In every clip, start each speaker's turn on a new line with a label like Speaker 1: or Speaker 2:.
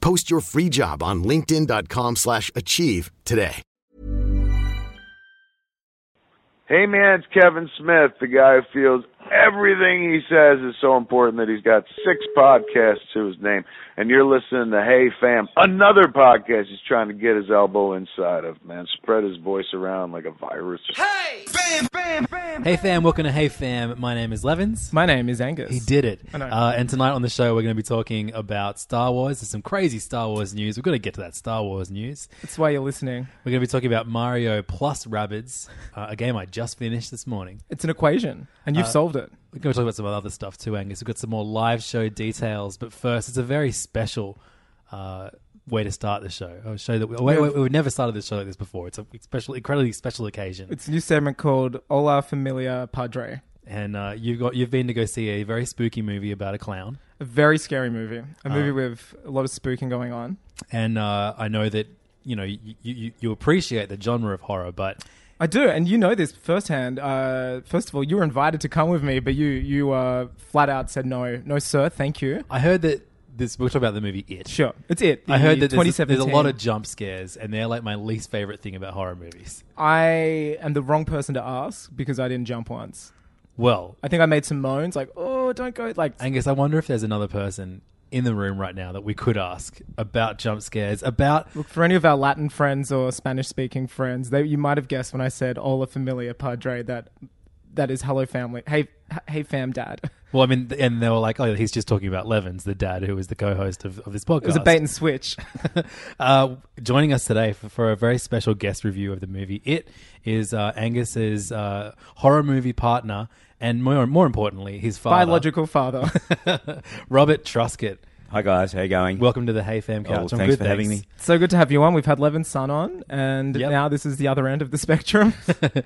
Speaker 1: Post your free job on linkedin.com/achieve slash achieve today.
Speaker 2: Hey man, it's Kevin Smith, the guy who feels everything he says is so important that he's got six podcasts to his name. And you're listening to Hey Fam, another podcast he's trying to get his elbow inside of, man. Spread his voice around like a virus.
Speaker 3: Hey fam, welcome to Hey Fam. My name is Levins.
Speaker 4: My name is Angus.
Speaker 3: He did it.
Speaker 4: I know.
Speaker 3: Uh, and tonight on the show, we're going to be talking about Star Wars. There's some crazy Star Wars news. We've got to get to that Star Wars news.
Speaker 4: That's why you're listening.
Speaker 3: We're going to be talking about Mario plus Rabbids, uh, a game I just finished this morning.
Speaker 4: It's an equation, and
Speaker 3: Uh,
Speaker 4: you've solved it.
Speaker 3: We're going to talk about some other stuff too, Angus. We've got some more live show details. But first, it's a very special uh, way to start the show. A show that we, wait, wait, we've never started this show like this before. It's a special, incredibly special occasion.
Speaker 4: It's a new segment called Hola Familia Padre.
Speaker 3: and uh, you've got you've been to go see a very spooky movie about a clown.
Speaker 4: A very scary movie. A
Speaker 3: Uh.
Speaker 4: movie with a lot of spooking going on.
Speaker 3: and uh, I know that you know you, you, you appreciate the genre of horror, but
Speaker 4: I do, and you know this firsthand. Uh, first of all, you were invited to come with me, but you you uh, flat out said no, no, sir, thank you.
Speaker 3: I heard that this. We'll talk about the movie It.
Speaker 4: Sure, it's it.
Speaker 3: I heard that
Speaker 4: twenty
Speaker 3: there's a,
Speaker 4: seventeen.
Speaker 3: there's a lot of jump scares, and they're like my least favorite thing about horror movies.
Speaker 4: I am the wrong person to ask because I didn't jump once.
Speaker 3: Well,
Speaker 4: I think I made some moans like, "Oh, don't go!" Like,
Speaker 3: Angus, I wonder if there's another person in the room right now that we could ask about jump scares, about
Speaker 4: Look, for any of our Latin friends or Spanish speaking friends, they, you might have guessed when I said "Hola familia padre" that that is "Hello family." Hey, h- hey, fam, dad. It
Speaker 3: well, I mean, and they were like, oh, he's just talking about Levens, the dad who was the co-host of, of this podcast. It
Speaker 4: was a bait and switch.
Speaker 3: uh, joining us today for, for a very special guest review of the movie. It is uh, Angus's uh, horror movie partner, and more more importantly, his father,
Speaker 4: Biological father.
Speaker 3: Robert Truscott.
Speaker 5: Hi guys, how you going?
Speaker 3: Welcome to the Hey Fam
Speaker 5: Oh,
Speaker 3: Couch. I'm
Speaker 5: thanks
Speaker 3: good,
Speaker 5: for having me.
Speaker 4: so good to have you on. We've had Levin's son on, and
Speaker 3: Yep.
Speaker 4: now this is the other end of the spectrum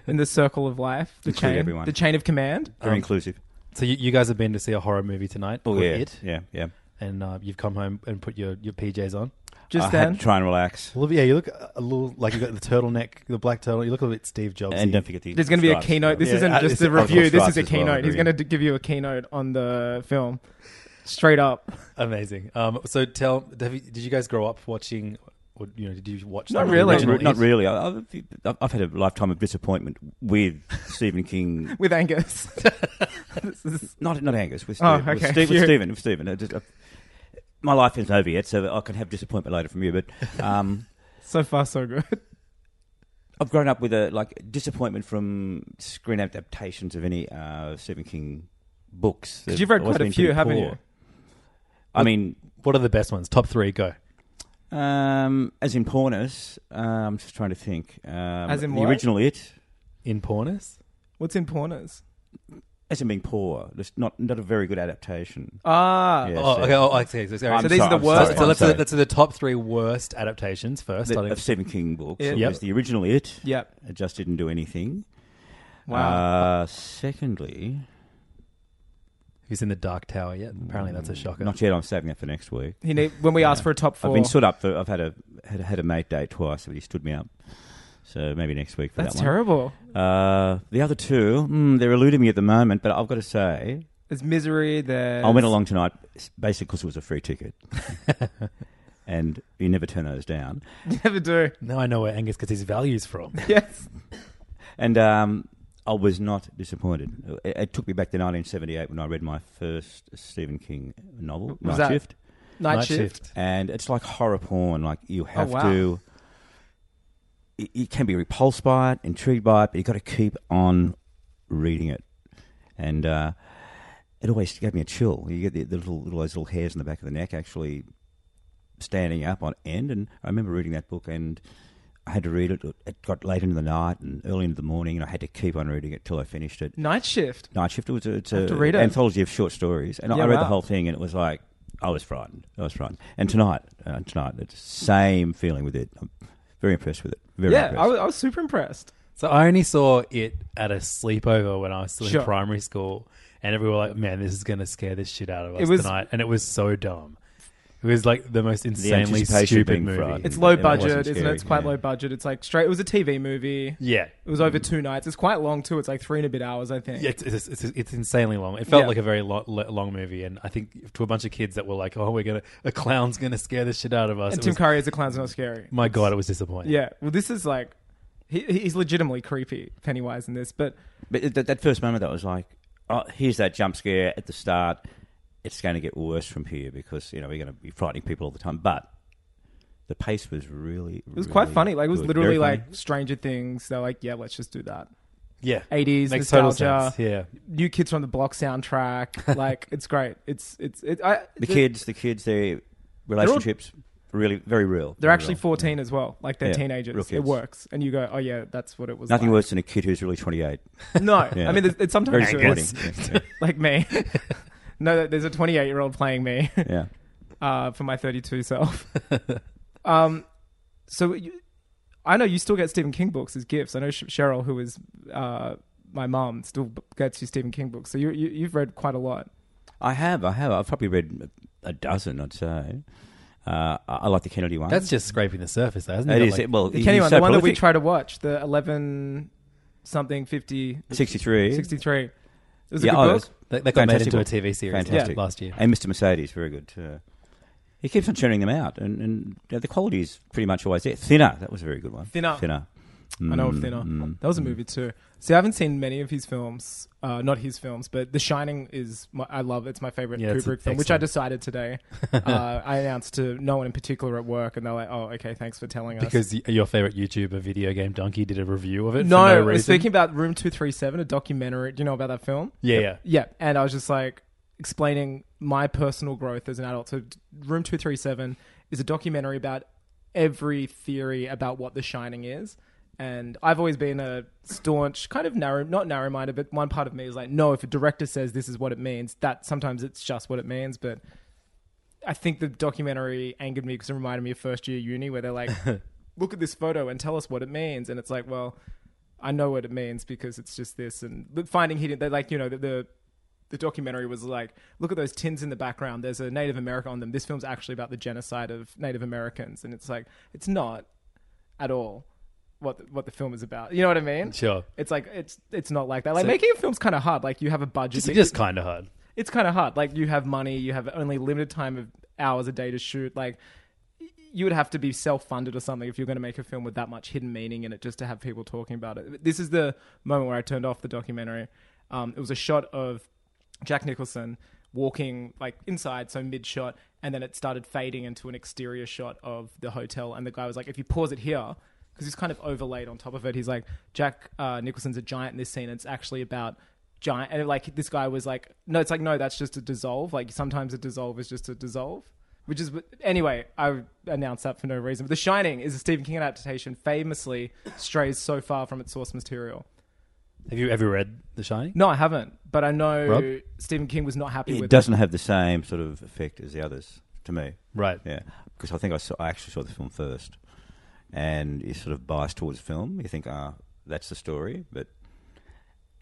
Speaker 4: in the circle of life, the
Speaker 5: Include
Speaker 4: chain,
Speaker 5: everyone.
Speaker 4: the chain of command.
Speaker 5: Very inclusive.
Speaker 3: So you, you guys have been to see a horror movie tonight?
Speaker 5: um, Oh
Speaker 3: called
Speaker 5: yeah,
Speaker 3: It,
Speaker 5: yeah, yeah.
Speaker 3: and uh, you've come home and put your, your PJs on.
Speaker 4: Just
Speaker 5: I had
Speaker 4: then,
Speaker 5: to try and relax,
Speaker 3: Well, yeah, you look a little like you got the turtleneck, the black turtle. You look a little bit Steve Jobs.
Speaker 5: and uh, don't forget the.
Speaker 4: there's going to be a
Speaker 5: stripes as
Speaker 4: keynote. This
Speaker 5: well.
Speaker 4: isn't
Speaker 5: Yeah,
Speaker 4: just
Speaker 5: uh,
Speaker 4: a
Speaker 5: of course,
Speaker 4: review. This
Speaker 5: stripes
Speaker 4: is a
Speaker 5: as well,
Speaker 4: keynote. He's
Speaker 5: agree.
Speaker 4: going to give you a keynote on the film, straight up.
Speaker 3: amazing. Um, so tell, have you- did you guys grow up watching? Or, you know, did you watch?
Speaker 4: Not
Speaker 3: the
Speaker 4: really.
Speaker 5: Not,
Speaker 3: original
Speaker 5: re- not
Speaker 3: It?
Speaker 5: really. I- I've, I've- I've had a lifetime of disappointment with Stephen King.
Speaker 4: with Angus. This is-
Speaker 5: Not not Angus. With, Steve,
Speaker 4: Oh,
Speaker 5: with,
Speaker 4: okay.
Speaker 5: Steve, with
Speaker 4: You-
Speaker 5: Stephen. With Stephen. I just- I- my life isn't over yet, so I can have disappointment later from you. But um,
Speaker 4: so far, so good.
Speaker 5: I've grown up with a like disappointment from screen adaptations of any uh, Stephen King books.
Speaker 4: Because you've read
Speaker 5: They've always
Speaker 4: quite a
Speaker 5: been
Speaker 4: few,
Speaker 5: pretty
Speaker 4: haven't
Speaker 5: poor.
Speaker 4: you?
Speaker 5: I mean,
Speaker 3: What are the best ones? Top three, go.
Speaker 5: Um, as in pornos, uh, I'm just trying to think. Um,
Speaker 4: As in
Speaker 5: the
Speaker 4: what?
Speaker 5: original it,
Speaker 3: In pornos?
Speaker 4: What's in pornos?
Speaker 5: as in being poor, just not not a very good adaptation.
Speaker 4: Ah,
Speaker 5: Yeah,
Speaker 3: Oh,
Speaker 5: so-
Speaker 3: okay. Oh, okay. So, sorry.
Speaker 5: I'm
Speaker 3: so
Speaker 4: these are the
Speaker 5: I'm
Speaker 4: worst
Speaker 3: so
Speaker 5: I'm
Speaker 3: let's,
Speaker 5: sorry.
Speaker 3: let's do the top three worst adaptations first.
Speaker 5: The-
Speaker 3: starting
Speaker 5: of Stephen King books.
Speaker 4: Yeah.
Speaker 5: It
Speaker 3: Yep.
Speaker 5: was the original it.
Speaker 4: yep.
Speaker 5: It just didn't do anything.
Speaker 4: Wow.
Speaker 5: Uh, secondly,
Speaker 3: who's in the Dark Tower yet? Apparently, that's a shocker.
Speaker 5: Mm, not yet. I'm saving that for next week.
Speaker 4: he need, when we asked for a top
Speaker 5: I've
Speaker 4: four,
Speaker 5: been stood up. For, I've had a had, had a mate date twice, but he stood me up. So maybe next week for
Speaker 4: that's
Speaker 5: that one.
Speaker 4: terrible.
Speaker 5: Uh, the other two, mm, they're eluding me at the moment. But I've got to say,
Speaker 4: There's misery. There's
Speaker 5: I went along tonight basically because it was a free ticket. and you never turn those down.
Speaker 4: You never do.
Speaker 3: Now I know where Angus gets his values from.
Speaker 4: Yes.
Speaker 5: And um, I was not disappointed. It, it took me back to 1978 when I read my first Stephen King novel,
Speaker 4: Was
Speaker 5: Night
Speaker 4: that-
Speaker 5: Shift.
Speaker 4: Night, shift.
Speaker 5: And it's like horror porn. Like you have
Speaker 4: wow.
Speaker 5: to y- you can be repulsed by it, intrigued by it, but you've got to keep on reading it. And uh, it always gave me a chill. You get the, the little, little those little hairs in the back of the neck actually standing up on end. And I remember reading that book, and I had to read it. It got late into the night and early into the morning, and I had to keep on reading it till I finished it.
Speaker 4: Night shift.
Speaker 5: Night Shift was a, it's
Speaker 4: I have
Speaker 5: a
Speaker 4: to read it.
Speaker 5: anthology of short stories, and
Speaker 4: Yeah,
Speaker 5: I read
Speaker 4: wow.
Speaker 5: the whole thing, and it was like I was frightened. I was frightened. And tonight, uh, tonight, it's same feeling with it. I'm very impressed with it. Very
Speaker 4: yeah,
Speaker 5: impressed.
Speaker 4: I was, I was super impressed.
Speaker 3: So I only saw it at a sleepover when I was still
Speaker 4: Sure.
Speaker 3: in primary school, and everyone were like, "Man, this is gonna scare the shit out of us
Speaker 4: It was-
Speaker 3: tonight," and it was so dumb. It was like the most insanely
Speaker 5: anticipation
Speaker 3: stupid
Speaker 5: being
Speaker 3: movie.
Speaker 5: frightened.
Speaker 4: It's
Speaker 5: Yeah,
Speaker 4: low
Speaker 5: it wasn't
Speaker 4: budget, isn't it?
Speaker 5: scary,
Speaker 4: It's quite
Speaker 5: yeah.
Speaker 4: low budget. It's like straight. It was a TV movie.
Speaker 3: yeah,
Speaker 4: It was over two nights. It's quite long too. It's like three and a bit hours, I think.
Speaker 3: Yeah, it's, it's, it's, it's insanely long. It felt
Speaker 4: Yeah.
Speaker 3: like a very lo- lo- long movie, and I think to a bunch of kids that were like, "Oh, we're gonna a clown's gonna scare the shit out of us."
Speaker 4: and
Speaker 3: it
Speaker 4: Tim
Speaker 3: was-
Speaker 4: Curry as a clown's not scary.
Speaker 3: my god, it was disappointing.
Speaker 4: Yeah. Well, this is like he, he's legitimately creepy Pennywise in this, but
Speaker 5: But it- that, that first moment, that was like, oh, here's that jump scare at the start. It's going to get worse from here because you know we're going to be frightening people all the time. But the pace was really.
Speaker 4: it was quite funny. Like it was literally like Stranger Things. They're like, yeah, let's just do that.
Speaker 3: yeah,
Speaker 4: 80s
Speaker 3: makes total
Speaker 4: nostalgia.
Speaker 3: sense. Yeah,
Speaker 4: New Kids from the Block soundtrack. like it's great. It's it's it, I,
Speaker 5: the
Speaker 4: it-
Speaker 5: kids, the kids, their relationships, really very real.
Speaker 4: They're
Speaker 5: very
Speaker 4: actually
Speaker 5: real.
Speaker 4: 14 as well. Like they're
Speaker 5: Yeah, real
Speaker 4: teenagers. It
Speaker 5: kids.
Speaker 4: works, and you go, oh yeah, that's what it was.
Speaker 5: Nothing
Speaker 4: like.
Speaker 5: worse than a kid who's really twenty eight.
Speaker 4: No,
Speaker 5: Yeah.
Speaker 4: I mean, it's, it's sometimes
Speaker 5: Very
Speaker 4: serious.
Speaker 5: disappointing.
Speaker 4: like me. no, there's a 28 year old playing me
Speaker 5: Yeah. yeah.
Speaker 4: uh, for my 32 self. um, so you, I know you still get Stephen King books as gifts. I know Sh- Cheryl, who is uh, my mom, still b- gets you Stephen King books. So you, you you've read quite a lot.
Speaker 5: I have, I have. I've probably read a dozen, I'd say. Uh, I I like the Kennedy one.
Speaker 3: that's just scraping the surface, though, isn't it?
Speaker 5: it
Speaker 3: Got,
Speaker 5: is.
Speaker 3: like-
Speaker 5: it- well,
Speaker 4: The
Speaker 5: he's
Speaker 4: Kenny one,
Speaker 5: so
Speaker 4: the one that we
Speaker 5: prolific.
Speaker 4: try to watch, the 11 something 50
Speaker 5: 63.
Speaker 4: 63. It was a
Speaker 5: Yeah,
Speaker 4: good book.
Speaker 5: oh, that's
Speaker 3: They, they got made
Speaker 5: fantastic
Speaker 3: into a
Speaker 5: book.
Speaker 3: TV series
Speaker 5: Fantastic.
Speaker 3: last year.
Speaker 5: And Mr. Mercedes, very good. too. he keeps on churning them out, and, and you know, the quality is pretty much always there. Thinner, that was a very good one.
Speaker 4: Thinner.
Speaker 5: Thinner.
Speaker 4: I know of
Speaker 5: Mm,
Speaker 4: Thinner.
Speaker 5: mm.
Speaker 4: That was a movie too. See, I haven't seen many of his films. Uh, not his films, but The Shining is my, I love. It's my favorite
Speaker 3: Yeah, it's
Speaker 4: Kubrick film, which I
Speaker 3: excellent.
Speaker 4: decided today. uh, I announced to no one in particular at work, and they're like, "Oh, okay, thanks for telling us."
Speaker 3: Because y- your favorite YouTuber, video game donkey, did a review of it.
Speaker 4: no,
Speaker 3: for no
Speaker 4: we're
Speaker 3: reason.
Speaker 4: speaking about Room Two Three Seven, a documentary. Do you know about that film?
Speaker 3: yeah, yeah.
Speaker 4: Yeah, and I was just like explaining my personal growth as an adult. So, Room Two Three Seven is a documentary about every theory about what The Shining is, and I've always been a staunch, kind of narrow, not narrow-minded, but one part of me is like, no, if a director says this is what it means, that sometimes it's just what it means, but. I think the documentary angered me because it reminded me of first year uni where they're like, look at this photo and tell us what it means. And it's like, well, I know what it means because it's just this. And but finding hidden, they like, you know, the, the, the documentary was like, look at those tins in the background. There's a Native American on them. This film's actually about the genocide of Native Americans. And it's like, it's not at all what the, what the film is about. You know what I mean?
Speaker 3: Sure.
Speaker 4: It's like, it's, it's not like that. Like making a film's kind of hard. Like you have a budget.
Speaker 3: It's just kind of hard.
Speaker 4: it's kind of hard. Like you have money, you have only limited time of hours a day to shoot. Like y- you would have to be self-funded or something if you're going to make a film with that much hidden meaning in it just to have people talking about it. This is the moment where I turned off the documentary. Um, it was a shot of Jack Nicholson walking like inside, so mid shot, and then it started fading into an exterior shot of the hotel. And the guy was like, "If you pause it here." Because he's kind of overlaid on top of it. He's like, Jack uh, Nicholson's a giant in this scene. It's actually about giant and like this guy was like no it's like no that's just a dissolve like sometimes a dissolve is just a dissolve which is anyway i announced that for no reason but the shining is a stephen king adaptation famously strays so far from its source material
Speaker 3: Have you ever read The Shining?
Speaker 4: no i haven't but i know
Speaker 3: Rob?
Speaker 4: stephen king was not happy
Speaker 5: It
Speaker 4: with
Speaker 5: doesn't have the same sort of effect as the others to me.
Speaker 3: Right.
Speaker 5: Yeah, because I think I, saw, I actually saw the film first, and you're sort of biased towards film. You think, ah, that's the story, but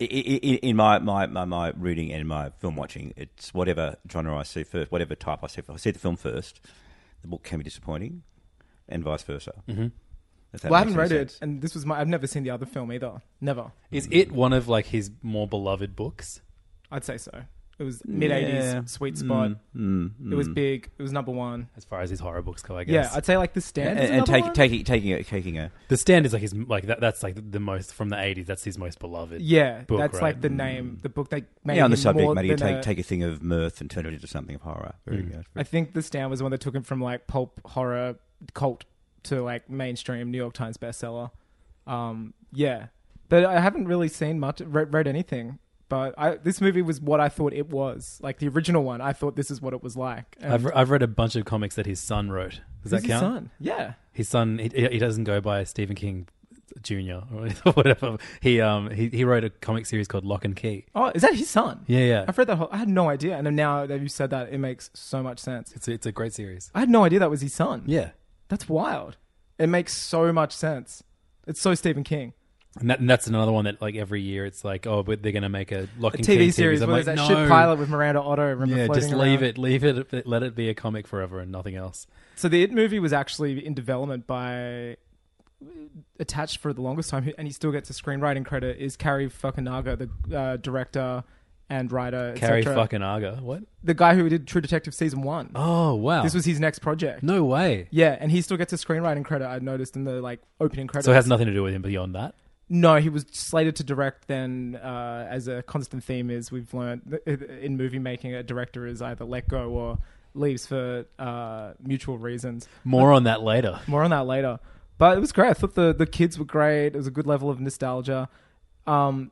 Speaker 5: i- i- i- in my, my, my, my reading and my film watching, it's whatever genre I see first, whatever type I see first. I see the film first, the book can be disappointing, and vice versa. Mm-hmm.
Speaker 4: well i haven't read it and this was my i've never seen the other film either never
Speaker 3: Is it one of like his more beloved books?
Speaker 4: i'd say so it was mid-80s
Speaker 5: Mm,
Speaker 4: sweet spot it was big it was number one
Speaker 3: As far as his horror books go, I guess.
Speaker 4: yeah i'd say like the stand
Speaker 5: And,
Speaker 4: is
Speaker 5: and
Speaker 4: another
Speaker 5: take,
Speaker 4: one.
Speaker 5: taking taking a taking a
Speaker 3: The Stand is like his like that, that's like the most from the eighties. That's his most beloved.
Speaker 4: yeah
Speaker 3: book,
Speaker 4: that's
Speaker 3: right?
Speaker 4: like the name the book that made
Speaker 5: Mm. yeah on the
Speaker 4: him
Speaker 5: subject
Speaker 4: more
Speaker 5: matter. You
Speaker 4: than
Speaker 5: take
Speaker 4: a- Mm.
Speaker 5: take a thing of mirth and turn it into something of horror. Very good.
Speaker 4: I think The Stand was the one that took him from like pulp horror cult to like mainstream New York Times bestseller. Um, yeah, but I haven't really seen much, read, read anything. But I, this movie was what I thought it was, like the original one. I thought this is what it was like. And
Speaker 3: I've, I've read a bunch of comics that his son wrote. Does that
Speaker 4: who's his
Speaker 3: count?
Speaker 4: son? Yeah,
Speaker 3: his son he, he doesn't go by Stephen King Jr. or whatever. He um he, he wrote a comic series called Lock and Key.
Speaker 4: Oh, is that his son?
Speaker 3: Yeah, yeah.
Speaker 4: I've read that whole. I had no idea, and then now that you said that, it makes so much sense.
Speaker 3: It's a, it's a great series.
Speaker 4: I had no idea that was his son.
Speaker 3: Yeah.
Speaker 4: that's wild. It makes so much sense. It's so Stephen King.
Speaker 3: And, that, and that's another one that like every year it's like oh but they're gonna make a Lock
Speaker 4: A
Speaker 3: and
Speaker 4: TV
Speaker 3: Key
Speaker 4: series
Speaker 3: I'm
Speaker 4: where
Speaker 3: like,
Speaker 4: there's that
Speaker 3: no.
Speaker 4: shit pilot with Miranda Otto. Remember
Speaker 3: Yeah, just
Speaker 4: floating
Speaker 3: leave
Speaker 4: around?
Speaker 3: it, leave it, let it be a comic forever and nothing else.
Speaker 4: So the It movie was actually in development by attached for the longest time, and he still gets a screenwriting credit. Is Cary Fukunaga, the uh, director and writer,
Speaker 3: Carrie
Speaker 4: etc.
Speaker 3: fucking Aga, what?
Speaker 4: the guy who did True Detective season one.
Speaker 3: Oh wow,
Speaker 4: This was his next project.
Speaker 3: no way.
Speaker 4: Yeah, and he still gets a screenwriting credit. I noticed in the like opening credits.
Speaker 3: So it has nothing to do with him beyond that.
Speaker 4: No, he was slated to direct. Then, uh, as a constant theme is, we've learned in movie making, a director is either let go or leaves for uh, mutual reasons.
Speaker 3: More on that later.
Speaker 4: More on that later. But it was great. I thought the the kids were great. It was a good level of nostalgia. Um,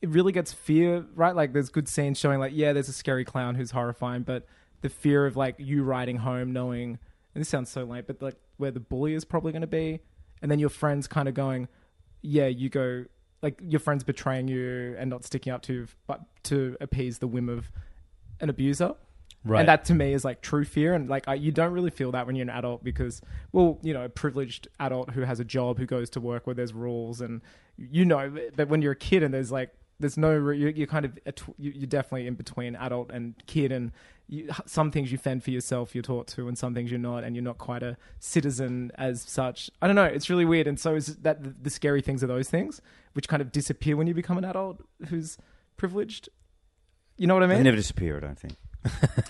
Speaker 4: it really gets fear right. Like there's good scenes showing like yeah, there's a scary clown who's horrifying, but the fear of like you riding home knowing. And this sounds so lame, but like where the bully is probably going to be, and then your friends kind of going, yeah, you go like your friends betraying you and not sticking up to you, but to appease the whim of an abuser.
Speaker 3: Right.
Speaker 4: And that to me is like true fear. And like, I, you don't really feel that when you're an adult because, well, you know, a privileged adult who has a job, who goes to work where there's rules and, you know, but when you're a kid and there's like, there's no, re- you're, you're kind of, a tw- you- you're definitely in between adult and kid. And you, some things you fend for yourself, you're taught to, and some things you're not. And you're not quite a citizen as such. I don't know. It's really weird. And so is that the scary things are those things which kind of disappear when you become an adult who's privileged. You know what I mean?
Speaker 5: They never disappear, I don't think.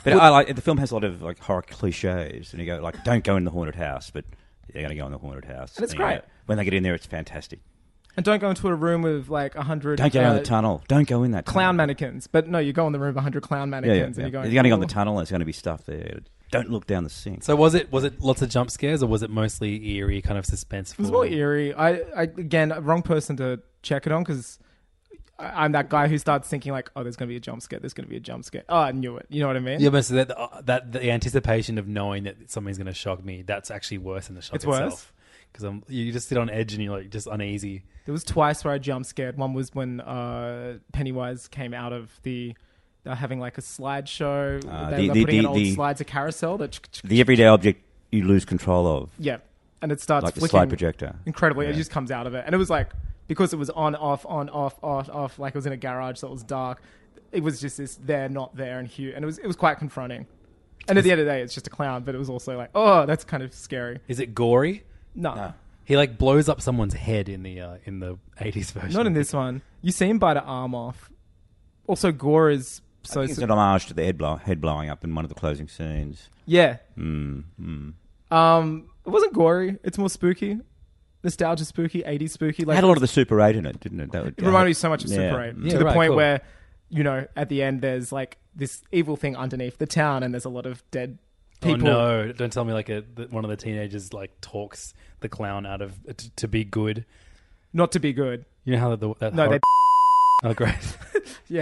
Speaker 5: But I like the film has a lot of like horror cliches, and you go like, "Don't go in the haunted house," but they're going to go in the haunted house.
Speaker 4: And it's
Speaker 5: you go-
Speaker 4: great.
Speaker 5: when they get in there, it's fantastic.
Speaker 4: And don't go into a room with like a hundred.
Speaker 5: Don't go down
Speaker 4: uh,
Speaker 5: the tunnel. Don't go in that
Speaker 4: Clown
Speaker 5: tunnel.
Speaker 4: mannequins, but no, you go in the room with a hundred clown
Speaker 5: Yeah,
Speaker 4: mannequins,
Speaker 5: yeah,
Speaker 4: and
Speaker 5: yeah.
Speaker 4: you're going.
Speaker 5: You're going to go in the
Speaker 4: "Oh."
Speaker 5: tunnel. and There's going to be stuff there. Don't look down the sink.
Speaker 3: So was it was it lots of jump scares or was it mostly eerie, kind of suspenseful?
Speaker 4: It was more eerie. I, I again, wrong person to check it on because I'm that guy who starts thinking like, oh, there's going to be a jump scare. There's going to be a jump scare. Oh, I knew it. You know what I mean?
Speaker 3: Yeah, but so that, uh, that the anticipation of knowing that something's going to shock me, that's actually worse than the shock
Speaker 4: It's worse?
Speaker 3: itself. Because I'm you just sit on edge and you're like just uneasy.
Speaker 4: There was twice where I jump scared. One was when uh, Pennywise came out of the. They're having like a slideshow.
Speaker 5: Ah,
Speaker 4: they
Speaker 5: the-
Speaker 4: were
Speaker 5: the-
Speaker 4: putting in
Speaker 5: the-
Speaker 4: old
Speaker 5: the-
Speaker 4: slides, a carousel. That
Speaker 5: The everyday object you lose control of,
Speaker 4: yeah, and it starts
Speaker 5: like the
Speaker 4: flicking.
Speaker 5: slide projector.
Speaker 4: incredibly. It
Speaker 5: Yeah.
Speaker 4: just comes out of it, and it was like because it was on, off, on, off, off, off. Like it was in a garage, so it was dark. It was just this there, not there, and hue, and it was it was quite confronting. And at the end of the day, it's just a clown, but it was also like, oh, that's kind of scary.
Speaker 3: Is it gory?
Speaker 4: No,
Speaker 5: Ah.
Speaker 3: He like blows up someone's head in the uh, in the 80s version.
Speaker 4: not in this one. You see him bite an arm off. Also, gore is so
Speaker 5: It's an homage to the head, blow, head blowing up in one of the closing scenes.
Speaker 4: yeah.
Speaker 5: Mm, mm.
Speaker 4: Um, it wasn't gory. It's more spooky, nostalgia spooky, 80s spooky.
Speaker 5: It
Speaker 4: Like
Speaker 5: had a lot of the Super 8 in it, didn't it? That would, uh,
Speaker 4: It reminded me so much of Super 8
Speaker 3: Yeah,
Speaker 4: to the
Speaker 3: right,
Speaker 4: point
Speaker 3: cool.
Speaker 4: where, you know, at the end there's like this evil thing underneath the town, and there's a lot of dead
Speaker 3: Oh
Speaker 4: people.
Speaker 3: no! Don't tell me like a, that one of the teenagers like talks the clown out of t- to be good.
Speaker 4: Not to be good.
Speaker 3: You know how that, the, that
Speaker 4: No,
Speaker 3: horror-
Speaker 4: they.
Speaker 3: oh great.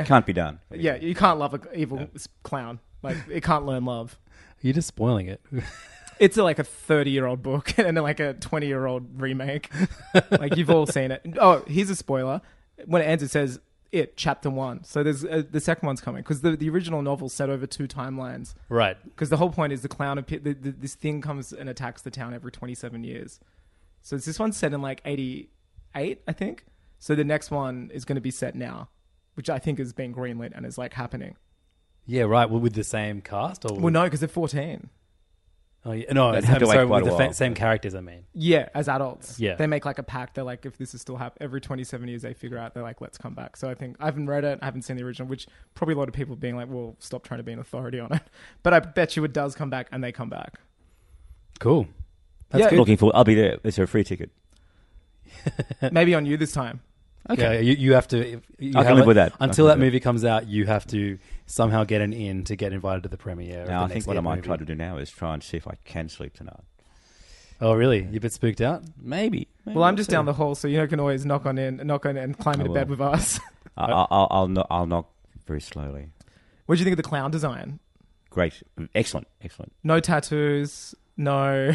Speaker 5: Can't be done.
Speaker 4: Yeah, you can't love an evil s- clown. Like it can't learn love.
Speaker 3: You're just spoiling it.
Speaker 4: It's a, like a thirty-year-old book, and then like a twenty-year-old remake. like you've all seen it. Oh, here's a spoiler. When it ends, it says it chapter one. So there's uh, the second one's coming because the the original novel's set over two timelines.
Speaker 3: right.
Speaker 4: because the whole point is the clown appear, the, the, this thing comes and attacks the town every 27 years so it's this one set in like 88 i think so the next one is going to be set now which i think is being greenlit and is like happening
Speaker 3: Yeah. Right. Well, with the same cast or
Speaker 4: well no because they're 14
Speaker 3: Oh, yeah. No,
Speaker 5: They'd
Speaker 3: I'm
Speaker 5: have to wait
Speaker 3: sorry.
Speaker 5: quite
Speaker 3: With
Speaker 5: a
Speaker 3: the
Speaker 5: while.
Speaker 3: fa- same characters, I mean.
Speaker 4: yeah as adults
Speaker 3: Yeah.
Speaker 4: they make like a pact they're like if this is still happening every 27 years they figure out they're like let's come back so i think i haven't read it i haven't seen the original which probably a lot of people being like well stop trying to be an authority on it but i bet you it does come back and they come back
Speaker 3: Cool. That's
Speaker 4: Yeah.
Speaker 3: good.
Speaker 5: Looking forward. I'll be there. It's a free ticket.
Speaker 4: maybe on you this time
Speaker 3: Okay. Yeah, you, you have to. if- You
Speaker 5: I can
Speaker 3: have
Speaker 5: live
Speaker 3: it-
Speaker 5: with that. I can
Speaker 3: Until that
Speaker 5: live with
Speaker 3: movie comes out, you have to somehow get an in to get invited to the premiere. of
Speaker 5: Now,
Speaker 3: the
Speaker 5: I
Speaker 3: next
Speaker 5: think what I
Speaker 3: hit
Speaker 5: might
Speaker 3: movie.
Speaker 5: try to do now is try and see if I can sleep tonight.
Speaker 3: Oh, really? You've been spooked out?
Speaker 5: Maybe. maybe
Speaker 4: Well, I'm
Speaker 5: we'll
Speaker 4: just
Speaker 5: see.
Speaker 4: down the hall, so you can always knock on in, knock on and climb into bed with us.
Speaker 5: I- I'll, I'll, I'll, knock, I'll knock very slowly.
Speaker 4: what do you think of the clown design?
Speaker 5: Great. Excellent. Excellent.
Speaker 4: No tattoos. No,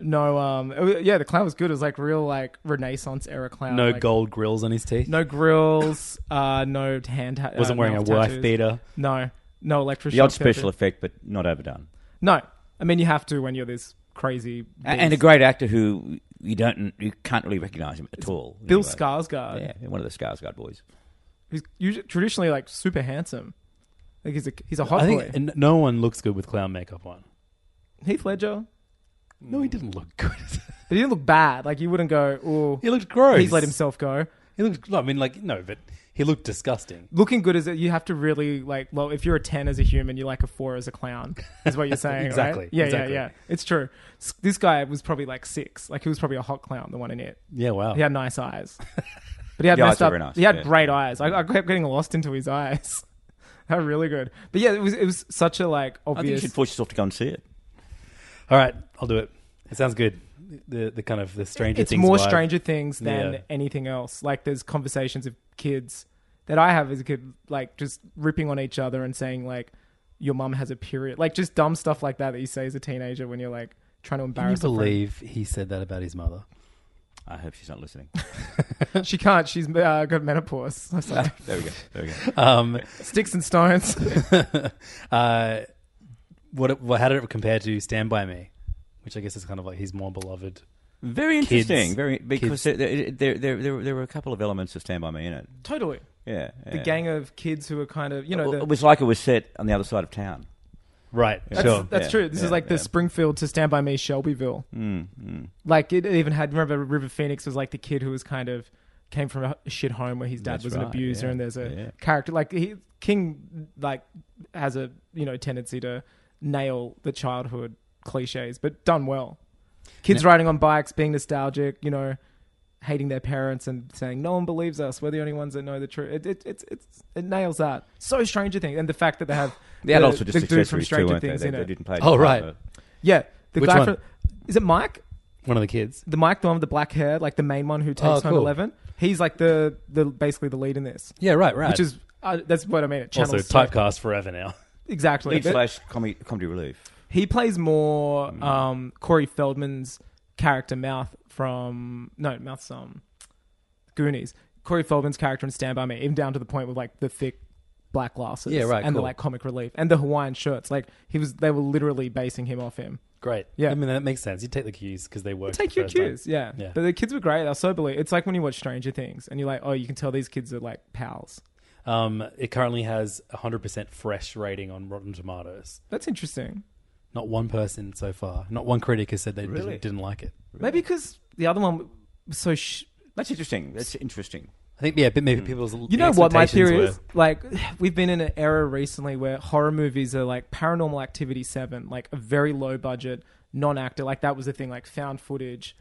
Speaker 4: no. Um, it wa- yeah, the clown was good. It was like real, like Renaissance era clown.
Speaker 3: No
Speaker 4: like,
Speaker 3: gold grills on his teeth.
Speaker 4: no grills. uh, no hand. Ta-
Speaker 3: Wasn't
Speaker 4: uh,
Speaker 3: wearing a
Speaker 4: nail
Speaker 3: wife
Speaker 4: tattoos.
Speaker 3: beater.
Speaker 4: No, no electric.
Speaker 5: The odd
Speaker 4: shock therapy.
Speaker 5: special effect, but not overdone.
Speaker 4: No, I mean you have to when you're this crazy.
Speaker 5: A- And, a
Speaker 4: beast.
Speaker 5: great actor who you don't, you can't really recognise him at all.
Speaker 4: Bill
Speaker 5: anyway.
Speaker 4: Skarsgård.
Speaker 5: Yeah, one of the Skarsgård boys.
Speaker 4: He's usually, traditionally like super handsome. Like he's a he's a hot
Speaker 3: I
Speaker 4: boy.
Speaker 3: think n- no one looks good with clown makeup on.
Speaker 4: Heath Ledger.
Speaker 3: No, he didn't look good.
Speaker 4: But he didn't look bad. Like you wouldn't go, oh,
Speaker 3: he looked gross.
Speaker 4: he's let himself go.
Speaker 3: He looked. I mean, like no, but he looked disgusting.
Speaker 4: Looking good is that you have to really like. Well, if you're a ten as a human, you're like a four as a clown. Is what you're saying, right?
Speaker 3: Exactly,
Speaker 4: Yeah,
Speaker 3: exactly.
Speaker 4: yeah, yeah. It's true. S- This guy was probably like six. Like he was probably a hot clown, the one in it.
Speaker 3: Yeah, wow.
Speaker 4: He had nice eyes, but he had
Speaker 5: The eyes
Speaker 4: messed
Speaker 5: were
Speaker 4: up.
Speaker 5: very nice,
Speaker 4: He had
Speaker 5: yeah.
Speaker 4: great eyes. I, I kept getting lost into his eyes. They're really good. But yeah, it was it was such a like
Speaker 5: I think you
Speaker 4: obvious.
Speaker 5: should force yourself to go and see it.
Speaker 3: All right, I'll do it. It sounds good. The the kind of the Stranger
Speaker 4: it's
Speaker 3: Things.
Speaker 4: more
Speaker 3: vibe.
Speaker 4: Stranger Things than
Speaker 3: Yeah.
Speaker 4: anything else. Like there's conversations of kids that I have as a kid, like just ripping on each other and saying like, "Your mum has a period," like just dumb stuff like that that you say as a teenager when you're like trying to
Speaker 3: Can you
Speaker 4: embarrass. a friend.
Speaker 3: believe he said that about his mother?
Speaker 5: I hope she's not listening.
Speaker 4: she can't. She's uh, got menopause. That's like,
Speaker 5: there we go. There we go.
Speaker 3: Um,
Speaker 4: Sticks and stones.
Speaker 3: uh, what, it- what? How did it compare to Stand by Me? Which I guess is kind of like his more beloved.
Speaker 5: Very
Speaker 3: Kids.
Speaker 5: interesting. Very because
Speaker 3: Kids.
Speaker 5: there, there, there, there, there were a couple of elements of Stand by Me in it.
Speaker 4: totally.
Speaker 5: Yeah,
Speaker 4: The
Speaker 5: yeah.
Speaker 4: gang of kids who are kind of you know.
Speaker 5: Well,
Speaker 4: The,
Speaker 5: it was like it was set on the other side of town.
Speaker 3: Right.
Speaker 4: that's
Speaker 3: Sure.
Speaker 4: that's
Speaker 5: yeah,
Speaker 4: true. This
Speaker 5: yeah,
Speaker 4: is like
Speaker 5: yeah.
Speaker 4: the Springfield to Stand by Me, Shelbyville.
Speaker 5: Mm, mm.
Speaker 4: Like it even had. Remember, River Phoenix was like the kid who was kind of came from a shit home where his dad
Speaker 5: That's
Speaker 4: was an
Speaker 5: right,
Speaker 4: abuser,
Speaker 5: yeah,
Speaker 4: and there's a
Speaker 5: yeah.
Speaker 4: character like he, King like has a you know tendency to nail the childhood cliches, but done well. Kids riding on bikes, being nostalgic, you know, hating their parents and saying no one believes us. We're the only ones that know the truth. It it it's, it's it nails that. So Stranger Things, and the fact that they have
Speaker 5: The adults were
Speaker 4: the
Speaker 5: just
Speaker 4: dude
Speaker 5: accessories too, weren't they?
Speaker 4: Things
Speaker 5: They,
Speaker 4: in
Speaker 5: they
Speaker 4: it.
Speaker 5: didn't play.
Speaker 3: Oh, right.
Speaker 4: Yeah, the
Speaker 3: Which
Speaker 4: guy
Speaker 3: one?
Speaker 4: from is it Mike?
Speaker 3: One of the kids.
Speaker 4: the Mike, the one with the black hair, like the main one who takes
Speaker 3: Oh,
Speaker 4: home
Speaker 3: cool.
Speaker 4: eleven. He's like the the basically the lead in this,
Speaker 3: Yeah. Right. Right.
Speaker 4: which is uh, that's what I mean. It channels
Speaker 3: also
Speaker 4: straight-
Speaker 3: typecast forever now.
Speaker 4: exactly.
Speaker 5: Lead
Speaker 4: But
Speaker 5: slash comedy, comedy relief.
Speaker 4: He plays more
Speaker 3: Mm.
Speaker 4: um, Corey Feldman's character Mouth from no Mouth's um, Goonies. Corey Feldman's character in Stand by Me, even down to the point with like the thick black glasses,
Speaker 3: Yeah, right,
Speaker 4: and the
Speaker 3: cool.
Speaker 4: like comic relief and the Hawaiian shirts. Like he was, they were literally basing him off him.
Speaker 3: Great.
Speaker 4: Yeah.
Speaker 3: I mean, that makes sense. You take the cues because they work.
Speaker 4: take your cues. Yeah.
Speaker 3: Yeah.
Speaker 4: But the kids were great. I so believe it's like when you watch Stranger Things and you're like, oh, you can tell these kids are like pals.
Speaker 3: Um, it currently has 100% fresh rating on Rotten Tomatoes.
Speaker 4: That's interesting.
Speaker 3: Not one person so far. Not one critic has said they didn't, didn't like it.
Speaker 4: Maybe because the other one was so. Sh-
Speaker 5: That's interesting. That's interesting.
Speaker 3: I think yeah, but maybe people's
Speaker 4: you know what my
Speaker 3: expectations
Speaker 4: theory
Speaker 3: were-
Speaker 4: is? Like, we've been in an era recently where horror movies are like Paranormal Activity 7, like a very low budget, non actor. Like, that was the thing. Like, found footage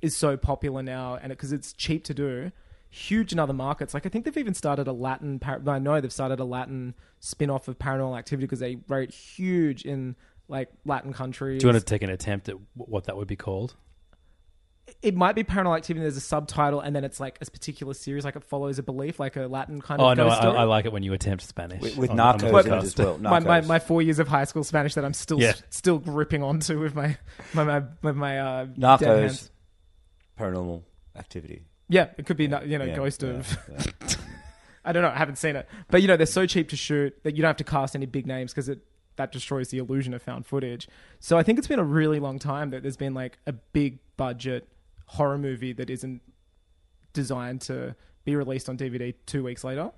Speaker 4: is so popular now, and because it's cheap to do, huge in other markets. Like, I think they've even started a Latin, par- I know they've started a Latin spin off of Paranormal Activity because they rate huge in like Latin countries.
Speaker 3: Do you want to take an attempt at wh- what that would be called?
Speaker 4: it might be paranormal activity. There's a subtitle, and then it's like a particular series, like it follows a belief, like a Latin kind of.
Speaker 3: Oh no,
Speaker 4: ghost
Speaker 3: I,
Speaker 4: story.
Speaker 3: I like it when you attempt Spanish
Speaker 5: With, with
Speaker 3: on- on the
Speaker 5: Narcos in it
Speaker 3: podcast.
Speaker 5: as well.
Speaker 4: my, my,
Speaker 5: Narcos.
Speaker 4: my four years of high school Spanish that I'm still
Speaker 3: Yeah.
Speaker 4: still gripping onto with my my my, with my uh, dead
Speaker 5: Narcos.
Speaker 4: hands.
Speaker 5: paranormal activity.
Speaker 4: Yeah, it could be no- you know
Speaker 5: Yeah,
Speaker 4: ghost
Speaker 5: yeah,
Speaker 4: of.
Speaker 5: yeah.
Speaker 4: I don't know. I haven't seen it, but you know they're so cheap to shoot that you don't have to cast any big names because it that destroys the illusion of found footage. So I think it's been a really long time that there's been like a big budget horror movie that isn't designed to be released on DVD two weeks later.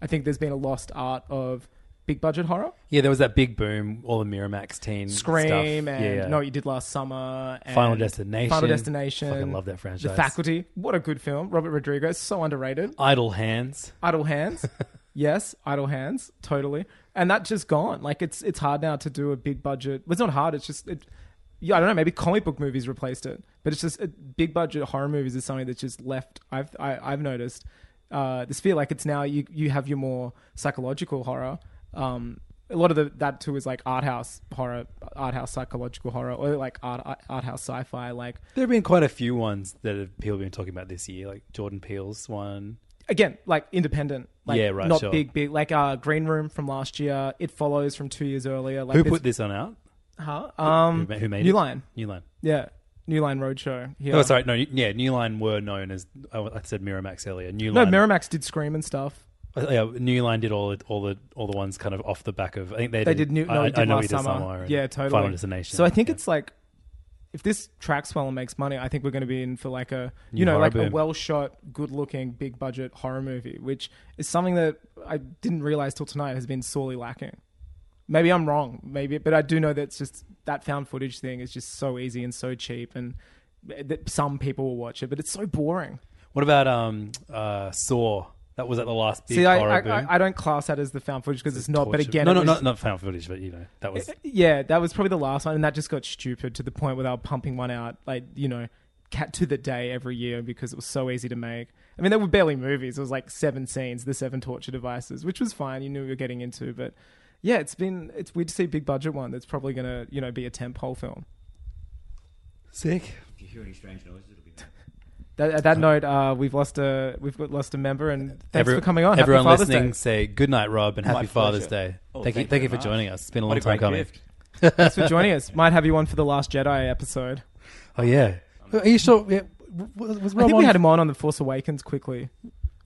Speaker 4: I think there's been a lost art of big budget horror,
Speaker 3: Yeah, there was that big boom, all the Miramax teen
Speaker 4: Scream,
Speaker 3: stuff.
Speaker 4: and
Speaker 3: yeah, yeah.
Speaker 4: Know What You Did Last Summer, and
Speaker 3: Final Destination.
Speaker 4: Final Destination.
Speaker 3: Fucking love that
Speaker 4: The
Speaker 3: franchise.
Speaker 4: Faculty, what a good film. Robert Rodriguez, so underrated.
Speaker 3: Idle Hands.
Speaker 4: Idle hands. yes, idle hands. Totally. And that's just gone. Like it's it's hard now to do a big budget. Well, it's not hard. It's just it. Yeah, I don't know. Maybe comic book movies replaced it, but it's just it, big budget horror movies is something that's just left. I've I, I've noticed uh, this feel like it's now you you have your more psychological horror, um, a lot of the, that too is like art house horror, art house psychological horror, or like art art, art house sci-fi. Like
Speaker 3: There have been quite a few ones that have people have been talking about this year, like Jordan Peele's one.
Speaker 4: again, like independent. Like,
Speaker 3: Yeah, right,
Speaker 4: Not
Speaker 3: sure.
Speaker 4: big, big. Like uh, Green Room from last year. It follows from two years earlier. Like
Speaker 3: Who
Speaker 4: this-
Speaker 3: put this one out?
Speaker 4: Huh? Um,
Speaker 3: who, ma- who made
Speaker 4: New
Speaker 3: it?
Speaker 4: Line.
Speaker 3: New Line.
Speaker 4: Yeah, New Line Roadshow. Yeah.
Speaker 3: Oh, sorry. No, yeah, New Line were known as I I said Miramax earlier. New
Speaker 4: No,
Speaker 3: Line.
Speaker 4: Miramax did Scream and stuff.
Speaker 3: Uh, yeah, New Line did all the, all the all the ones kind of off the back of. I think they,
Speaker 4: They did New. No,
Speaker 3: I,
Speaker 4: we did
Speaker 3: I know
Speaker 4: last
Speaker 3: we did
Speaker 4: summer.
Speaker 3: Summer and
Speaker 4: yeah, totally.
Speaker 3: Final Destination.
Speaker 4: So I think
Speaker 3: Yeah.
Speaker 4: it's like, if this tracks well and makes money, I think we're going to be in for like a you
Speaker 3: New
Speaker 4: know
Speaker 3: horror
Speaker 4: like a
Speaker 3: boom.
Speaker 4: well shot, good looking, big budget horror movie, which is something that I didn't realize till tonight has been sorely lacking. Maybe I'm wrong, maybe, but I do know that's just that found footage thing is just so easy and so cheap, and that some people will watch it, but it's so boring.
Speaker 3: What about um uh Saw? That was at the last big
Speaker 4: See, I,
Speaker 3: horror
Speaker 4: I,
Speaker 3: boom.
Speaker 4: I, I don't class that as the found footage because it's, not. But
Speaker 3: Torture-
Speaker 4: again,
Speaker 3: no,
Speaker 4: it
Speaker 3: no,
Speaker 4: was-
Speaker 3: not not found footage, but you know that was
Speaker 4: Yeah, that was probably the last one, and that just got stupid to the point where they were pumping one out, like you know, cat to the day every year because it was so easy to make. I mean, they were barely movies. It was like seven scenes, the seven torture devices, which was fine. You knew we were getting into, but yeah, it's been it's weird to see a big budget one that's probably gonna you know be a tentpole film.
Speaker 3: sick.
Speaker 5: If you hear any strange noises, it'll be me.
Speaker 4: That, at that note, uh, we've lost a we've got lost a member, and thanks
Speaker 3: Every-
Speaker 4: for coming on. Happy
Speaker 3: Everyone
Speaker 4: Father's
Speaker 3: listening,
Speaker 4: Day.
Speaker 3: say good night, Rob, and happy
Speaker 5: My
Speaker 3: Father's
Speaker 5: pleasure.
Speaker 3: Day.
Speaker 5: Oh,
Speaker 3: thank,
Speaker 5: thank
Speaker 3: you, thank
Speaker 5: you
Speaker 3: you for
Speaker 5: very much.
Speaker 3: joining us. It's been a
Speaker 5: What
Speaker 3: long time
Speaker 5: a great
Speaker 3: coming.
Speaker 5: gift.
Speaker 4: Thanks for joining us. Might have you on for the last Jedi episode.
Speaker 3: Oh yeah, are you sure? Yeah. w- w- Was Rob
Speaker 4: I think
Speaker 3: on
Speaker 4: we had him on on the Force Awakens quickly,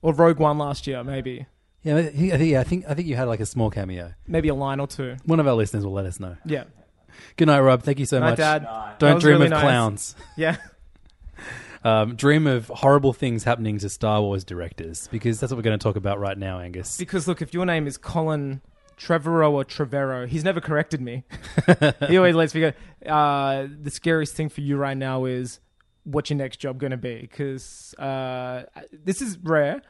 Speaker 4: or Rogue One last year, maybe.
Speaker 3: Yeah, he, I think- yeah, I think I think you had like a small cameo.
Speaker 4: maybe a line or two.
Speaker 3: One of our listeners will let us know.
Speaker 4: Yeah.
Speaker 3: Good night, Rob. Thank you so
Speaker 4: Night,
Speaker 3: much.
Speaker 4: Dad. That
Speaker 3: Don't
Speaker 4: was
Speaker 3: dream
Speaker 4: really
Speaker 3: of
Speaker 4: nice.
Speaker 3: clowns.
Speaker 4: Yeah.
Speaker 3: Um, dream of horrible things happening to Star Wars directors because that's what we're going to talk about right now, Angus.
Speaker 4: Because look, if your name is Colin Trevorrow or Trevero, he's never corrected me. he always lets me go. Uh, the scariest thing for you right now is what's your next job going to be? Because uh, this is rare.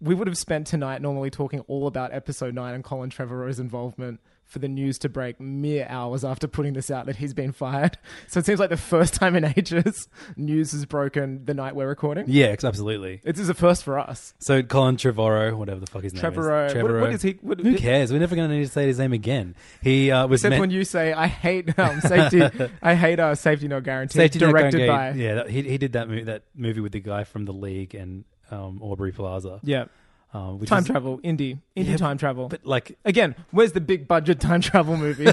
Speaker 4: We would have spent tonight normally talking all about episode nine and Colin Trevorrow's involvement for the news to break mere hours after putting this out that he's been fired. So it seems like the first time in ages news has broken the night we're recording.
Speaker 3: Yeah, ex- absolutely.
Speaker 4: This is a first for us.
Speaker 3: So Colin Trevorrow, whatever the fuck his
Speaker 4: Trevorrow.
Speaker 3: name is,
Speaker 4: uh, What- what is he- what-
Speaker 3: Who cares? We're never going to need to say his name again. He uh, was
Speaker 4: Except
Speaker 3: meant-
Speaker 4: when you say, "I hate um, safety. I hate uh, safety not guaranteed."
Speaker 3: Safety Net
Speaker 4: directed
Speaker 3: Gungay-
Speaker 4: by
Speaker 3: yeah, that, he he did that movie that movie with the guy from the League and um, Aubrey Plaza.
Speaker 4: yeah.
Speaker 3: um, which
Speaker 4: Time
Speaker 3: is-
Speaker 4: travel, indie, indie time travel.
Speaker 3: But like,
Speaker 4: Again, where's the big budget time travel movie?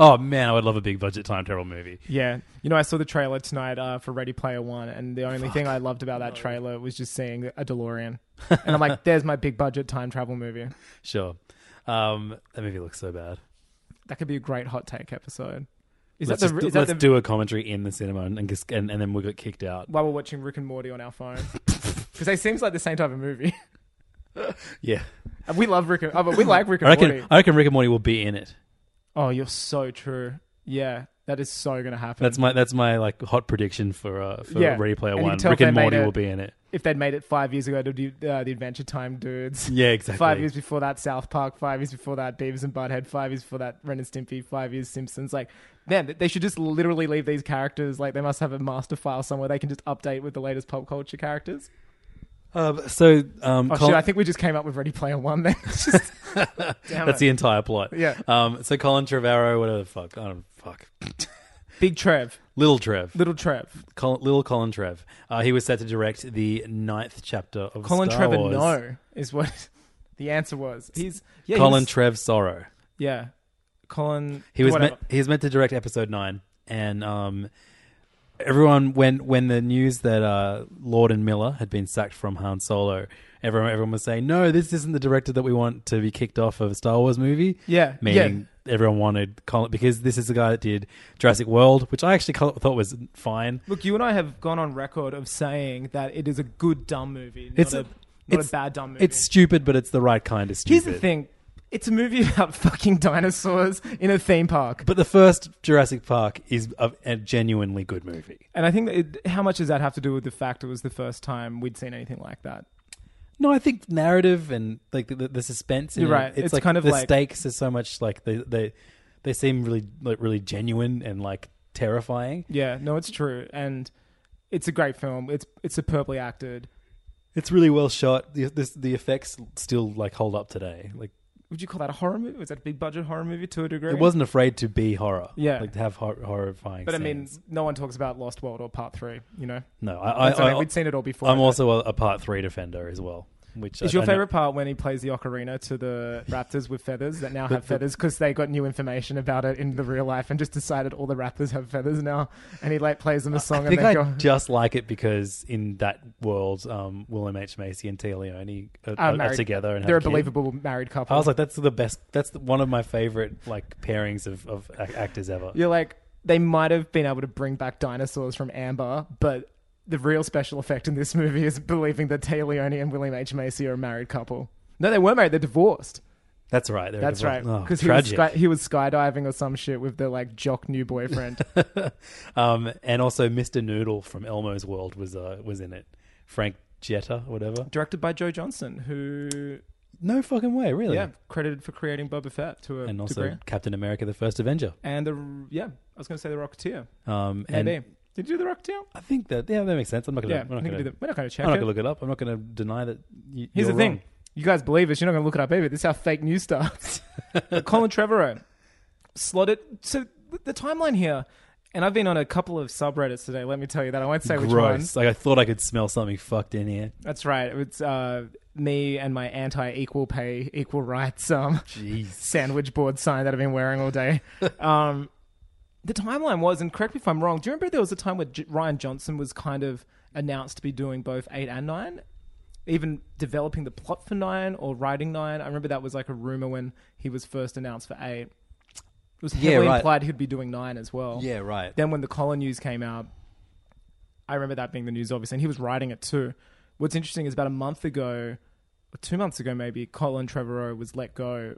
Speaker 3: oh man, I would love a big budget time travel movie.
Speaker 4: yeah, you know, I saw the trailer tonight uh, for Ready Player One, and the only thing I loved about that trailer was just seeing a DeLorean, and I'm like, "There's my big budget time travel movie."
Speaker 3: Sure, um, that movie looks so bad.
Speaker 4: That could be a great hot take episode. Is
Speaker 3: let's
Speaker 4: that
Speaker 3: just
Speaker 4: the?
Speaker 3: do,
Speaker 4: is that
Speaker 3: let's
Speaker 4: the
Speaker 3: do a commentary in the cinema and and, just- and, and then we got kicked out.
Speaker 4: while we're watching Rick and Morty on our phone? Because they seems like the same type of movie.
Speaker 3: Yeah,
Speaker 4: And we love Rick and oh, but we like Rick
Speaker 3: I
Speaker 4: and
Speaker 3: reckon
Speaker 4: Morty.
Speaker 3: I reckon Rick and Morty will be in it.
Speaker 4: Oh, you're so true. Yeah, that is so gonna happen.
Speaker 3: That's my that's my like hot prediction for uh, for
Speaker 4: Yeah.
Speaker 3: Ready Player
Speaker 4: And you
Speaker 3: One.
Speaker 4: can tell
Speaker 3: Rick
Speaker 4: if
Speaker 3: and
Speaker 4: they made
Speaker 3: Morty
Speaker 4: it.
Speaker 3: will be in it.
Speaker 4: if they'd made it five years ago to do uh, the Adventure Time dudes.
Speaker 3: Yeah, exactly.
Speaker 4: Five years before that, South Park. Five years before that, Beavis and Butthead. Five years before that, Ren and Stimpy. Five years Simpsons. Like, man, th- they should just literally leave these characters. Like, they must have a master file somewhere they can just update with the latest pop culture characters.
Speaker 3: Uh, so um,
Speaker 4: Oh
Speaker 3: Col-
Speaker 4: shit, I think we just came up with Ready Player One. Then It's just, damn
Speaker 3: that's
Speaker 4: it.
Speaker 3: the entire plot.
Speaker 4: Yeah.
Speaker 3: Um, so Colin Trevorrow, whatever the fuck, I don't fuck.
Speaker 4: Big Trev,
Speaker 3: Little Trev,
Speaker 4: Little Trev,
Speaker 3: Col- little Colin Trev. Uh, he was set to direct the ninth chapter of
Speaker 4: Colin
Speaker 3: Star
Speaker 4: Trevor.
Speaker 3: Wars.
Speaker 4: No, is what the answer was. He's yeah, he
Speaker 3: Colin
Speaker 4: was-
Speaker 3: Trev Sorrow.
Speaker 4: Yeah. Colin.
Speaker 3: He was
Speaker 4: whatever.
Speaker 3: meant, he was meant to direct episode nine, and um, everyone when when the news that uh, Lord and Miller had been sacked from Han Solo, everyone everyone was saying, "No, this isn't the director that we want to be kicked off of a Star Wars movie."
Speaker 4: Yeah,
Speaker 3: meaning everyone wanted Colin because this is the guy that did Jurassic World, which I actually col- thought was fine.
Speaker 4: Look, you and I have gone on record of saying that it is a good dumb movie, not,
Speaker 3: It's
Speaker 4: a,
Speaker 3: a-
Speaker 4: not
Speaker 3: it's-
Speaker 4: a bad dumb movie.
Speaker 3: It's stupid, but it's the right kind of
Speaker 4: Here's
Speaker 3: stupid.
Speaker 4: the thing. It's a movie about fucking dinosaurs in a theme park.
Speaker 3: But the first Jurassic Park is a, a genuinely good movie.
Speaker 4: And I think that it, how much does that have to do with the fact it was the first time we'd seen anything like that?
Speaker 3: No, I think narrative and like the, the, the suspense. in
Speaker 4: You're
Speaker 3: it,
Speaker 4: right.
Speaker 3: It's,
Speaker 4: It's
Speaker 3: like
Speaker 4: kind of
Speaker 3: the
Speaker 4: like-
Speaker 3: stakes are so much like they they they seem really like really genuine and like terrifying.
Speaker 4: Yeah, no, it's true. And it's a great film. It's it's superbly acted.
Speaker 3: It's really well shot. The, this, the effects still like hold up today. Like
Speaker 4: would you call that a horror movie? Was that a big budget horror movie to a degree?
Speaker 3: It wasn't afraid to be horror.
Speaker 4: Yeah.
Speaker 3: like to have hor- horrifying.
Speaker 4: But I mean,
Speaker 3: scenes.
Speaker 4: no one talks about Lost World or Part Three. You know,
Speaker 3: no, I, I,
Speaker 4: That's all right,
Speaker 3: I
Speaker 4: we'd seen it all before.
Speaker 3: I'm
Speaker 4: but-
Speaker 3: also a, a part three defender as well. Which I-
Speaker 4: Is your
Speaker 3: I know-
Speaker 4: favorite part when he plays the ocarina to the raptors with feathers that now have feathers because they got new information about it in the real life and just decided all the raptors have feathers now, and he like plays them a song
Speaker 3: I
Speaker 4: and
Speaker 3: think
Speaker 4: they
Speaker 3: I
Speaker 4: go. "Uh,
Speaker 3: just like it because in that world, um, William H Macy and Tia Leone are,
Speaker 4: "Ah,
Speaker 3: are,
Speaker 4: married."
Speaker 3: together and
Speaker 4: they're a
Speaker 3: have kid.
Speaker 4: believable married couple.
Speaker 3: I was like, that's the best. That's the, one of my favorite like pairings of, of ac- actors ever.
Speaker 4: You're like, they might have been able to bring back dinosaurs from Amber, but the real special effect in this movie is believing that Tay Leone and William H. Macy are a married couple. No, they were married. They're divorced.
Speaker 3: That's right. they're
Speaker 4: That's right.
Speaker 3: divorced. Oh,
Speaker 4: Because
Speaker 3: tragic.
Speaker 4: he, was sky- he was skydiving or some shit with the like jock new boyfriend.
Speaker 3: um, and also Mr. Noodle from Elmo's World was uh, was in it. Frank Jetta, whatever.
Speaker 4: Directed by Joe Johnson, who
Speaker 3: No fucking way, really.
Speaker 4: yeah credited for creating Boba Fett to a
Speaker 3: And also
Speaker 4: degree.
Speaker 3: Captain America: The First Avenger.
Speaker 4: And the yeah, I was going to say the Rocketeer.
Speaker 3: Um, and
Speaker 4: Maybe did you do the Rocketeer?
Speaker 3: I think that yeah, that makes sense. I'm not gonna.
Speaker 4: Yeah,
Speaker 3: I'm
Speaker 4: we're
Speaker 3: not
Speaker 4: not
Speaker 3: gonna,
Speaker 4: going to we're not going to check
Speaker 3: I'm not
Speaker 4: it.
Speaker 3: gonna look it up. I'm not gonna deny that. You,
Speaker 4: Here's
Speaker 3: you're
Speaker 4: the thing.
Speaker 3: wrong.
Speaker 4: You guys believe us. You're not going to look it up either. This is how fake news starts. But Colin Trevorrow slotted. So the timeline here, and I've been on a couple of subreddits today. Let me tell you that. I won't say which
Speaker 3: Gross.
Speaker 4: ones.
Speaker 3: Like I thought I could smell something fucked in here.
Speaker 4: That's right. It's uh, me and my anti equal pay, equal rights um,
Speaker 3: Jeez.
Speaker 4: sandwich board sign that I've been wearing all day. um, the timeline was, and correct me if I'm wrong, do you remember there was a time where J- Ryan Johnson was kind of announced to be doing both 8 and 9? Even developing the plot for 9 or writing 9? I remember that was like a rumor when he was first announced for 8. It was
Speaker 3: Yeah,
Speaker 4: heavily
Speaker 3: right.
Speaker 4: implied he'd be doing 9 as well.
Speaker 3: Yeah, right.
Speaker 4: Then when the Colin news came out, I remember that being the news, obviously, and he was writing it too. What's interesting is about a month ago, or two months ago maybe, Colin Trevorrow was let go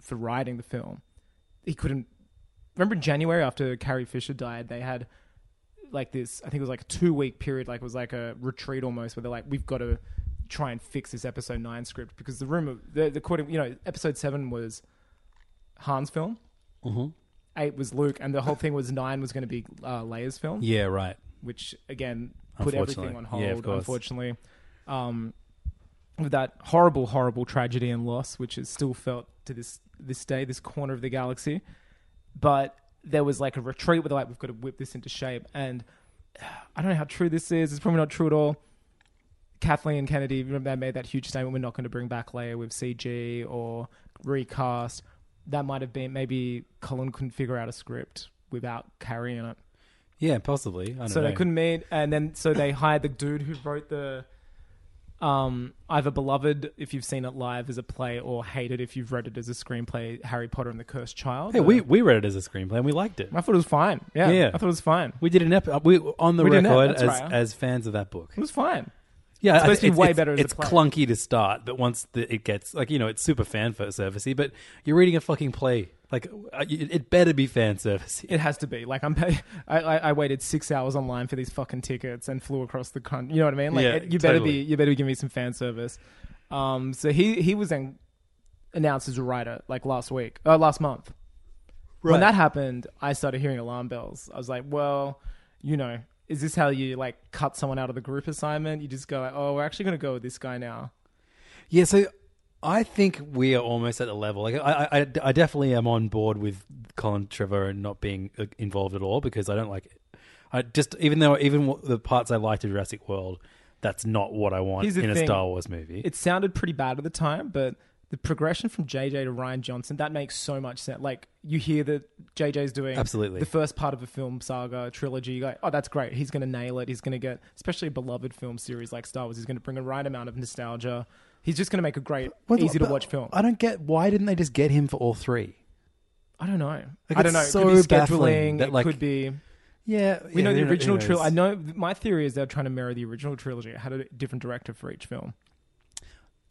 Speaker 4: for writing the film. He couldn't. Remember in January after Carrie Fisher died, they had like this. I think it was like a two week period. Like it was like a retreat almost, where they're like, we've got to try and fix this episode nine script because the rumor, the, the according, you know, episode seven was Han's film. Eight was Luke, and the whole thing was nine was going to be uh, Leia's film
Speaker 3: Yeah, right.
Speaker 4: which again put everything
Speaker 3: Unfortunately.
Speaker 4: on hold.
Speaker 3: Yeah, of course.
Speaker 4: unfortunately, um, with that horrible, horrible tragedy and loss, which is still felt to this this day, this corner of the galaxy. But there was like a retreat where they're like, we've got to whip this into shape, and I don't know how true this is. It's probably not true at all. Kathleen Kennedy, remember they made that huge statement, we're not going to bring back Leia with CG or recast. That might have been maybe Colin couldn't figure out a script without Carrie in it
Speaker 3: Yeah, possibly. I don't
Speaker 4: so
Speaker 3: know.
Speaker 4: they couldn't meet, and then so they hired the dude who wrote the um either beloved if you've seen it live as a play or hated if you've read it as a screenplay harry potter and the cursed child
Speaker 3: Hey,
Speaker 4: Uh,
Speaker 3: we we read it as a screenplay and we liked it.
Speaker 4: i thought it was fine yeah,
Speaker 3: Yeah.
Speaker 4: i thought it was fine
Speaker 3: We did an ep- we on the
Speaker 4: We did an ep-
Speaker 3: record
Speaker 4: that's
Speaker 3: as,
Speaker 4: right.
Speaker 3: as fans of that book.
Speaker 4: it was fine
Speaker 3: Yeah,
Speaker 4: It's
Speaker 3: I-
Speaker 4: supposed to be way
Speaker 3: it's,
Speaker 4: better as a
Speaker 3: It's
Speaker 4: play.
Speaker 3: clunky to start, but once the, it gets like you know, it's super fan servicey. But you're reading a fucking play. Like uh, you- it better be fan servicey.
Speaker 4: it has to be like i'm pay- I, I i waited six hours online for these fucking tickets and flew across the country you know what i mean like
Speaker 3: Yeah,
Speaker 4: it- you better
Speaker 3: totally.
Speaker 4: be you better give me some fan service um so he he was then announced as a writer like last week uh, last month When that happened, I started hearing alarm bells. I was like, well, you know, is this how you like cut someone out of the group assignment? You just go like, oh, we're actually going to go with this guy now.
Speaker 3: Yeah, so I think we are almost at the level. Like, I, I, I definitely am on board with Colin Trevor not being uh, involved at all because I don't like. I just even though even wh- the parts I liked of Jurassic World, that's not what I want
Speaker 4: Here's the
Speaker 3: in a
Speaker 4: thing.
Speaker 3: Star Wars movie.
Speaker 4: It sounded pretty bad at the time, but the progression from JJ to Ryan Johnson, that makes so much sense. Like you hear that JJ's doing
Speaker 3: Absolutely.
Speaker 4: the first part of a film saga trilogy, you go, oh, that's great. He's going to nail it. He's going to get, especially a beloved film series like Star Wars, he's going to bring a right amount of nostalgia. He's just going to make a great,
Speaker 3: But-
Speaker 4: easy to
Speaker 3: but
Speaker 4: watch film.
Speaker 3: I don't get why didn't they just get him for all three?
Speaker 4: I don't know.
Speaker 3: Like,
Speaker 4: I don't know.
Speaker 3: it's
Speaker 4: it could
Speaker 3: so
Speaker 4: be
Speaker 3: baffling
Speaker 4: scheduling.
Speaker 3: that,
Speaker 4: it
Speaker 3: like-
Speaker 4: could be.
Speaker 3: Yeah,
Speaker 4: We know the original trilogy. I know my theory is they're trying to mirror the original trilogy. It had a different director for each film,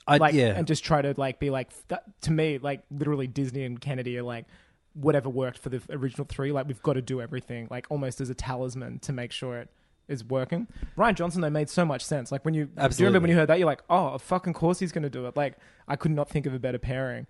Speaker 3: I,
Speaker 4: like
Speaker 3: Uh, yeah,
Speaker 4: and just try to like be like that, to me, like literally Disney and Kennedy are like whatever worked for the f- original three. Like we've got to do everything, like almost as a talisman to make sure it is working. Ryan Johnson though made so much sense. Like when you do you remember
Speaker 3: Absolutely.
Speaker 4: when you heard that, you're like, oh, of fucking course he's going to do it. Like I could not think of a better pairing.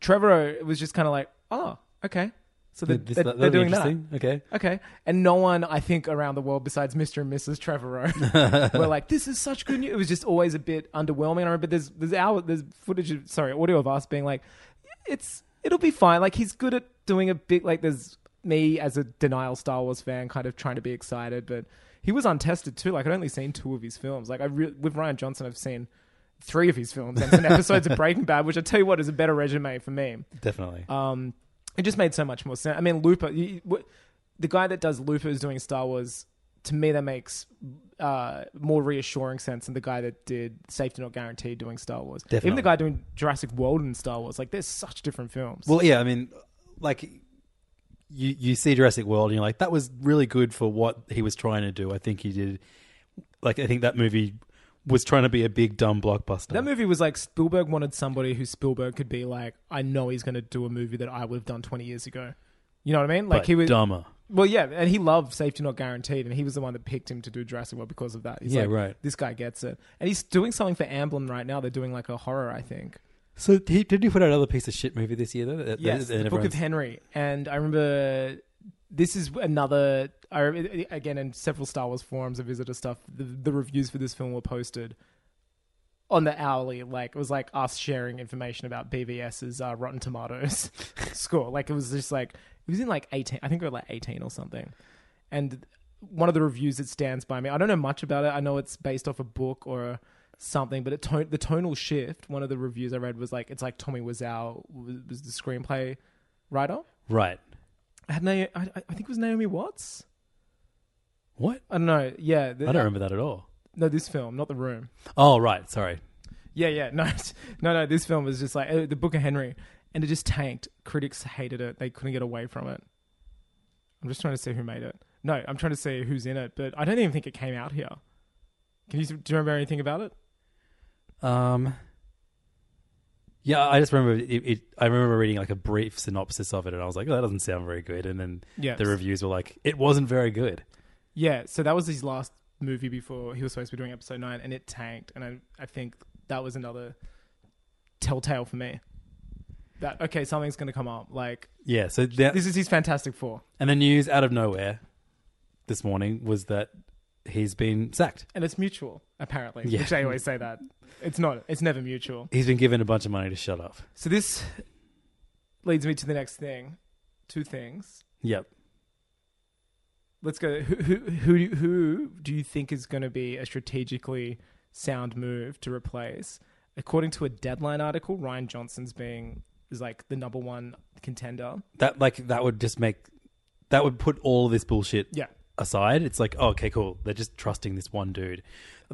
Speaker 4: Trevor was just kind of like, oh, okay. So they're,
Speaker 3: This-
Speaker 4: they're,
Speaker 3: that'll
Speaker 4: they're
Speaker 3: be
Speaker 4: doing that.
Speaker 3: interesting. Okay.
Speaker 4: Okay. And no one, I think, around the world besides Mr. and Mrs. Trevorrow were like, this is such good news. It was just always a bit underwhelming. I remember there's, there's, hour, there's footage, of, sorry, audio of us being like, it's, it'll be fine. Like, he's good at doing a bit, like, there's me as a denial Star Wars fan kind of trying to be excited, but he was untested too. Like, I'd only seen two of his films. Like, I re- with Ryan Johnson, I've seen three of his films and some episodes of Breaking Bad, which I tell you what is a better resume for me.
Speaker 3: Definitely.
Speaker 4: Um, it just made so much more sense. I mean, Looper, you, you- w- the guy that does Looper is doing Star Wars. To me, that makes uh, more reassuring sense than the guy that did Safety Not Guaranteed doing Star Wars. Even
Speaker 3: Definitely.
Speaker 4: the guy doing Jurassic World and Star Wars, like, they're such different films.
Speaker 3: Well, yeah, I mean, like you you see Jurassic World, and you're like, that was really good for what he was trying to do. I think he did. Like, I think that movie was trying to be a big dumb blockbuster.
Speaker 4: that movie was like Spielberg wanted somebody who Spielberg could be like, I know he's going to do a movie that I would have done 20 years ago. You know what I mean? Like
Speaker 3: but
Speaker 4: he was
Speaker 3: dumber.
Speaker 4: well, yeah, and he loved Safety Not Guaranteed, and he was the one that picked him to do Jurassic World because of that. He's
Speaker 3: Yeah,
Speaker 4: like,
Speaker 3: right.
Speaker 4: This guy gets it, and he's doing something for Amblin right now. They're doing like a horror, I think.
Speaker 3: So he, did he put out another piece of shit movie this year though? That-
Speaker 4: Yes,
Speaker 3: that
Speaker 4: the Book
Speaker 3: everyone's-
Speaker 4: of Henry, and I remember this is another. I rem- again in several Star Wars forums and visitor stuff. The, the reviews for this film were posted on the hourly. Like it was like us sharing information about BVS's uh, Rotten Tomatoes score. Like it was just like it was in like eighteen. I think we were like eighteen or something. And one of the reviews that stands by me. I don't know much about it. I know it's based off a book or. A, Something, but it tone the tonal shift. One of the reviews I read was like, "It's like Tommy Wiseau was, was the screenplay writer.
Speaker 3: Right.
Speaker 4: I had Naomi, I, I think it was Naomi Watts.
Speaker 3: What?
Speaker 4: I don't know. Yeah,
Speaker 3: I
Speaker 4: the,
Speaker 3: don't remember that at all.
Speaker 4: No, this film, not the room.
Speaker 3: Oh, right. Sorry.
Speaker 4: Yeah, yeah. No, no, no. This film was just like uh, the Book of Henry, and it just tanked. Critics hated it. They couldn't get away from it. I'm just trying to see who made it. No, I'm trying to see who's in it, but I don't even think it came out here. Can you do you remember anything about it?
Speaker 3: Um. Yeah, I just remember it, it. I remember reading like a brief synopsis of it, and I was like, "Oh, that doesn't sound very good." And then
Speaker 4: Yes.
Speaker 3: the reviews were like, "It wasn't very good."
Speaker 4: Yeah, so that was his last movie before he was supposed to be doing episode nine, and it tanked. And I, I think that was another telltale for me. That okay, something's going to come up. Like
Speaker 3: Yeah. So that,
Speaker 4: this is his Fantastic Four,
Speaker 3: And the news out of nowhere this morning was that he's been sacked.
Speaker 4: and it's mutual apparently.
Speaker 3: Yeah.
Speaker 4: Which I always say that it's not. It's never mutual.
Speaker 3: He's been given a bunch of money to shut up.
Speaker 4: So this leads me to the next thing. Two things.
Speaker 3: Yep.
Speaker 4: Let's go. Who who who, do you- who do you think is going to be a strategically sound move to replace? According to a Deadline article, Ryan Johnson's being is like the number one contender.
Speaker 3: That like that would just make that would put all this bullshit
Speaker 4: Yeah.
Speaker 3: aside. It's like, oh, okay, cool. They're just trusting this one dude.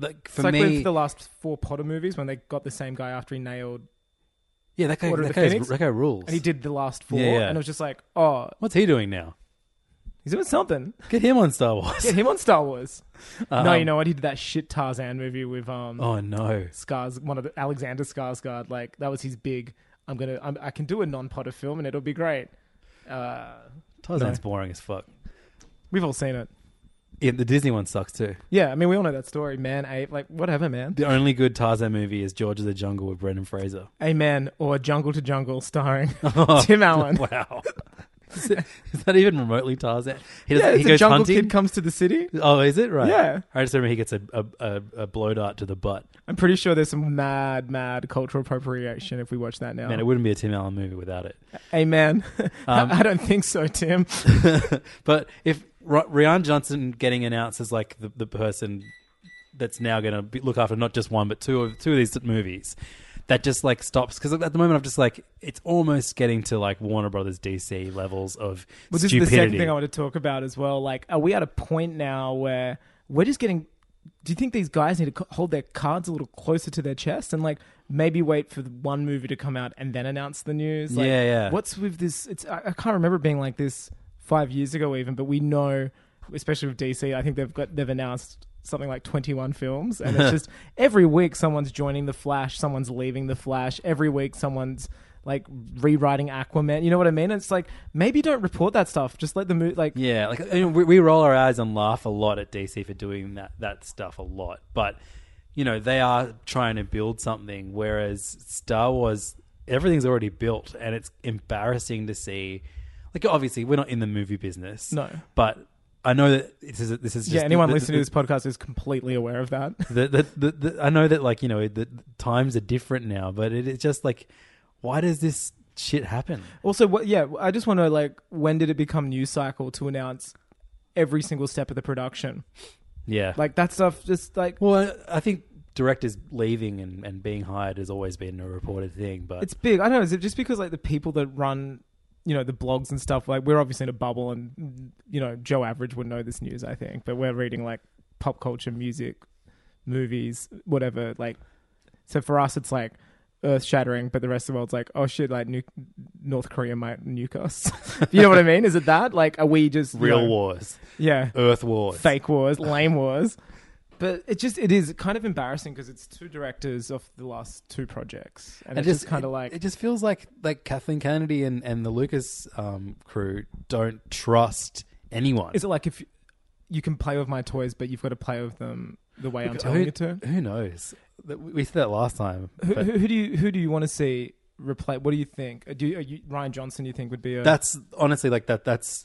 Speaker 3: Like for
Speaker 4: it's like
Speaker 3: me,
Speaker 4: with the last four Potter movies when they got the same guy after he nailed
Speaker 3: yeah, that guy,
Speaker 4: Order of
Speaker 3: that,
Speaker 4: the
Speaker 3: guy's,
Speaker 4: Phoenix?
Speaker 3: that guy rules.
Speaker 4: and he did the last four,
Speaker 3: Yeah, yeah.
Speaker 4: and it was just like, oh,
Speaker 3: What's he doing now?
Speaker 4: he's doing something.
Speaker 3: Get him on Star Wars.
Speaker 4: Get him on Star Wars. no,
Speaker 3: Um,
Speaker 4: you know what? He did that shit Tarzan movie with um
Speaker 3: Oh no.
Speaker 4: Scars, one of the Alexander Skarsgård. Like that was his big. I'm gonna. I'm, I can do a non-Potter film and it'll be great. Uh,
Speaker 3: Tarzan's boring as fuck.
Speaker 4: we've all seen it.
Speaker 3: Yeah, the Disney one sucks too.
Speaker 4: Yeah, I mean, we all know that story. Man, ape, like whatever, man.
Speaker 3: The only good Tarzan movie is George of the Jungle with Brendan Fraser.
Speaker 4: Amen or Jungle to Jungle, starring Tim Allen.
Speaker 3: Wow. is, it, is that even remotely Tarzan? He doesn't-
Speaker 4: Yeah,
Speaker 3: he
Speaker 4: it's a
Speaker 3: goes
Speaker 4: jungle
Speaker 3: hunting.
Speaker 4: kid comes to the city.
Speaker 3: Oh, is it right?
Speaker 4: Yeah.
Speaker 3: I just remember he gets a a, a, a blow dart to the butt.
Speaker 4: I'm pretty sure there's some mad, mad cultural appropriation if we Um, watch that now.
Speaker 3: Man, it wouldn't be a Tim Allen movie without it.
Speaker 4: Amen. I, I don't think so, Tim.
Speaker 3: But if R- Rian Johnson getting announced as like the, the person that's now going to look after not just one but two of two of these movies, that just like stops because at the moment I'm just like it's almost getting to like Warner Brothers DC levels of
Speaker 4: Well, this
Speaker 3: stupidity.
Speaker 4: is the second thing I want to talk about as well. Like, are we at a point now where we're just getting? Do you think these guys need to co- hold their cards a little closer to their chest and like maybe wait for the one movie to come out and then announce the news? Like,
Speaker 3: Yeah, yeah.
Speaker 4: What's with this? It's I, I can't remember it being like this five years ago even, but we know, especially with DC, I think they've got they've announced something like 21 films and it's just every week someone's joining the flash someone's leaving the flash every week someone's like rewriting aquaman you know what i mean it's like maybe don't report that stuff just let the movie like
Speaker 3: Yeah, like you know, we, we roll our eyes and laugh a lot at DC for doing that that stuff a lot, but you know they are trying to build something. Whereas Star Wars, everything's already built, and it's embarrassing to see like obviously we're not in the movie business.
Speaker 4: No.
Speaker 3: but I know that this is this is just
Speaker 4: yeah, anyone
Speaker 3: the- the-
Speaker 4: listening
Speaker 3: the-
Speaker 4: to this podcast is completely aware of that.
Speaker 3: the, the, the, the, I know that like you know the the times are different now, but it, it's just like, why does this shit happen?
Speaker 4: Also, what? Yeah, I just want to like, when did it become news cycle to announce every single step of the production?
Speaker 3: Yeah,
Speaker 4: Like that stuff, just like
Speaker 3: well, I I think directors leaving and, and being hired has always been a reported thing, but
Speaker 4: it's big. I don't know. Is it just because like the people that run, you know, the blogs and stuff? Like we're obviously in a bubble, and you know, Joe Average would know this news, I think. But we're reading like pop culture, music, movies, whatever. Like, so for us, it's like earth shattering, but the rest of the world's like, oh shit, like nu- North Korea might nuke us. you know what I mean? Is it that? Like, are we just you
Speaker 3: real
Speaker 4: know,
Speaker 3: wars,
Speaker 4: Yeah,
Speaker 3: Earth wars,
Speaker 4: fake wars, lame wars. But it just it is kind of embarrassing because it's two directors of the last two projects, and
Speaker 3: It
Speaker 4: it's just, kind
Speaker 3: it-
Speaker 4: of like
Speaker 3: it just feels like like Kathleen Kennedy and and the Lucas um, crew don't trust anyone.
Speaker 4: Is it like if you can play with my toys, but you've got to play with them the way I'm telling
Speaker 3: who,
Speaker 4: you to?
Speaker 3: who knows? That- We we said that last time.
Speaker 4: Who,
Speaker 3: but
Speaker 4: who, who do you who do you want to see replay? What do you think? Uh, Do you, are you Ryan Johnson? You think would be a
Speaker 3: that's honestly like that. That's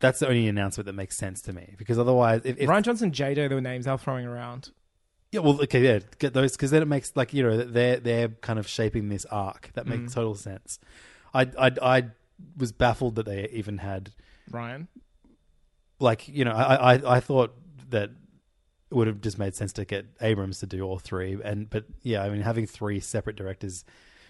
Speaker 3: that's the only announcement that makes sense to me because otherwise, if, if
Speaker 4: Ryan Johnson, Jado? The names they're throwing around.
Speaker 3: yeah, well, okay, yeah, get those because then it makes like you know they're they're kind of shaping this arc that
Speaker 4: Mm.
Speaker 3: makes total sense. I I I was baffled that they even had
Speaker 4: Ryan,
Speaker 3: like you know I, I I thought that it would have just made sense to get Abrams to do all three and but yeah I mean having three separate directors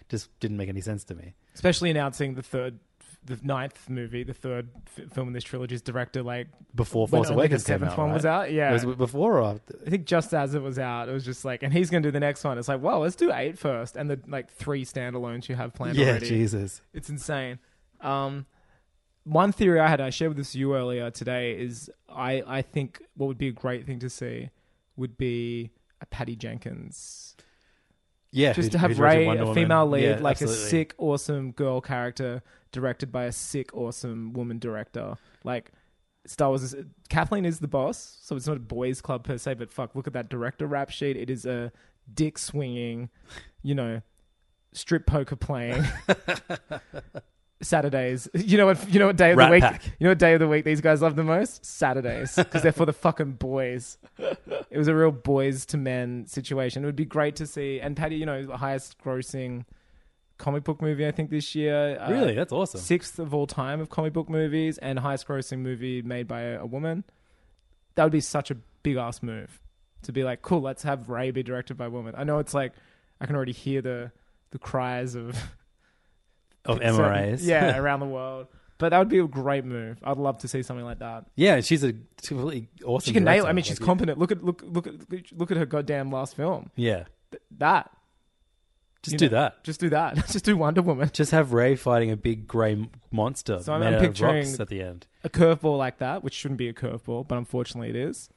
Speaker 3: just didn't make any sense to me.
Speaker 4: especially announcing the third, the ninth movie, the third f- film in this trilogy's director. Like
Speaker 3: Before
Speaker 4: When
Speaker 3: Force
Speaker 4: only the
Speaker 3: Awakens came
Speaker 4: seventh
Speaker 3: out,
Speaker 4: one
Speaker 3: right?
Speaker 4: was out, yeah.
Speaker 3: was it before or after?
Speaker 4: I think just as it was out, it was just like, and he's going to do the next one. It's like, well, let's do eight first, and the like three standalones you have planned
Speaker 3: Yeah,
Speaker 4: already.
Speaker 3: Jesus.
Speaker 4: It's insane. Um, one theory I had, I shared with this you earlier today, is I, I think what would be a great thing to see would be a Patty Jenkins.
Speaker 3: Yeah,
Speaker 4: Just
Speaker 3: who-
Speaker 4: to
Speaker 3: who
Speaker 4: have
Speaker 3: directed
Speaker 4: Ray,
Speaker 3: Wonder
Speaker 4: a
Speaker 3: Woman.
Speaker 4: female lead,
Speaker 3: Yeah,
Speaker 4: like a
Speaker 3: absolutely.
Speaker 4: sick, awesome girl character directed by a sick, awesome woman director. Like, Star Wars is. Kathleen is the boss, so it's not a boys' club per se, but fuck, look at that director rap sheet. It is a dick swinging, you know, strip poker playing. Saturdays. You know what? You know what day of
Speaker 3: Rat
Speaker 4: the week?
Speaker 3: Pack.
Speaker 4: You know what day of the week these guys love the most? Saturdays, because they're for the fucking boys. It was a real boys to men situation. It would be great to see. And Patty, you know, the highest grossing comic book movie I think this year. Uh,
Speaker 3: Really, that's awesome.
Speaker 4: Sixth of all time of comic book movies and highest grossing movie made by a, a woman. That would be such a big ass move to be like, cool, let's have Ray be directed by a woman. I know it's like I can already hear the the cries of
Speaker 3: of
Speaker 4: certain-
Speaker 3: MRAs.
Speaker 4: yeah, around the world. But that would be a great move. I'd love to see something like that.
Speaker 3: yeah. She's a completely awesome.
Speaker 4: She can nail. it. I
Speaker 3: director.
Speaker 4: mean, she's
Speaker 3: Like,
Speaker 4: competent. Look at look look at look at her goddamn last film.
Speaker 3: Yeah,
Speaker 4: Th- That
Speaker 3: just
Speaker 4: you
Speaker 3: do
Speaker 4: know,
Speaker 3: that.
Speaker 4: Just do that. Just do Wonder Woman.
Speaker 3: Just have Ray fighting a big grey monster
Speaker 4: So I'm-
Speaker 3: made
Speaker 4: I'm
Speaker 3: out
Speaker 4: picturing-
Speaker 3: of rocks at the end.
Speaker 4: a curveball like that, which shouldn't be a curveball, but unfortunately it is.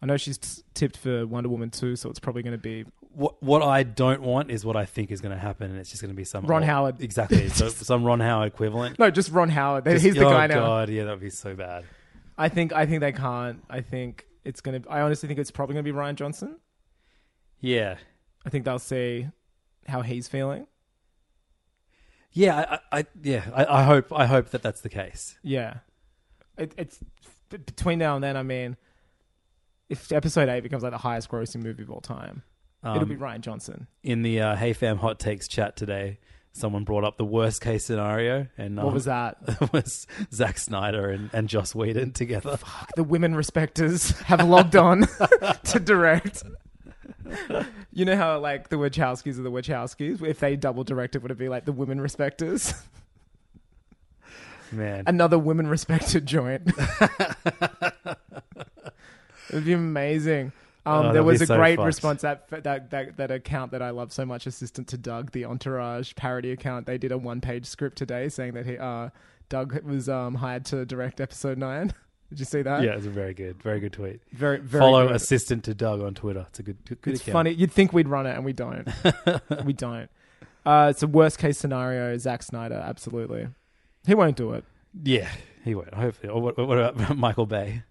Speaker 4: I know she's t- tipped for Wonder Woman 2, so it's probably going to be.
Speaker 3: What what I don't want is what I think is going to happen, and it's just going to be some
Speaker 4: Ron
Speaker 3: old-
Speaker 4: Howard.
Speaker 3: exactly. so some Ron Howard equivalent.
Speaker 4: No, just Ron Howard.
Speaker 3: Just-
Speaker 4: He's the
Speaker 3: oh
Speaker 4: guy now.
Speaker 3: god, yeah, that would be so bad.
Speaker 4: I think. I think they can't. I think it's going to. I honestly think it's probably going to be Ryan Johnson.
Speaker 3: Yeah,
Speaker 4: I think they'll see how he's feeling.
Speaker 3: yeah, I, I yeah, I, I hope I hope that that's the case.
Speaker 4: Yeah, it, it's b- between now and then. I mean, if Episode Eight becomes like the highest grossing movie of all time, it'll
Speaker 3: Um,
Speaker 4: be Ryan Johnson.
Speaker 3: In the uh, Hey Fam Hot Takes chat today, someone brought up the worst case scenario, and
Speaker 4: what
Speaker 3: um,
Speaker 4: was that?
Speaker 3: was Zack Snyder and, and Joss Whedon together.
Speaker 4: the women respecters have logged on to direct. You know how like the Wachowskis are the Wachowskis. If they double directed, would it be like the women respecters?
Speaker 3: Man.
Speaker 4: Another women respected joint. it would be amazing. Um,
Speaker 3: Oh,
Speaker 4: there
Speaker 3: that'd
Speaker 4: was
Speaker 3: be
Speaker 4: a
Speaker 3: so
Speaker 4: great
Speaker 3: fucked.
Speaker 4: response that, that that that account that I love so much, assistant to Doug, the Entourage parody account. They did a one page script today saying that he uh, Doug was um, hired to direct episode nine. Did you see that?
Speaker 3: yeah, it's a very good, very good tweet.
Speaker 4: Very uh, very
Speaker 3: Follow
Speaker 4: good.
Speaker 3: assistant to Doug on Twitter. It's a good, good, good
Speaker 4: it's
Speaker 3: account.
Speaker 4: funny. You'd think we'd run it, and we don't. we don't. Uh, it's a worst case scenario. Zack Snyder, absolutely. He won't do it.
Speaker 3: Yeah, he won't. Hopefully. Or what, what about Michael Bay?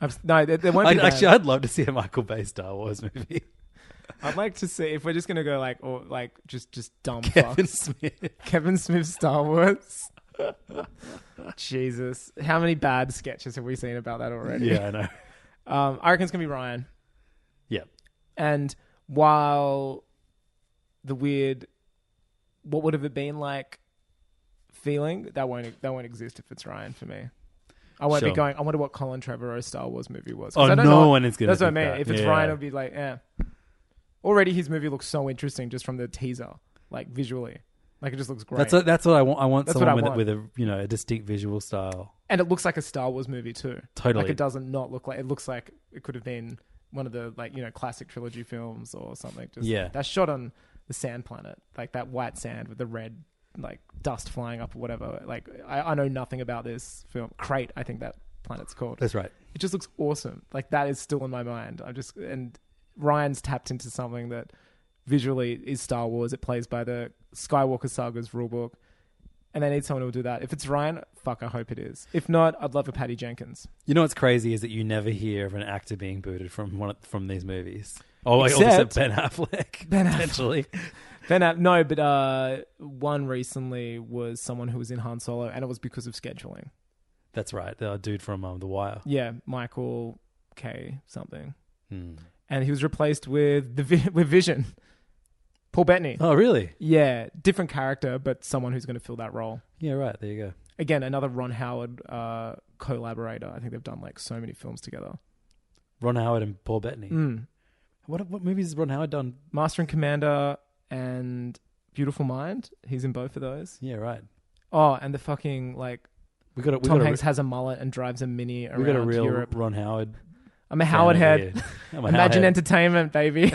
Speaker 4: Abs- no, there, there won't
Speaker 3: I'd,
Speaker 4: be.
Speaker 3: actually,
Speaker 4: Actually,
Speaker 3: I'd love to see a Michael Bay Star Wars movie.
Speaker 4: I'd like to see if we're just gonna go like or like just just dumb
Speaker 3: Kevin
Speaker 4: fucks.
Speaker 3: Smith.
Speaker 4: Kevin Smith Star Wars. Jesus, how many bad sketches have we seen about that already?
Speaker 3: Yeah, I know.
Speaker 4: Um, I reckon it's gonna be Ryan.
Speaker 3: Yeah.
Speaker 4: And while the weird, what would have it been like feeling that won't that won't exist if it's Ryan for me. I won't
Speaker 3: Sure.
Speaker 4: be going. I wonder what Colin Trevorrow's Star Wars movie was. 'Cause
Speaker 3: Oh,
Speaker 4: I don't
Speaker 3: no
Speaker 4: know,
Speaker 3: one is gonna
Speaker 4: That's what I
Speaker 3: think
Speaker 4: mean.
Speaker 3: that.
Speaker 4: If it's
Speaker 3: Yeah.
Speaker 4: Ryan, it'll be like, eh. Already, his movie looks so interesting just from the teaser, like visually, like it just looks great.
Speaker 3: That's what, that's what I want. I want
Speaker 4: That's what
Speaker 3: someone
Speaker 4: I
Speaker 3: with
Speaker 4: want.
Speaker 3: with a you know a distinct visual style.
Speaker 4: and it looks like a Star Wars movie too.
Speaker 3: Totally.
Speaker 4: like it doesn't not look like it looks like it could have been one of the like you know classic trilogy films or something. Just
Speaker 3: Yeah.
Speaker 4: that shot on the sand planet, like that white sand with the red like dust flying up or whatever. Like I, I know nothing about this film. Crate, I think that planet's called.
Speaker 3: That's right.
Speaker 4: It just looks awesome. Like that is still in my mind. I'm just and Ryan's tapped into something that visually is Star Wars. It plays by the Skywalker Saga's rulebook. And they need someone who will do that. If it's Ryan, fuck, I hope it is. If not, I'd love a Patty Jenkins.
Speaker 3: You know what's crazy is that you never hear of an actor being booted from one of- from these movies. Oh, like, except
Speaker 4: Except-
Speaker 3: Ben Affleck.
Speaker 4: Ben Affleck.
Speaker 3: potentially.
Speaker 4: Ben App, no, but uh, one recently was someone who was in Han Solo, and it was because of scheduling.
Speaker 3: That's right. The dude from um, The Wire.
Speaker 4: Yeah, Michael K something,
Speaker 3: Hmm.
Speaker 4: and he was replaced with the vi- with Vision, Paul Bettany.
Speaker 3: Oh, really?
Speaker 4: Yeah, different character, but someone who's going to fill that role.
Speaker 3: Yeah, right. There you go.
Speaker 4: Again, another Ron Howard uh, collaborator. I think they've done like so many films together.
Speaker 3: Ron Howard and Paul Bettany.
Speaker 4: Mm.
Speaker 3: What what movies has Ron Howard done?
Speaker 4: Master and Commander and Beautiful Mind. He's in both of those.
Speaker 3: Yeah, right.
Speaker 4: Oh, and the fucking like
Speaker 3: We got a, we
Speaker 4: Tom
Speaker 3: got a
Speaker 4: Hanks
Speaker 3: re-
Speaker 4: has a mullet and drives a mini around
Speaker 3: we got a real
Speaker 4: Europe.
Speaker 3: Ron Howard.
Speaker 4: I'm a Howard
Speaker 3: fan over
Speaker 4: head.
Speaker 3: here. I'm a
Speaker 4: Imagine
Speaker 3: Howard head.
Speaker 4: entertainment, baby.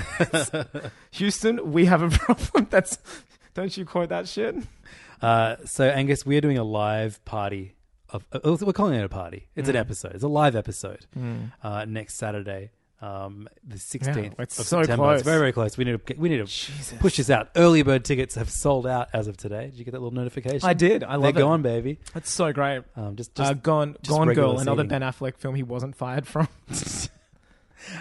Speaker 4: Houston, we have a problem. That's don't you quote that shit?
Speaker 3: Uh, so Angus, we are doing a live party of uh, we're calling it a party. It's
Speaker 4: Mm.
Speaker 3: an episode. It's a live episode uh, next Saturday, um, the sixteenth
Speaker 4: Yeah,
Speaker 3: of
Speaker 4: it's so
Speaker 3: September.
Speaker 4: close.
Speaker 3: It's very very close. We need to get, we need to push this out. Early bird tickets have sold out as of today. Did you get that little notification?
Speaker 4: I did. I love
Speaker 3: They're
Speaker 4: it.
Speaker 3: gone, baby.
Speaker 4: That's so great.
Speaker 3: Um, just just
Speaker 4: uh, Gone,
Speaker 3: just
Speaker 4: Gone
Speaker 3: regular
Speaker 4: Girl, another
Speaker 3: seating.
Speaker 4: Ben Affleck film he wasn't fired from.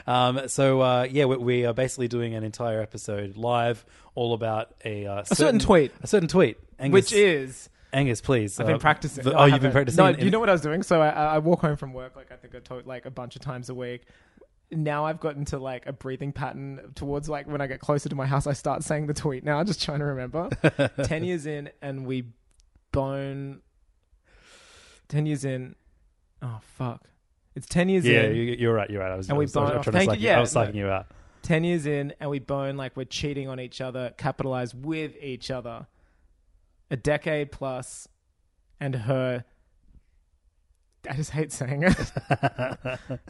Speaker 3: Um, so uh, yeah, we, we are basically doing an entire episode live, all about a, uh,
Speaker 4: certain tweet.
Speaker 3: a certain tweet, Angus,
Speaker 4: Which is
Speaker 3: Angus, please.
Speaker 4: I've been
Speaker 3: uh,
Speaker 4: practicing.
Speaker 3: the-
Speaker 4: No,
Speaker 3: oh,
Speaker 4: I
Speaker 3: you've been
Speaker 4: haven't.
Speaker 3: practicing.
Speaker 4: No,
Speaker 3: in-
Speaker 4: you know what I was doing? So I, I I walk home from work like I think I told like a bunch of times a week. Now I've gotten to like a breathing pattern towards like when I get closer to my house, I start saying the tweet. Now I'm just trying to remember. Ten years in, and we bone. Ten years in, oh fuck! It's ten years
Speaker 3: Yeah,
Speaker 4: in.
Speaker 3: you, you're right. You're right. I was.
Speaker 4: And
Speaker 3: I
Speaker 4: we
Speaker 3: was, I was
Speaker 4: bought off-
Speaker 3: trying to
Speaker 4: thank
Speaker 3: psych
Speaker 4: you,
Speaker 3: you. I
Speaker 4: yeah,
Speaker 3: was psyching
Speaker 4: no.
Speaker 3: you out.
Speaker 4: 10 years in and we bone like we're cheating on each other, capitalize with each other. A decade plus and her I just hate saying it.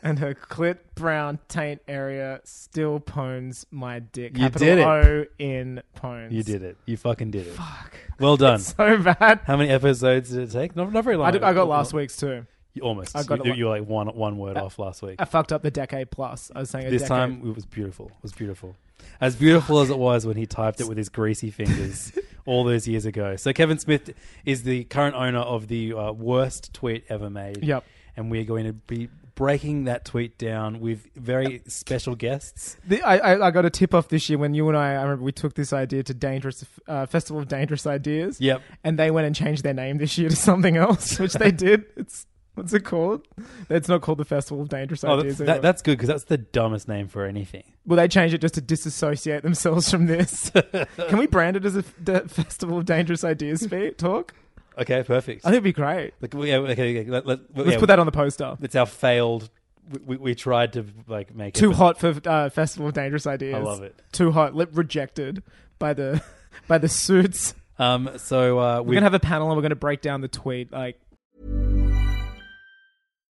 Speaker 4: and her clit brown taint area still pones my dick.
Speaker 3: You
Speaker 4: Capital
Speaker 3: did it.
Speaker 4: O in pones.
Speaker 3: You did it. You fucking did it. Fuck. Well done.
Speaker 4: So bad.
Speaker 3: How many episodes did it take? Not, not very long.
Speaker 4: I, did- I got last week's too.
Speaker 3: You almost.
Speaker 4: I got Uh,
Speaker 3: you,
Speaker 4: it
Speaker 3: you were like one one word off last week.
Speaker 4: I fucked up the decade plus. I was saying a
Speaker 3: This
Speaker 4: decade.
Speaker 3: time it was beautiful. It was beautiful. As beautiful as it was when he typed it with his greasy fingers all those years ago. So Kevin Smith is the current owner of the uh, worst tweet ever made.
Speaker 4: Yep.
Speaker 3: And we're going to be breaking that tweet down with very special guests.
Speaker 4: The, I, I I got a tip off this year when you and I I remember we took this idea to Dangerous uh, Festival of Dangerous Ideas.
Speaker 3: Yep.
Speaker 4: And they went and changed their name this year to something else, which they did. It's what's it called? It's not called the Festival of Dangerous
Speaker 3: Oh,
Speaker 4: Ideas.
Speaker 3: that,
Speaker 4: anymore.
Speaker 3: that, that's good because that's the dumbest name for anything.
Speaker 4: Well, they changed it just to disassociate themselves from this. Can we brand it as a f- the Festival of Dangerous Ideas feat talk?
Speaker 3: Okay, perfect.
Speaker 4: I think it'd be great.
Speaker 3: Like, we- yeah, okay, okay, let,
Speaker 4: Let's put that on the poster.
Speaker 3: It's our failed. We, we, we tried to like make it
Speaker 4: Too
Speaker 3: but-
Speaker 4: hot for uh, Festival of Dangerous Ideas.
Speaker 3: I love it.
Speaker 4: Too hot. Lip rejected by the by the suits.
Speaker 3: Um, so uh,
Speaker 4: We're gonna have a panel and we're gonna break down the tweet like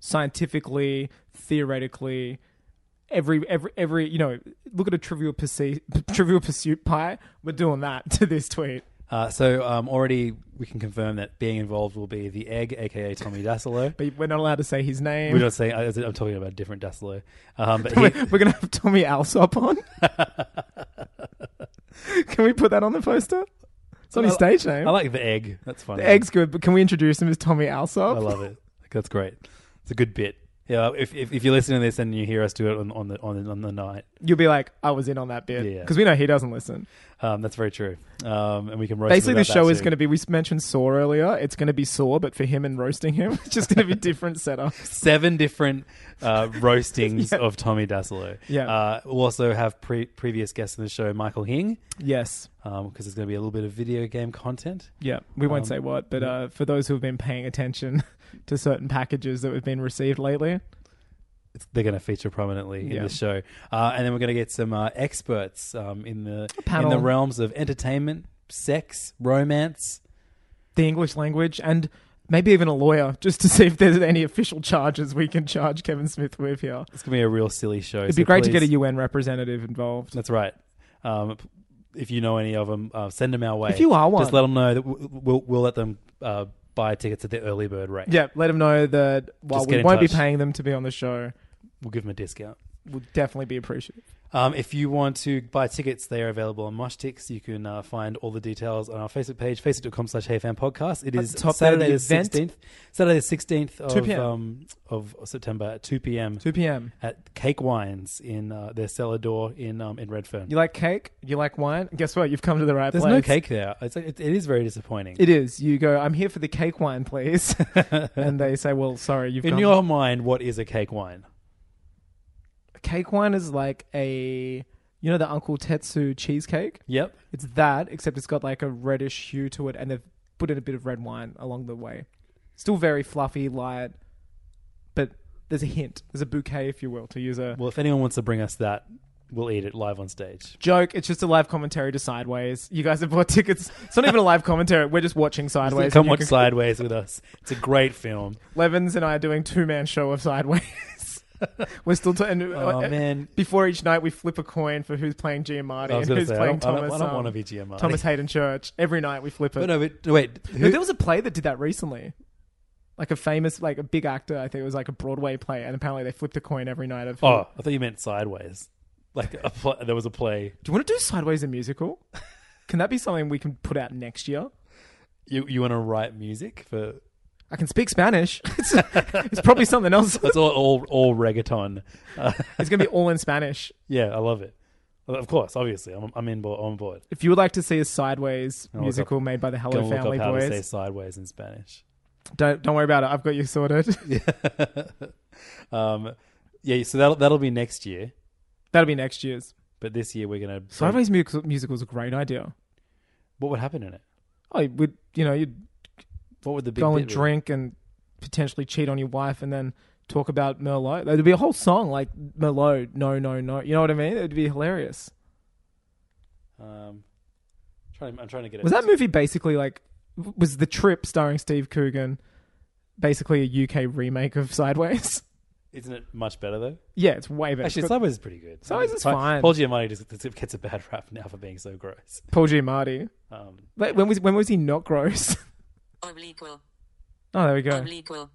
Speaker 4: scientifically, theoretically, every every every you know, look at a trivial pursuit trivial pursuit pie. We're doing that to this tweet.
Speaker 3: Uh, so um, already we can confirm that being involved will be the egg, aka Tommy Dasilo.
Speaker 4: But we're not allowed to say his name.
Speaker 3: we don't say I, I'm talking about a different Dasilo. Um, but he,
Speaker 4: We're gonna have Tommy Alsop on. can we put that on the poster? It's on his stage name.
Speaker 3: I like the egg. That's funny.
Speaker 4: the egg's good, but can we introduce him as Tommy
Speaker 3: I
Speaker 4: Alsop?
Speaker 3: love it. Like, that's great. It's a good bit. Yeah. If, if, if you're listening to this and you hear us do it on, on the on the, on the night,
Speaker 4: You'll be like, I was in on that bit
Speaker 3: Yeah.
Speaker 4: because we know he doesn't listen.
Speaker 3: um, that's very true. Um, and we can roast him
Speaker 4: Basically, the
Speaker 3: about
Speaker 4: show
Speaker 3: that
Speaker 4: is
Speaker 3: too.
Speaker 4: going to be. We mentioned Saw earlier. It's going to be Saw, but for him and roasting him, it's just going to be different setup.
Speaker 3: seven different uh, roastings of Tommy Dasilo.
Speaker 4: Yeah.
Speaker 3: Uh, we'll also have pre- previous guests in the show, Michael Hing,
Speaker 4: Yes.
Speaker 3: because there's going to be a little bit of video game content.
Speaker 4: Yeah, we
Speaker 3: Um,
Speaker 4: won't say what, but uh, for those who have been paying attention to certain packages that have been received lately,
Speaker 3: It's, they're going to feature prominently in
Speaker 4: Yeah.
Speaker 3: the show, uh, and then we're going to get some uh, experts um, in the in
Speaker 4: panel.
Speaker 3: the realms of entertainment, sex, romance.
Speaker 4: the English language and maybe even a lawyer, just to see if there's any official charges we can charge Kevin Smith with here.
Speaker 3: It's going to be a real silly show.
Speaker 4: It'd be great to get a UN representative involved.
Speaker 3: That's right. Um, p- if you know any of them, uh, send them our way.
Speaker 4: If you are one.
Speaker 3: just let them know that w- we'll we'll let them uh, buy tickets at the early bird rate.
Speaker 4: Yeah, let them know that while
Speaker 3: Just
Speaker 4: we
Speaker 3: get in
Speaker 4: won't be
Speaker 3: touch.
Speaker 4: paying them to be on the show,
Speaker 3: we'll give them a discount.
Speaker 4: we'll definitely be appreciative.
Speaker 3: Um, if you want to buy tickets, they are available on Moshtix. You can uh, find all the details on our Facebook page, facebook.com slash heyfanpodcast. It
Speaker 4: At
Speaker 3: is
Speaker 4: the top there,
Speaker 3: Saturday
Speaker 4: the
Speaker 3: the
Speaker 4: event.
Speaker 3: 16th. Saturday the 16th
Speaker 4: 2
Speaker 3: of,
Speaker 4: p.m..
Speaker 3: um, of September at 2 p.m.
Speaker 4: 2 p.m.
Speaker 3: at Cake Wines in uh, their cellar door in, um, in Redfern.
Speaker 4: You like cake? You like wine? Guess what? You've come to the right
Speaker 3: There's
Speaker 4: place.
Speaker 3: no cake there. It's, like- it, it is very disappointing.
Speaker 4: It is. You go, I'm here for the cake wine, please. and they say, well, sorry, you've
Speaker 3: in
Speaker 4: gone-
Speaker 3: your mind, what is a cake wine?
Speaker 4: cake wine is like a you know the Uncle Tetsu cheesecake.
Speaker 3: Yep.
Speaker 4: It's that except it's got like a reddish hue to it, and they've put in a bit of red wine along the way. Still very fluffy, light, but there's a hint. There's a bouquet, if you will, to use a
Speaker 3: Well, if anyone wants to bring us that, we'll eat it live on stage.
Speaker 4: joke. It's just a live commentary to Sideways. You guys have bought tickets. It's not even a live commentary. We're just watching Sideways.
Speaker 3: Come
Speaker 4: and you
Speaker 3: watch
Speaker 4: can-
Speaker 3: Sideways with us. It's a great film.
Speaker 4: Levins and I are doing two man show of Sideways. We're still t- and,
Speaker 3: Oh,
Speaker 4: uh,
Speaker 3: man.
Speaker 4: Before each night, we flip a coin for who's playing Giamatti
Speaker 3: I was
Speaker 4: and
Speaker 3: going
Speaker 4: who's
Speaker 3: to say, I
Speaker 4: playing
Speaker 3: don't, I don't-
Speaker 4: Thomas.
Speaker 3: I don't
Speaker 4: um,
Speaker 3: want to be GMR.
Speaker 4: Thomas Hayden Church. Every night we flip it.
Speaker 3: But no, but wait.
Speaker 4: No,
Speaker 3: who-
Speaker 4: there was a play that did that recently. Like a famous, like a big actor. I think it was like a Broadway play, and apparently they flipped a coin every night of.
Speaker 3: oh, I thought you meant sideways. Like a pl- there was a play.
Speaker 4: do you want to do Sideways a musical? can that be something we can put out next year?
Speaker 3: You you want to write music for?
Speaker 4: I can speak Spanish. it's, it's probably something else.
Speaker 3: That's all all, all reggaeton. Uh,
Speaker 4: It's gonna be all in Spanish.
Speaker 3: yeah, I love it. Well, Of course, obviously, I'm I'm in board, on board.
Speaker 4: If you would like to see a Sideways
Speaker 3: I'll look
Speaker 4: musical
Speaker 3: up-
Speaker 4: made by the Hello
Speaker 3: Go and look
Speaker 4: Family
Speaker 3: up how to say
Speaker 4: Boys,
Speaker 3: sideways in Spanish.
Speaker 4: don't don't worry about it. I've got you sorted.
Speaker 3: um, yeah, so that'll that'll be next year.
Speaker 4: That'll be next year's.
Speaker 3: But this year we're gonna.
Speaker 4: Sideways musical musical is a great idea.
Speaker 3: What would happen in it?
Speaker 4: I would, you know, you'd
Speaker 3: What would the big
Speaker 4: go
Speaker 3: bit
Speaker 4: and
Speaker 3: be?
Speaker 4: drink and potentially cheat on your wife and then talk about Merlot. There'd be a whole song like Merlot, no, no, no. You know what I mean? It'd be hilarious.
Speaker 3: Um, trying, I'm trying to get it.
Speaker 4: Was that movie basically like was the trip starring Steve Coogan basically a UK remake of Sideways?
Speaker 3: Isn't it much better though?
Speaker 4: yeah, it's way better.
Speaker 3: Actually,
Speaker 4: It's got
Speaker 3: Sideways is pretty good.
Speaker 4: Sideways is fine.
Speaker 3: Paul Giamatti just just gets a bad rap now for being so gross.
Speaker 4: Paul Giamatti.
Speaker 3: Um,
Speaker 4: Like, when was when was he not gross? Oh, there we go.
Speaker 6: Oblicuo.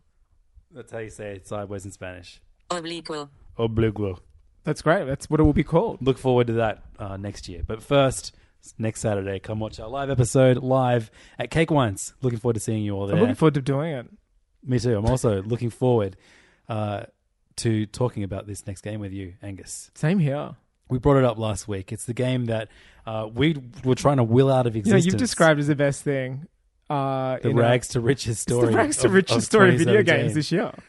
Speaker 3: That's how you say it sideways in Spanish.
Speaker 6: Oblicuo.
Speaker 3: Oblicuo.
Speaker 4: That's great. That's what it will be called.
Speaker 3: Look forward to that uh, next year. But first, next Saturday, come watch our live episode live at Cake Wines. Looking forward to seeing you all there.
Speaker 4: I'm looking forward to doing it.
Speaker 3: Me too. I'm also looking forward uh, to talking about this next game with you, Angus.
Speaker 4: Same here.
Speaker 3: We brought it up last week. It's the game that uh, we were trying to will out of
Speaker 4: You know,
Speaker 3: existence.
Speaker 4: you've described as the best thing. Uh,
Speaker 3: the
Speaker 4: in a-
Speaker 3: rags to riches
Speaker 4: It's
Speaker 3: story.
Speaker 4: the rags to
Speaker 3: of-
Speaker 4: riches
Speaker 3: of
Speaker 4: story of video
Speaker 3: 2017.
Speaker 4: games this year. it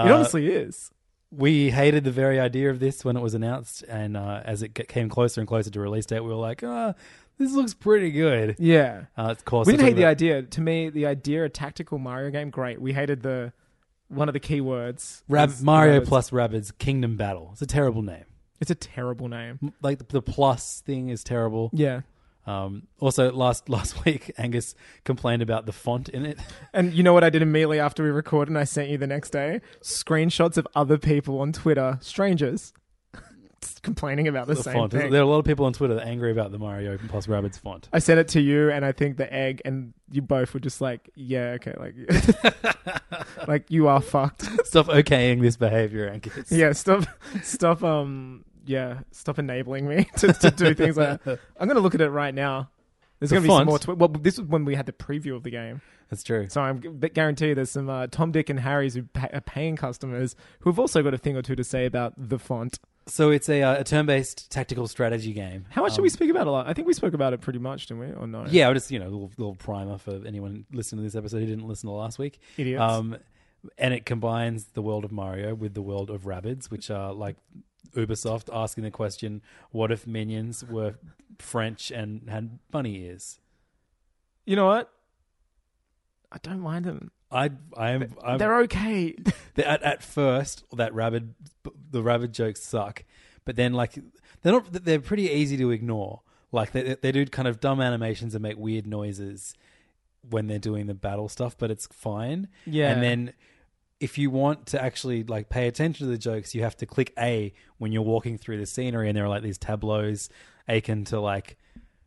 Speaker 3: Uh,
Speaker 4: honestly is.
Speaker 3: we hated the very idea of this when it was announced, and uh, as it ge- came closer and closer to release date, we were like, "Ah, this looks pretty good."
Speaker 4: Yeah.
Speaker 3: Uh, of course,
Speaker 4: we didn't
Speaker 3: we're
Speaker 4: hate the
Speaker 3: talking
Speaker 4: idea. To me, the idea a tactical Mario game, great. We hated the one of the key words.
Speaker 3: about Rab-
Speaker 4: is
Speaker 3: Mario
Speaker 4: Rabbids.
Speaker 3: plus Rabbids Kingdom Battle. It's a terrible name.
Speaker 4: It's a terrible name.
Speaker 3: M- Like the, the plus thing is terrible.
Speaker 4: Yeah.
Speaker 3: Um, also, last last week, Angus complained about the font in it.
Speaker 4: And you know what I did immediately after we recorded and I sent you the next day? Screenshots of other people on Twitter, strangers, just complaining about the,
Speaker 3: the
Speaker 4: same
Speaker 3: font.
Speaker 4: thing.
Speaker 3: There are a lot of people on Twitter that are angry about the Mario plus Rabbids font.
Speaker 4: I sent it to you and I think the egg and you both were just like, yeah, okay, like, like you are fucked.
Speaker 3: Stop okaying this behavior, Angus.
Speaker 4: yeah, stop, stop, um, yeah, stop enabling me to, to do things like that. I'm going to look at it right now. There's
Speaker 3: The
Speaker 4: going to be some
Speaker 3: font?
Speaker 4: more. Tw- well, this was when we had the preview of the game.
Speaker 3: That's true.
Speaker 4: So I'm but guarantee there's some uh, Tom, Dick, and Harry's who pa- are paying customers who have also got a thing or two to say about the font.
Speaker 3: So it's a, uh, a turn-based tactical strategy game. Um,
Speaker 4: How much did we speak about it? a lot? I think we spoke about it pretty much, didn't we? Or no?
Speaker 3: Yeah, I'll just you know, a little, little primer for anyone listening to this episode who didn't listen to last week.
Speaker 4: Idiots.
Speaker 3: Um, and it combines the world of Mario with the world of Rabbids, which are like Ubisoft asking the question: What if minions were French and had bunny ears?
Speaker 4: You know what? I don't mind them.
Speaker 3: I I am I'm,
Speaker 4: They're okay.
Speaker 3: at, at first that rabbit the rabbit jokes suck, but then like they're not they're pretty easy to ignore. Like they they do kind of dumb animations and make weird noises when they're doing the battle stuff, but it's fine.
Speaker 4: Yeah.
Speaker 3: and then. If you want to actually like pay attention to the jokes, you have to click A when you're walking through the scenery, and there are like these tableaus akin to like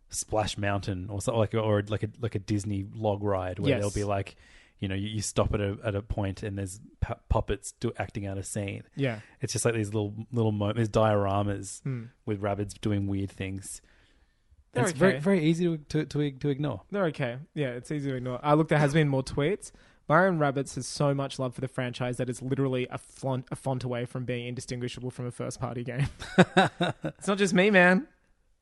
Speaker 3: Splash Mountain or something like or like a like a Disney log ride where
Speaker 4: Yes.
Speaker 3: they'll be like, you know, you, you stop at a at a point and there's pu- puppets do, acting out a scene.
Speaker 4: yeah.
Speaker 3: It's just like these little little moments, dioramas with rabbits doing weird things.
Speaker 4: Hmm. They're
Speaker 3: it's very
Speaker 4: okay.
Speaker 3: very easy to to to, to ignore.
Speaker 4: They're okay. Yeah, it's easy to ignore. I look, there has been more tweets. Byron Rabbits has so much love for the franchise that it's literally a font, a font away from being indistinguishable from a first party game. it's not just me, man.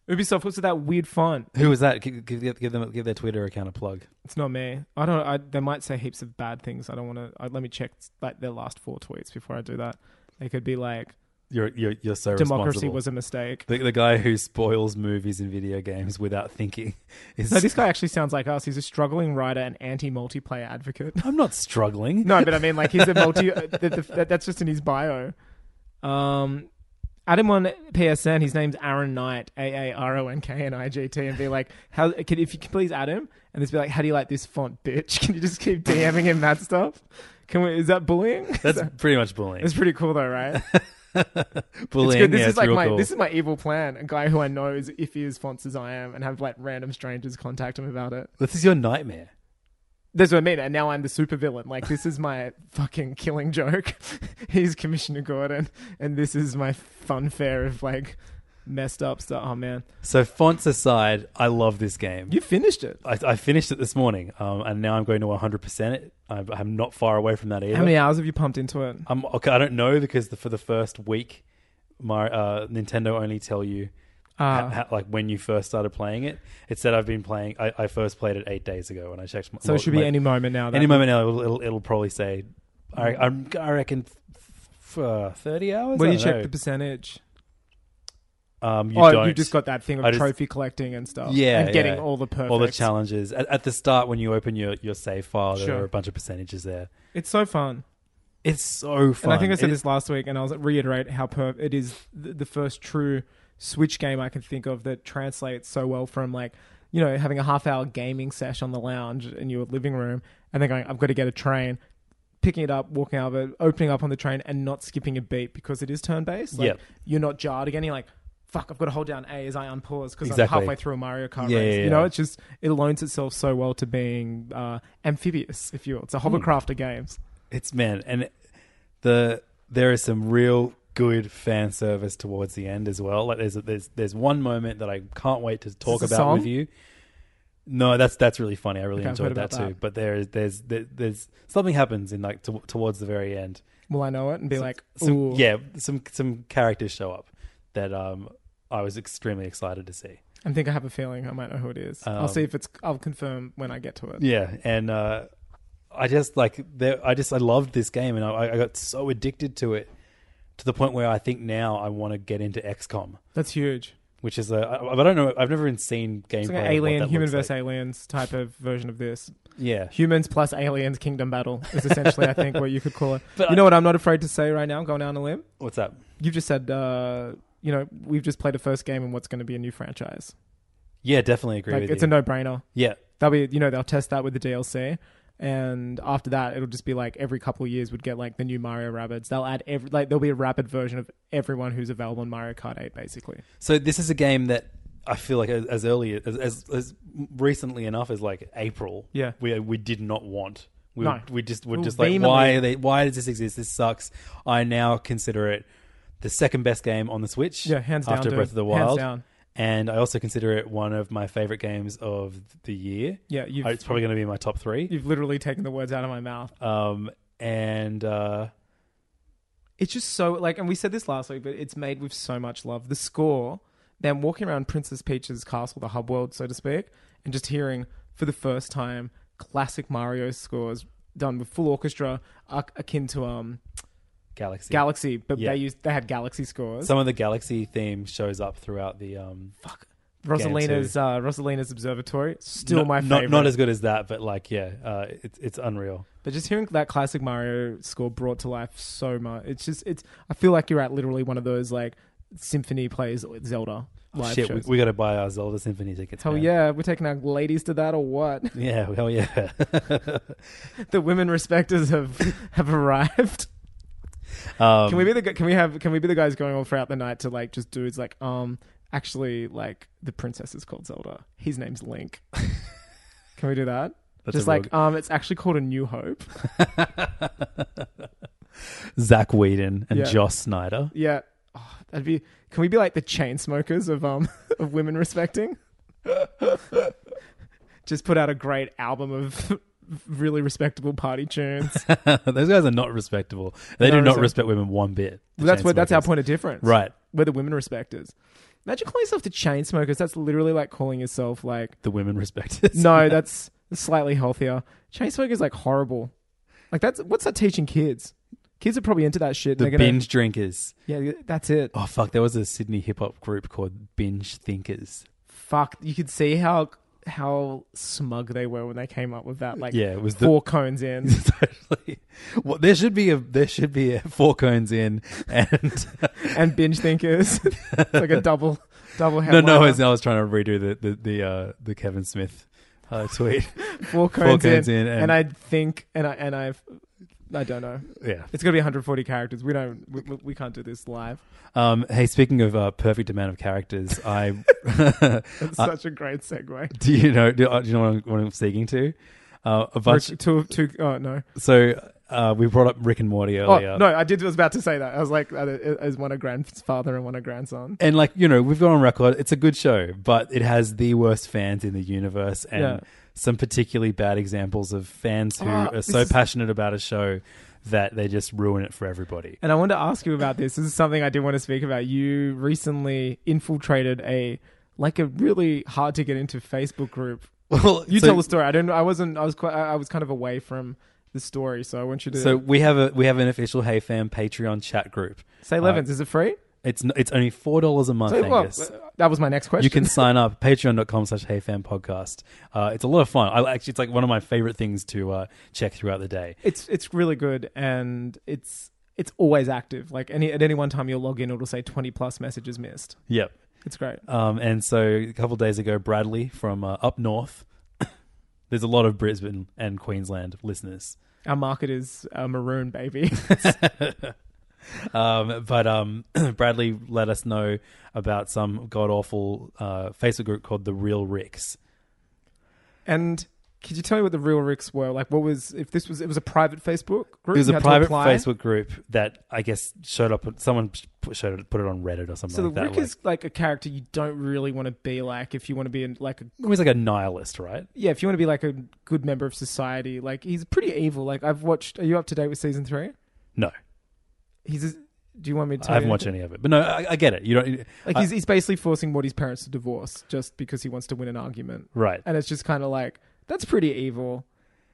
Speaker 4: Ubisoft, what's with that weird font?
Speaker 3: Who was that? Give, give, give them give their Twitter account a plug.
Speaker 4: It's not me. I don't. I, they might say heaps of bad things. I don't want to. Let me check like their last four tweets before I do that. They could be like,
Speaker 3: You're you're, you're so
Speaker 4: "Democracy
Speaker 3: responsible.
Speaker 4: was a mistake."
Speaker 3: the, the guy who spoils movies and video games without thinking is.
Speaker 4: No, this guy actually sounds like us. He's a struggling writer and anti-multiplayer advocate.
Speaker 3: I'm not struggling.
Speaker 4: No, but I mean, like he's a multi. uh, th th th- that's just in his bio. Um, add him on PSN. His name's Aaron Knight, A A R O N K N I G T, and be like, how can if you could please add him and just be like, how do you like this font, bitch? Can you just keep DMing him that stuff? Can we? Is that bullying?
Speaker 3: That's pretty much bullying.
Speaker 4: It's pretty cool though, right? It's
Speaker 3: bullying.
Speaker 4: good. This
Speaker 3: yeah,
Speaker 4: is
Speaker 3: it's
Speaker 4: like
Speaker 3: real
Speaker 4: my
Speaker 3: cool.
Speaker 4: this is my evil plan. A guy who I know is iffy as fonts as I am, and have like random strangers contact him about it.
Speaker 3: This is your nightmare.
Speaker 4: That's what I mean. And now I'm the supervillain. Like this is my fucking killing joke. He's Commissioner Gordon, and this is my fun fair of like messed up stuff. Oh man,
Speaker 3: So fonts aside, I love this game.
Speaker 4: you finished it.
Speaker 3: I, I finished it this morning, um, and now I'm going to 100. percent I'm not far away from that either.
Speaker 4: How many hours have you pumped into it?
Speaker 3: I'm okay. I don't know because the, for the first week, my uh, Nintendo only tell you
Speaker 4: Ah.
Speaker 3: ha-
Speaker 4: Uh,
Speaker 3: ha- like when you first started playing it. It said I've been playing. I, I first played it eight days ago, and I checked. My,
Speaker 4: So it should be
Speaker 3: my-
Speaker 4: any moment now.
Speaker 3: any moment now. It'll, it'll, it'll probably say. I, I'm, I reckon. F- uh, 30 hours?
Speaker 4: When
Speaker 3: I
Speaker 4: you
Speaker 3: don't
Speaker 4: check the
Speaker 3: know.
Speaker 4: percentage,
Speaker 3: um, you
Speaker 4: oh,
Speaker 3: don't.
Speaker 4: you just got that thing of
Speaker 3: I just-
Speaker 4: trophy collecting and stuff.
Speaker 3: yeah,
Speaker 4: and getting
Speaker 3: yeah.
Speaker 4: all the perfect,
Speaker 3: all the challenges at, at the start when you open your, your save file. There
Speaker 4: Sure.
Speaker 3: are a bunch of percentages there.
Speaker 4: It's so fun.
Speaker 3: It's so fun.
Speaker 4: And I think I said
Speaker 3: It-
Speaker 4: this last week, and I'll reiterate how per- it is th- the first true Switch game I can think of that translates so well from like, you know, having a half hour gaming sesh on the lounge in your living room and then going, I've got to get a train, picking it up, walking out of it, opening up on the train, and not skipping a beat because it is turn based. Like,
Speaker 3: Yep.
Speaker 4: You're not jarred again. You're like, fuck, I've got to hold down A as I unpause because
Speaker 3: Exactly.
Speaker 4: I'm halfway through a Mario Kart
Speaker 3: Yeah,
Speaker 4: race.
Speaker 3: yeah,
Speaker 4: You know,
Speaker 3: yeah.
Speaker 4: it's just it loans itself so well to being uh, amphibious, if you will. It's
Speaker 3: Hmm.
Speaker 4: a hovercraft of games.
Speaker 3: It's man, and the there is some real good fan service towards the end as well. Like there's there's there's one moment that I can't wait to talk
Speaker 4: this a
Speaker 3: about
Speaker 4: song?
Speaker 3: with you. No, that's that's really funny. I really
Speaker 4: Okay, I've
Speaker 3: enjoyed
Speaker 4: heard
Speaker 3: that
Speaker 4: about
Speaker 3: too.
Speaker 4: that.
Speaker 3: But there is there's there, there's something happens in like to, towards the very end.
Speaker 4: Will I know it and be like,
Speaker 3: Some,
Speaker 4: ooh.
Speaker 3: yeah, some some characters show up that um I was extremely excited to see.
Speaker 4: I think I have a feeling I might know who it is. I'll see if it's. I'll confirm when I get to it.
Speaker 3: Um, Yeah, and uh, I just like there, I just I loved this game, and I, I got so addicted to it to the point where I think now I want to get into XCOM,
Speaker 4: That's huge.
Speaker 3: which is a I, I don't know I've never even seen gameplay.
Speaker 4: It's
Speaker 3: of
Speaker 4: like an
Speaker 3: what
Speaker 4: alien,
Speaker 3: that
Speaker 4: human
Speaker 3: looks
Speaker 4: versus
Speaker 3: like.
Speaker 4: aliens type of version of this.
Speaker 3: Yeah,
Speaker 4: Humans plus aliens kingdom battle is essentially, I think, what you could call it.
Speaker 3: But
Speaker 4: you
Speaker 3: I-
Speaker 4: know what? I'm not afraid to say right now. I'm going down a limb.
Speaker 3: what's that?
Speaker 4: You've just said, uh, you know, we've just played the first game in what's going to be a new franchise.
Speaker 3: Yeah, definitely agree
Speaker 4: Like,
Speaker 3: with
Speaker 4: it's
Speaker 3: you.
Speaker 4: a no-brainer.
Speaker 3: yeah,
Speaker 4: They'll be, you know, they'll test that with the DLC, and after that, it'll just be like every couple of years would get like the new Mario rabbits. They'll add every, like, there'll be a rapid version of everyone who's available in Mario Kart 8, basically.
Speaker 3: so this is a game that. I feel like as, as early as, as as recently enough as like April,
Speaker 4: Yeah.
Speaker 3: we we did not want. We
Speaker 4: No.
Speaker 3: we just were
Speaker 4: Well,
Speaker 3: just like
Speaker 4: vehemently-
Speaker 3: why are they why does this exist? This sucks. I now consider it the second best game on the Switch.
Speaker 4: Yeah, hands down,
Speaker 3: After
Speaker 4: dude.
Speaker 3: Breath of the
Speaker 4: Hands
Speaker 3: Wild,
Speaker 4: down.
Speaker 3: and I also consider it one of my favorite games of the year. Oh,
Speaker 4: Yeah, you've-
Speaker 3: it's probably going to be in my top three.
Speaker 4: You've literally taken the words out of my mouth.
Speaker 3: Um, and uh,
Speaker 4: It's just so like, and we said this last week, but it's made with so much love. The score, them walking around Princess Peach's castle, the hub world, so to speak, and just hearing for the first time classic Mario scores done with full orchestra, a- akin to um
Speaker 3: Galaxy,
Speaker 4: Galaxy, but
Speaker 3: Yeah.
Speaker 4: they used they had Galaxy scores.
Speaker 3: some of the Galaxy theme shows up throughout the um. Fuck,
Speaker 4: Rosalina's uh, Rosalina's Observatory, still my
Speaker 3: not,
Speaker 4: favorite.
Speaker 3: Not as good as that, but like yeah, uh, it's it's unreal.
Speaker 4: But just hearing that classic Mario score brought to life so much. It's just it's. I feel like you're at literally one of those like symphony plays with Zelda live
Speaker 3: Oh, Shit, we,
Speaker 4: shows.
Speaker 3: we got to buy our Zelda Symphony tickets.
Speaker 4: Hell
Speaker 3: man.
Speaker 4: yeah, we're taking our ladies to that or what?
Speaker 3: yeah, hell yeah.
Speaker 4: the women respecters have have arrived.
Speaker 3: um,
Speaker 4: Can we be the gu- can we have can we be the guys going all throughout the night to like just dudes like um actually like the princess is called Zelda. His name's Link. can we do that?
Speaker 3: That's
Speaker 4: just
Speaker 3: a real
Speaker 4: like um it's actually called A New Hope.
Speaker 3: Zach Whedon and
Speaker 4: Yeah.
Speaker 3: Josh Snyder.
Speaker 4: Yeah. Oh, that'd be can we be like the chain smokers of um of women respecting? just put out a great album of really respectable party tunes.
Speaker 3: Those guys are not respectable. They do
Speaker 4: No,
Speaker 3: not
Speaker 4: so-
Speaker 3: respect women one bit. the
Speaker 4: Well, that's what that's our
Speaker 3: Chainsmokers.
Speaker 4: point of difference,
Speaker 3: Right.
Speaker 4: We're the women respecters. Imagine calling yourself the chain smokers. That's literally like calling yourself like
Speaker 3: The women respect us.
Speaker 4: no, that's slightly healthier. Chain smokers like horrible. Like that's what's that teaching kids? Kids are probably into that shit. and
Speaker 3: the
Speaker 4: they're gonna,
Speaker 3: binge drinkers.
Speaker 4: Yeah, that's it.
Speaker 3: Oh fuck! There was a Sydney hip hop group called Binge Thinkers.
Speaker 4: Fuck, you could see how how smug they were when they came up with that. Like
Speaker 3: Yeah, it was the-
Speaker 4: four cones in.
Speaker 3: Totally. Well, there should be a there should be a four cones in and
Speaker 4: and binge thinkers. it's like a double double
Speaker 3: no no.
Speaker 4: headliner.
Speaker 3: As I was trying to redo the the the, uh, the Kevin Smith uh, tweet.
Speaker 4: four cones,
Speaker 3: cones
Speaker 4: in,
Speaker 3: in and-
Speaker 4: and, I think and I and I I don't know.
Speaker 3: yeah.
Speaker 4: It's gonna be 140 characters. We don't. We, we can't do this live.
Speaker 3: Um. Hey, speaking of uh, perfect amount of characters, I Uh,
Speaker 4: It's such a great segue.
Speaker 3: do you know do, uh, do you know what I'm, what I'm speaking to? Uh, a bunch.
Speaker 4: Rick- two, two, oh no!
Speaker 3: So uh, we brought up Rick and Morty
Speaker 4: Oh
Speaker 3: earlier.
Speaker 4: no! I did. was about to say that. I was like, uh, is one a grandfather and one a grandson?
Speaker 3: and like you know we've gone on record it's a good show but it has the worst fans in the universe and
Speaker 4: Yeah.
Speaker 3: some particularly bad examples of fans who
Speaker 4: Ah,
Speaker 3: are
Speaker 4: this
Speaker 3: so
Speaker 4: is-
Speaker 3: passionate about a show that they just ruin it for everybody
Speaker 4: And I wanted to ask you about this. This is something I did want to speak about. You recently infiltrated a like a really hard to get into Facebook group.
Speaker 3: well
Speaker 4: You tell the story. I don't. I wasn't. I was quite. I I was kind of away from the story, so I want you to
Speaker 3: so we have a we have an official hey fam patreon chat group
Speaker 4: say.
Speaker 3: uh,
Speaker 4: Levins, is it free?
Speaker 3: it's n- it's only four dollars a month
Speaker 4: So, well, uh,
Speaker 3: Angus.
Speaker 4: that was my next question.
Speaker 3: you can sign up patreon.com slash heyfam podcast uh, it's a lot of fun i actually it's like one of my favorite things to uh, check throughout the day
Speaker 4: it's it's really good and it's it's always active. Like any at any one time you'll log in, it'll say twenty plus messages missed.
Speaker 3: yep
Speaker 4: It's great.
Speaker 3: Um, and so a couple of days ago, Bradley from uh, up north. There's a lot of Brisbane and Queensland listeners.
Speaker 4: Our market is uh, maroon, baby.
Speaker 3: Um, but um, Bradley let us know about some god awful uh, Facebook group called the Real Ricks.
Speaker 4: And could you tell me what the real Ricks were? Like, what was if this was? It was a private Facebook group.
Speaker 3: It was
Speaker 4: you
Speaker 3: a
Speaker 4: had to
Speaker 3: private
Speaker 4: apply?
Speaker 3: Facebook group that I guess showed up. Someone put- showed it, put it on Reddit or something
Speaker 4: So the
Speaker 3: like that.
Speaker 4: Rick
Speaker 3: like-
Speaker 4: is like a character you don't really want to be like if you want to be in like a
Speaker 3: almost like a nihilist, right?
Speaker 4: yeah if you want to be like a good member of society. Like he's pretty evil. Like I've watched. Are you up to date with season three?
Speaker 3: No,
Speaker 4: He's. A, do you want me to?
Speaker 3: I haven't watched any of it. But no, I, I get it. You don't.
Speaker 4: Like
Speaker 3: I-
Speaker 4: he's he's basically forcing Morty's parents to divorce just because he wants to win an argument.
Speaker 3: right.
Speaker 4: And it's just kind of like that's pretty evil.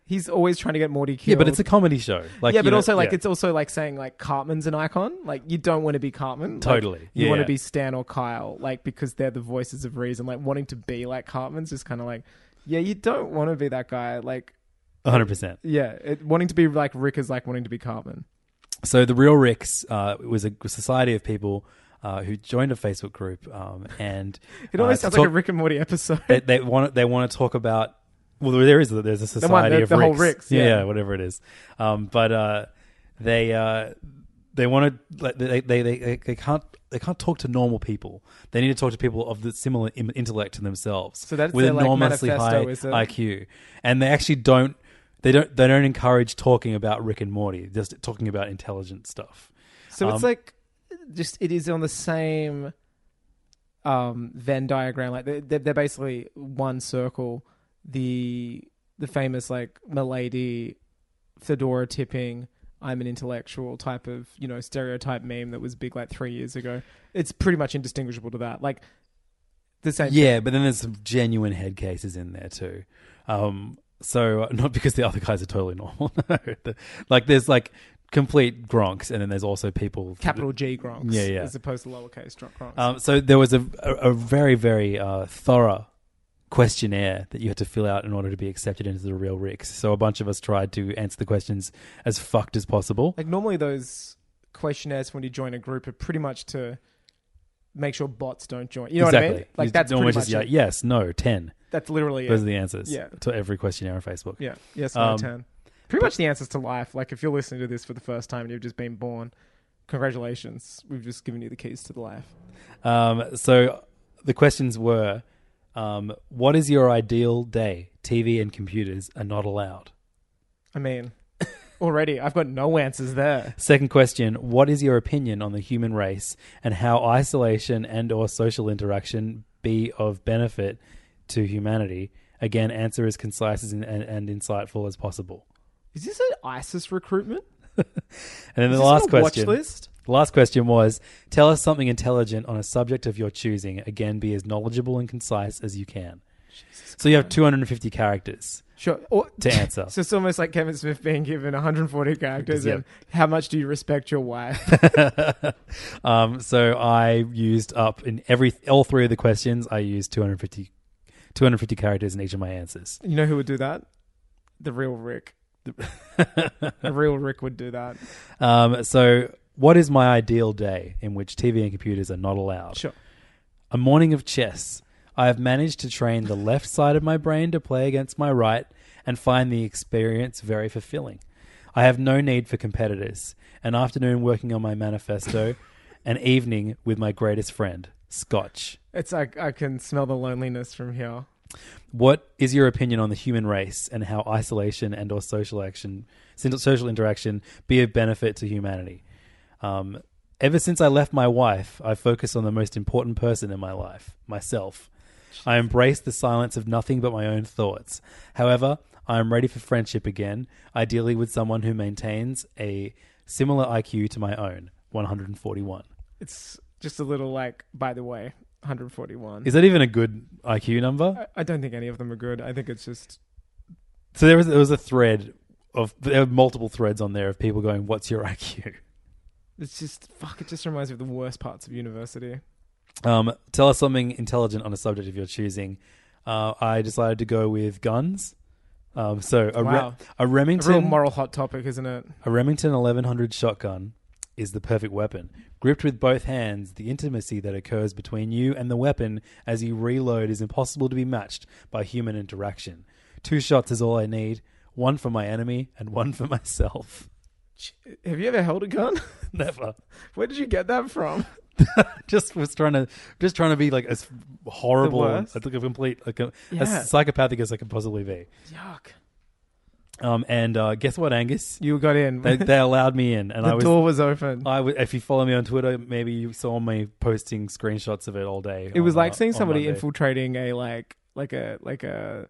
Speaker 4: He's always trying to get Morty killed.
Speaker 3: Yeah, but it's a comedy show. Like
Speaker 4: yeah,
Speaker 3: you
Speaker 4: but
Speaker 3: know-
Speaker 4: also like
Speaker 3: yeah.
Speaker 4: it's also like saying like Cartman's an icon. Like you don't want to be Cartman. Like,
Speaker 3: Totally.
Speaker 4: you
Speaker 3: Yeah,
Speaker 4: want
Speaker 3: yeah.
Speaker 4: to be Stan or Kyle, like because they're the voices of reason. Like wanting to be like Cartman's just kind of like, yeah, you don't want to be that guy. Like,
Speaker 3: 100. percent
Speaker 4: yeah, it, wanting to be like Rick is like wanting to be Cartman.
Speaker 3: So the Real Ricks uh, was a society of people uh, who joined a Facebook group, um, and
Speaker 4: It always
Speaker 3: uh,
Speaker 4: sounds
Speaker 3: to
Speaker 4: like a
Speaker 3: talk-
Speaker 4: Rick and Morty episode.
Speaker 3: They, they want they want to talk about. Well, there is there's a
Speaker 4: one-
Speaker 3: society
Speaker 4: the-
Speaker 3: of
Speaker 4: the whole
Speaker 3: Ricks.
Speaker 4: Ricks,
Speaker 3: yeah.
Speaker 4: yeah.
Speaker 3: whatever it is. Um, but uh, they uh, they want to like, they, they they they can't they can't talk to normal people. They need to talk to people of the similar Im- intellect to themselves.
Speaker 4: So that's
Speaker 3: with
Speaker 4: their, like,
Speaker 3: enormously
Speaker 4: manifesto, is it?
Speaker 3: high IQ, and they actually don't they don't they don't encourage talking about Rick and Morty. Just talking about intelligent stuff.
Speaker 4: So
Speaker 3: Um,
Speaker 4: it's like just it is on the same um, Venn diagram. Like they're, they're they're basically one circle. The the famous like milady fedora tipping. I'm an intellectual type of you know stereotype meme that was big like three years ago. It's pretty much indistinguishable to that. Like the same.
Speaker 3: Yeah, but then there's some genuine head cases in there too. Um, so uh, not because the other guys are totally normal. no, The- like there's like complete gronks, and then there's also people
Speaker 4: Capital G Gronks,
Speaker 3: Yeah, yeah.
Speaker 4: as opposed to lowercase Gronks.
Speaker 3: Um, so there was a a, a very very uh, thorough questionnaire that you had to fill out in order to be accepted into the real Ricks. So a bunch of us tried to answer the questions as fucked as possible.
Speaker 4: Like normally those questionnaires when you join a group are pretty much to make sure bots don't join. You know what I mean? Like
Speaker 3: You
Speaker 4: that's pretty
Speaker 3: normally
Speaker 4: much
Speaker 3: just
Speaker 4: it.
Speaker 3: yell, yes, no, ten.
Speaker 4: That's literally
Speaker 3: Those
Speaker 4: it.
Speaker 3: are the answers
Speaker 4: Yeah.
Speaker 3: to every questionnaire on Facebook.
Speaker 4: yeah. Yes, no
Speaker 3: Um,
Speaker 4: ten. Pretty much the answers to life. Like if you're listening to this for the first time and you've just been born, congratulations. We've just given you the keys to the life.
Speaker 3: Um, so the questions were um, What is your ideal day? TV and computers are not allowed.
Speaker 4: I mean already I've got no answers there.
Speaker 3: Second question What is your opinion on the human race and how isolation and or social interaction be of benefit to humanity? Again, answer as concise as and, and, and insightful as possible.
Speaker 4: Is this an ISIS recruitment?
Speaker 3: And then the
Speaker 4: Is this
Speaker 3: last
Speaker 4: on a watch
Speaker 3: question.
Speaker 4: list?
Speaker 3: The last question was Tell us something intelligent on a subject of your choosing. Again, be as knowledgeable and concise as you can. so you have 250 characters.
Speaker 4: Sure. Or,
Speaker 3: To answer.
Speaker 4: So it's almost like Kevin Smith being given 140 characters
Speaker 3: Yep.
Speaker 4: and how much do you respect your wife?
Speaker 3: um, so I used up in every all three of the questions. I used 250, 250 characters in each of my answers.
Speaker 4: You know who would do that? The real Rick. The real Rick would do that.
Speaker 3: Um, so what is my ideal day in which TV and computers are not allowed?
Speaker 4: Sure.
Speaker 3: A morning of chess. I have managed to train the left side of my brain to play against my right and find the experience very fulfilling. I have no need for competitors. An afternoon working on my manifesto, an evening with my greatest friend, Scotch.
Speaker 4: It's like I can smell the loneliness from here.
Speaker 3: What is your opinion on the human race and how isolation and or social action, social interaction, be of benefit to humanity? Um, ever since I left my wife, I focus on the most important person in my life, myself. I embrace the silence of nothing but my own thoughts. However, I am ready for friendship again, ideally with someone who maintains a similar IQ to my own, 141.
Speaker 4: It's just a little like, by the way, 141.
Speaker 3: Is that even a good IQ number?
Speaker 4: I, I don't think any of them are good. I think it's just
Speaker 3: So there was there was a thread of there were multiple threads on there of people going, "What's your IQ?"
Speaker 4: it's just fuck. It just reminds me of the worst parts of university.
Speaker 3: Um, tell us something intelligent on a subject of your choosing. Uh, I decided to go with guns. Um, so a, Re-
Speaker 4: Wow.
Speaker 3: a
Speaker 4: A real
Speaker 3: Remington
Speaker 4: moral hot topic, isn't it?
Speaker 3: a Remington 1100 shotgun is the perfect weapon. Gripped with both hands, the intimacy that occurs between you and the weapon as you reload is impossible to be matched by human interaction. Two shots is all I need, one for my enemy and one for myself.
Speaker 4: Have you ever held a gun?
Speaker 3: Never.
Speaker 4: Where did you get that from?
Speaker 3: just was trying to just trying to be like as horrible,
Speaker 4: The
Speaker 3: and-
Speaker 4: worst.
Speaker 3: like a complete, like a,
Speaker 4: Yeah.
Speaker 3: as psychopathic as I can possibly be.
Speaker 4: Yuck.
Speaker 3: Um, and uh, guess what, Angus?
Speaker 4: You got in.
Speaker 3: They,
Speaker 4: the
Speaker 3: they allowed me in, and I was.
Speaker 4: door was open.
Speaker 3: I w- if you follow me on Twitter, maybe you saw me posting screenshots of it all day.
Speaker 4: it was
Speaker 3: on,
Speaker 4: like
Speaker 3: uh,
Speaker 4: seeing
Speaker 3: on
Speaker 4: somebody
Speaker 3: Monday.
Speaker 4: infiltrating a like like a like a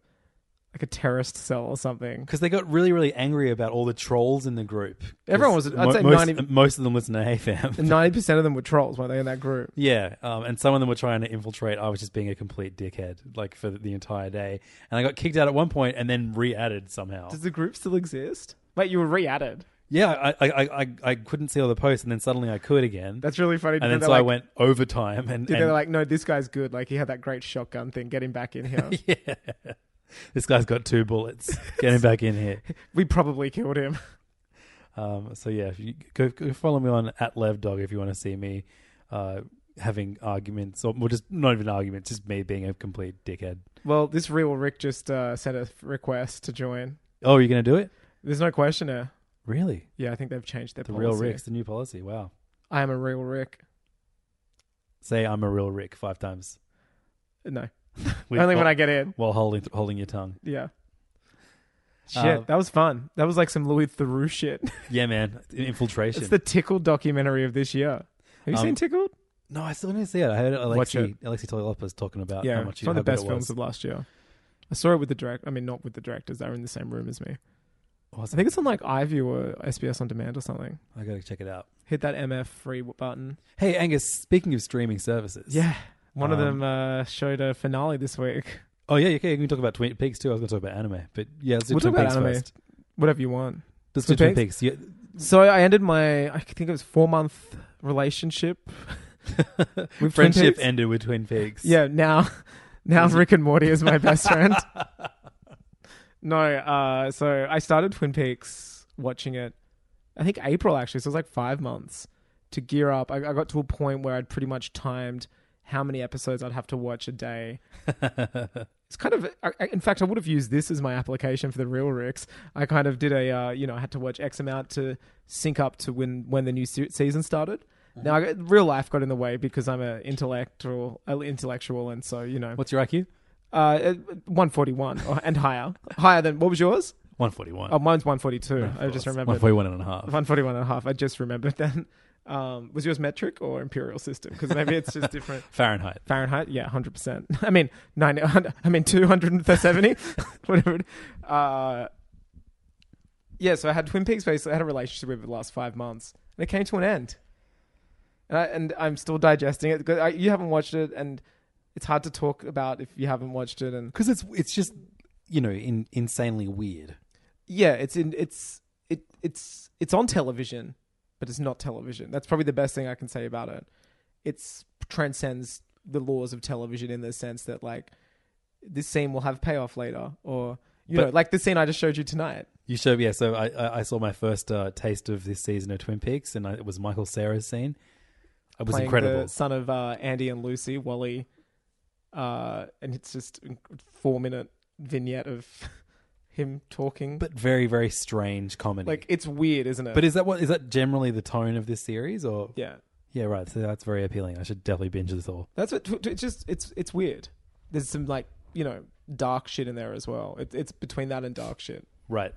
Speaker 4: like a terrorist cell or something.
Speaker 3: because they got really, really angry about all the trolls in the group. 'Cause
Speaker 4: Everyone was- I'd say
Speaker 3: most,
Speaker 4: 90
Speaker 3: most of them listen to Hey Fam.
Speaker 4: Ninety percent of them were trolls, weren't they? In that group.
Speaker 3: yeah, um, and some of them were trying to infiltrate. I was just being a complete dickhead, like for the entire day, and I got kicked out at one point, and then re-added somehow.
Speaker 4: Does the group still exist? Wait, you were re-added.
Speaker 3: yeah, I, I, I, I, I couldn't see all the posts, and then suddenly I could again.
Speaker 4: That's really funny.
Speaker 3: and then
Speaker 4: they're
Speaker 3: so I
Speaker 4: like-
Speaker 3: went overtime, and,
Speaker 4: Dude,
Speaker 3: and-
Speaker 4: they're like, no, this guy's good. Like he had that great shotgun thing. Get him back in here.
Speaker 3: yeah, this guy's got two bullets. Get him back in here.
Speaker 4: we probably killed him.
Speaker 3: Um, so yeah, if you, go, go follow me on at levdog if you want to see me uh, having arguments or well, just not even arguments, just me being a complete dickhead.
Speaker 4: Well, this real Rick just uh, sent a request to join.
Speaker 3: Oh, you're gonna do it?
Speaker 4: There's no questionnaire.
Speaker 3: Really?
Speaker 4: Yeah, I think they've changed their
Speaker 3: The
Speaker 4: policy.
Speaker 3: real Rick's the new policy. Wow.
Speaker 4: I am a real Rick.
Speaker 3: Say I'm a real Rick five times.
Speaker 4: No,
Speaker 3: With-
Speaker 4: only when
Speaker 3: while-
Speaker 4: I get in.
Speaker 3: while holding holding your tongue.
Speaker 4: Yeah. Shit,
Speaker 3: Uh,
Speaker 4: that was fun. That was like some Louis Theroux shit.
Speaker 3: Yeah, man. Infiltration.
Speaker 4: it's the Tickled documentary of this year. Have you
Speaker 3: Um,
Speaker 4: seen Tickled?
Speaker 3: no, I still didn't see it. I heard
Speaker 4: Watch
Speaker 3: Alexi Alexi Tolilopa's talking about
Speaker 4: yeah,
Speaker 3: how much
Speaker 4: it's
Speaker 3: you,
Speaker 4: one of
Speaker 3: how
Speaker 4: the best
Speaker 3: good it was.
Speaker 4: films of last year. I saw it with the director. I mean, not with the directors. They were in the same room as me. I
Speaker 3: Awesome.
Speaker 4: think it's on like iView or SBS on demand or something.
Speaker 3: I gotta check it out.
Speaker 4: Hit that MF free button.
Speaker 3: Hey Angus, speaking of streaming services.
Speaker 4: Yeah. One of
Speaker 3: Um,
Speaker 4: them uh, showed a finale this week.
Speaker 3: Oh yeah, okay, you can talk about Twin Peaks too. I was gonna talk about anime. But yeah, let's do
Speaker 4: We'll
Speaker 3: Twin
Speaker 4: talk about
Speaker 3: Peaks
Speaker 4: anime.
Speaker 3: first.
Speaker 4: Whatever you want.
Speaker 3: Let's do
Speaker 4: Twin
Speaker 3: Twin Peaks. Yeah,
Speaker 4: So I ended my, I think it was four month relationship. With Twin
Speaker 3: Friendship
Speaker 4: Peaks?
Speaker 3: ended with Twin Peaks.
Speaker 4: Yeah, now, now Rick and Morty is my best friend. No, uh, so I started Twin Peaks watching it, I think April actually, so it was like five months to gear up. I, I got to a point where I'd pretty much timed how many episodes I'd have to watch a day. it's kind of, I, I- in fact, I would have used this as my application for the real Ricks. I kind of did a, uh, you know, I had to watch X amount to sync up to when when the new se- season started. Now, I, got- real life got in the way because I'm a intellectual, a intellectual, and so you know,
Speaker 3: What's your IQ?
Speaker 4: uh, 141 or, and higher, higher than what was yours?
Speaker 3: 141.
Speaker 4: Oh, mine's 142.
Speaker 3: Of
Speaker 4: I
Speaker 3: course.
Speaker 4: just remembered.
Speaker 3: 141 and a half.
Speaker 4: 141 and a half. I just remembered then. Um, was yours metric or imperial system? Because maybe it's just different.
Speaker 3: Fahrenheit.
Speaker 4: Fahrenheit, yeah, 100%. I mean, 90, I mean 270, whatever. it- Uh, yeah, so I had Twin Peaks basically. I had a relationship with it the last five months. And it came to an end. And, I, and I'm still digesting it. 'cause I, you haven't watched it, and it's hard to talk about if you haven't watched it. And
Speaker 3: Because it's it's just you know in, insanely weird.
Speaker 4: yeah, it's in it's it it's it's on television, but it's not television. That's probably the best thing I can say about it. It's transcends the laws of television in the sense that like this scene will have payoff later, or you
Speaker 3: But-
Speaker 4: know, like the scene I just showed you tonight.
Speaker 3: You showed yeah. So I I, I saw my first uh, taste of this season of Twin Peaks, and I, it was Michael Sarah's scene. It was
Speaker 4: playing
Speaker 3: incredible.
Speaker 4: The son of uh, Andy and Lucy, Wally, uh, and it's just a four minute vignette of him talking.
Speaker 3: but very very strange comedy.
Speaker 4: like it's weird, isn't it?
Speaker 3: but is that what is that generally the tone of this series or
Speaker 4: yeah.
Speaker 3: yeah right? So that's very appealing. I should definitely binge this all.
Speaker 4: That's what tw- tw- it's just it's it's weird. There's some like you know dark shit in there as well. It, it's between that and dark shit.
Speaker 3: Right.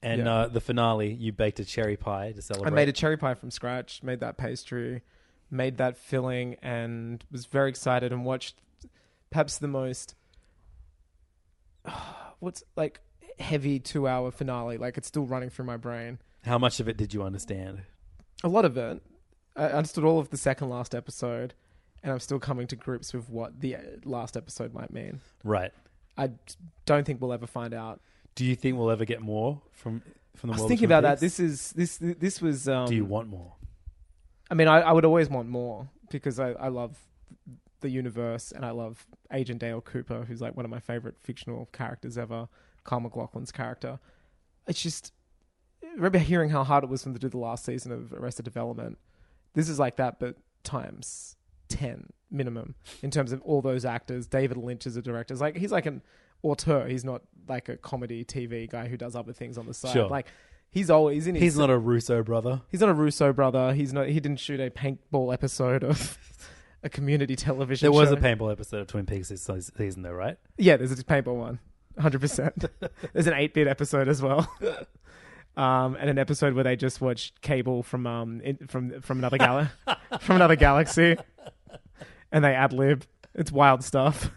Speaker 3: And
Speaker 4: Yeah.
Speaker 3: uh, the finale, you baked a cherry pie to celebrate.
Speaker 4: I made a cherry pie from scratch. Made that pastry, made that filling, and was very excited and watched perhaps the most what's like heavy two hour finale. Like it's still running through my brain.
Speaker 3: How much of it did you understand?
Speaker 4: A lot of it. I understood all of the second last episode, and I'm still coming to grips with what the uh, last episode might mean.
Speaker 3: Right.
Speaker 4: I don't think we'll ever find out.
Speaker 3: Do you think we'll ever get more from from the world?
Speaker 4: I was
Speaker 3: of
Speaker 4: thinking
Speaker 3: Twin
Speaker 4: about that.
Speaker 3: Peaks?
Speaker 4: This is this this was. Um,
Speaker 3: Do you want more?
Speaker 4: I mean, I, I would always want more because I, I love the universe and I love Agent Dale Cooper, who's like one of my favorite fictional characters ever. Carl McLaughlin's character. It's just I remember hearing how hard it was for them to do the last season of Arrested Development. This is like that, but times ten minimum in terms of all those actors. David Lynch is a director. It's like he's like an auteur. He's not like a comedy TV guy who does other things on the side.
Speaker 3: Sure.
Speaker 4: Like He's always in. His
Speaker 3: He's not a Russo brother.
Speaker 4: He's not a Russo brother. He's not. He didn't shoot a paintball episode of a community television.
Speaker 3: There was
Speaker 4: show.
Speaker 3: a paintball episode of Twin Peaks this se- season, though, right?
Speaker 4: Yeah, there's a paintball one. 100%. there's an 8 bit episode as well. Um, and an episode where they just watch cable from um in, from from another gal- from another galaxy, and they ad lib. It's wild stuff,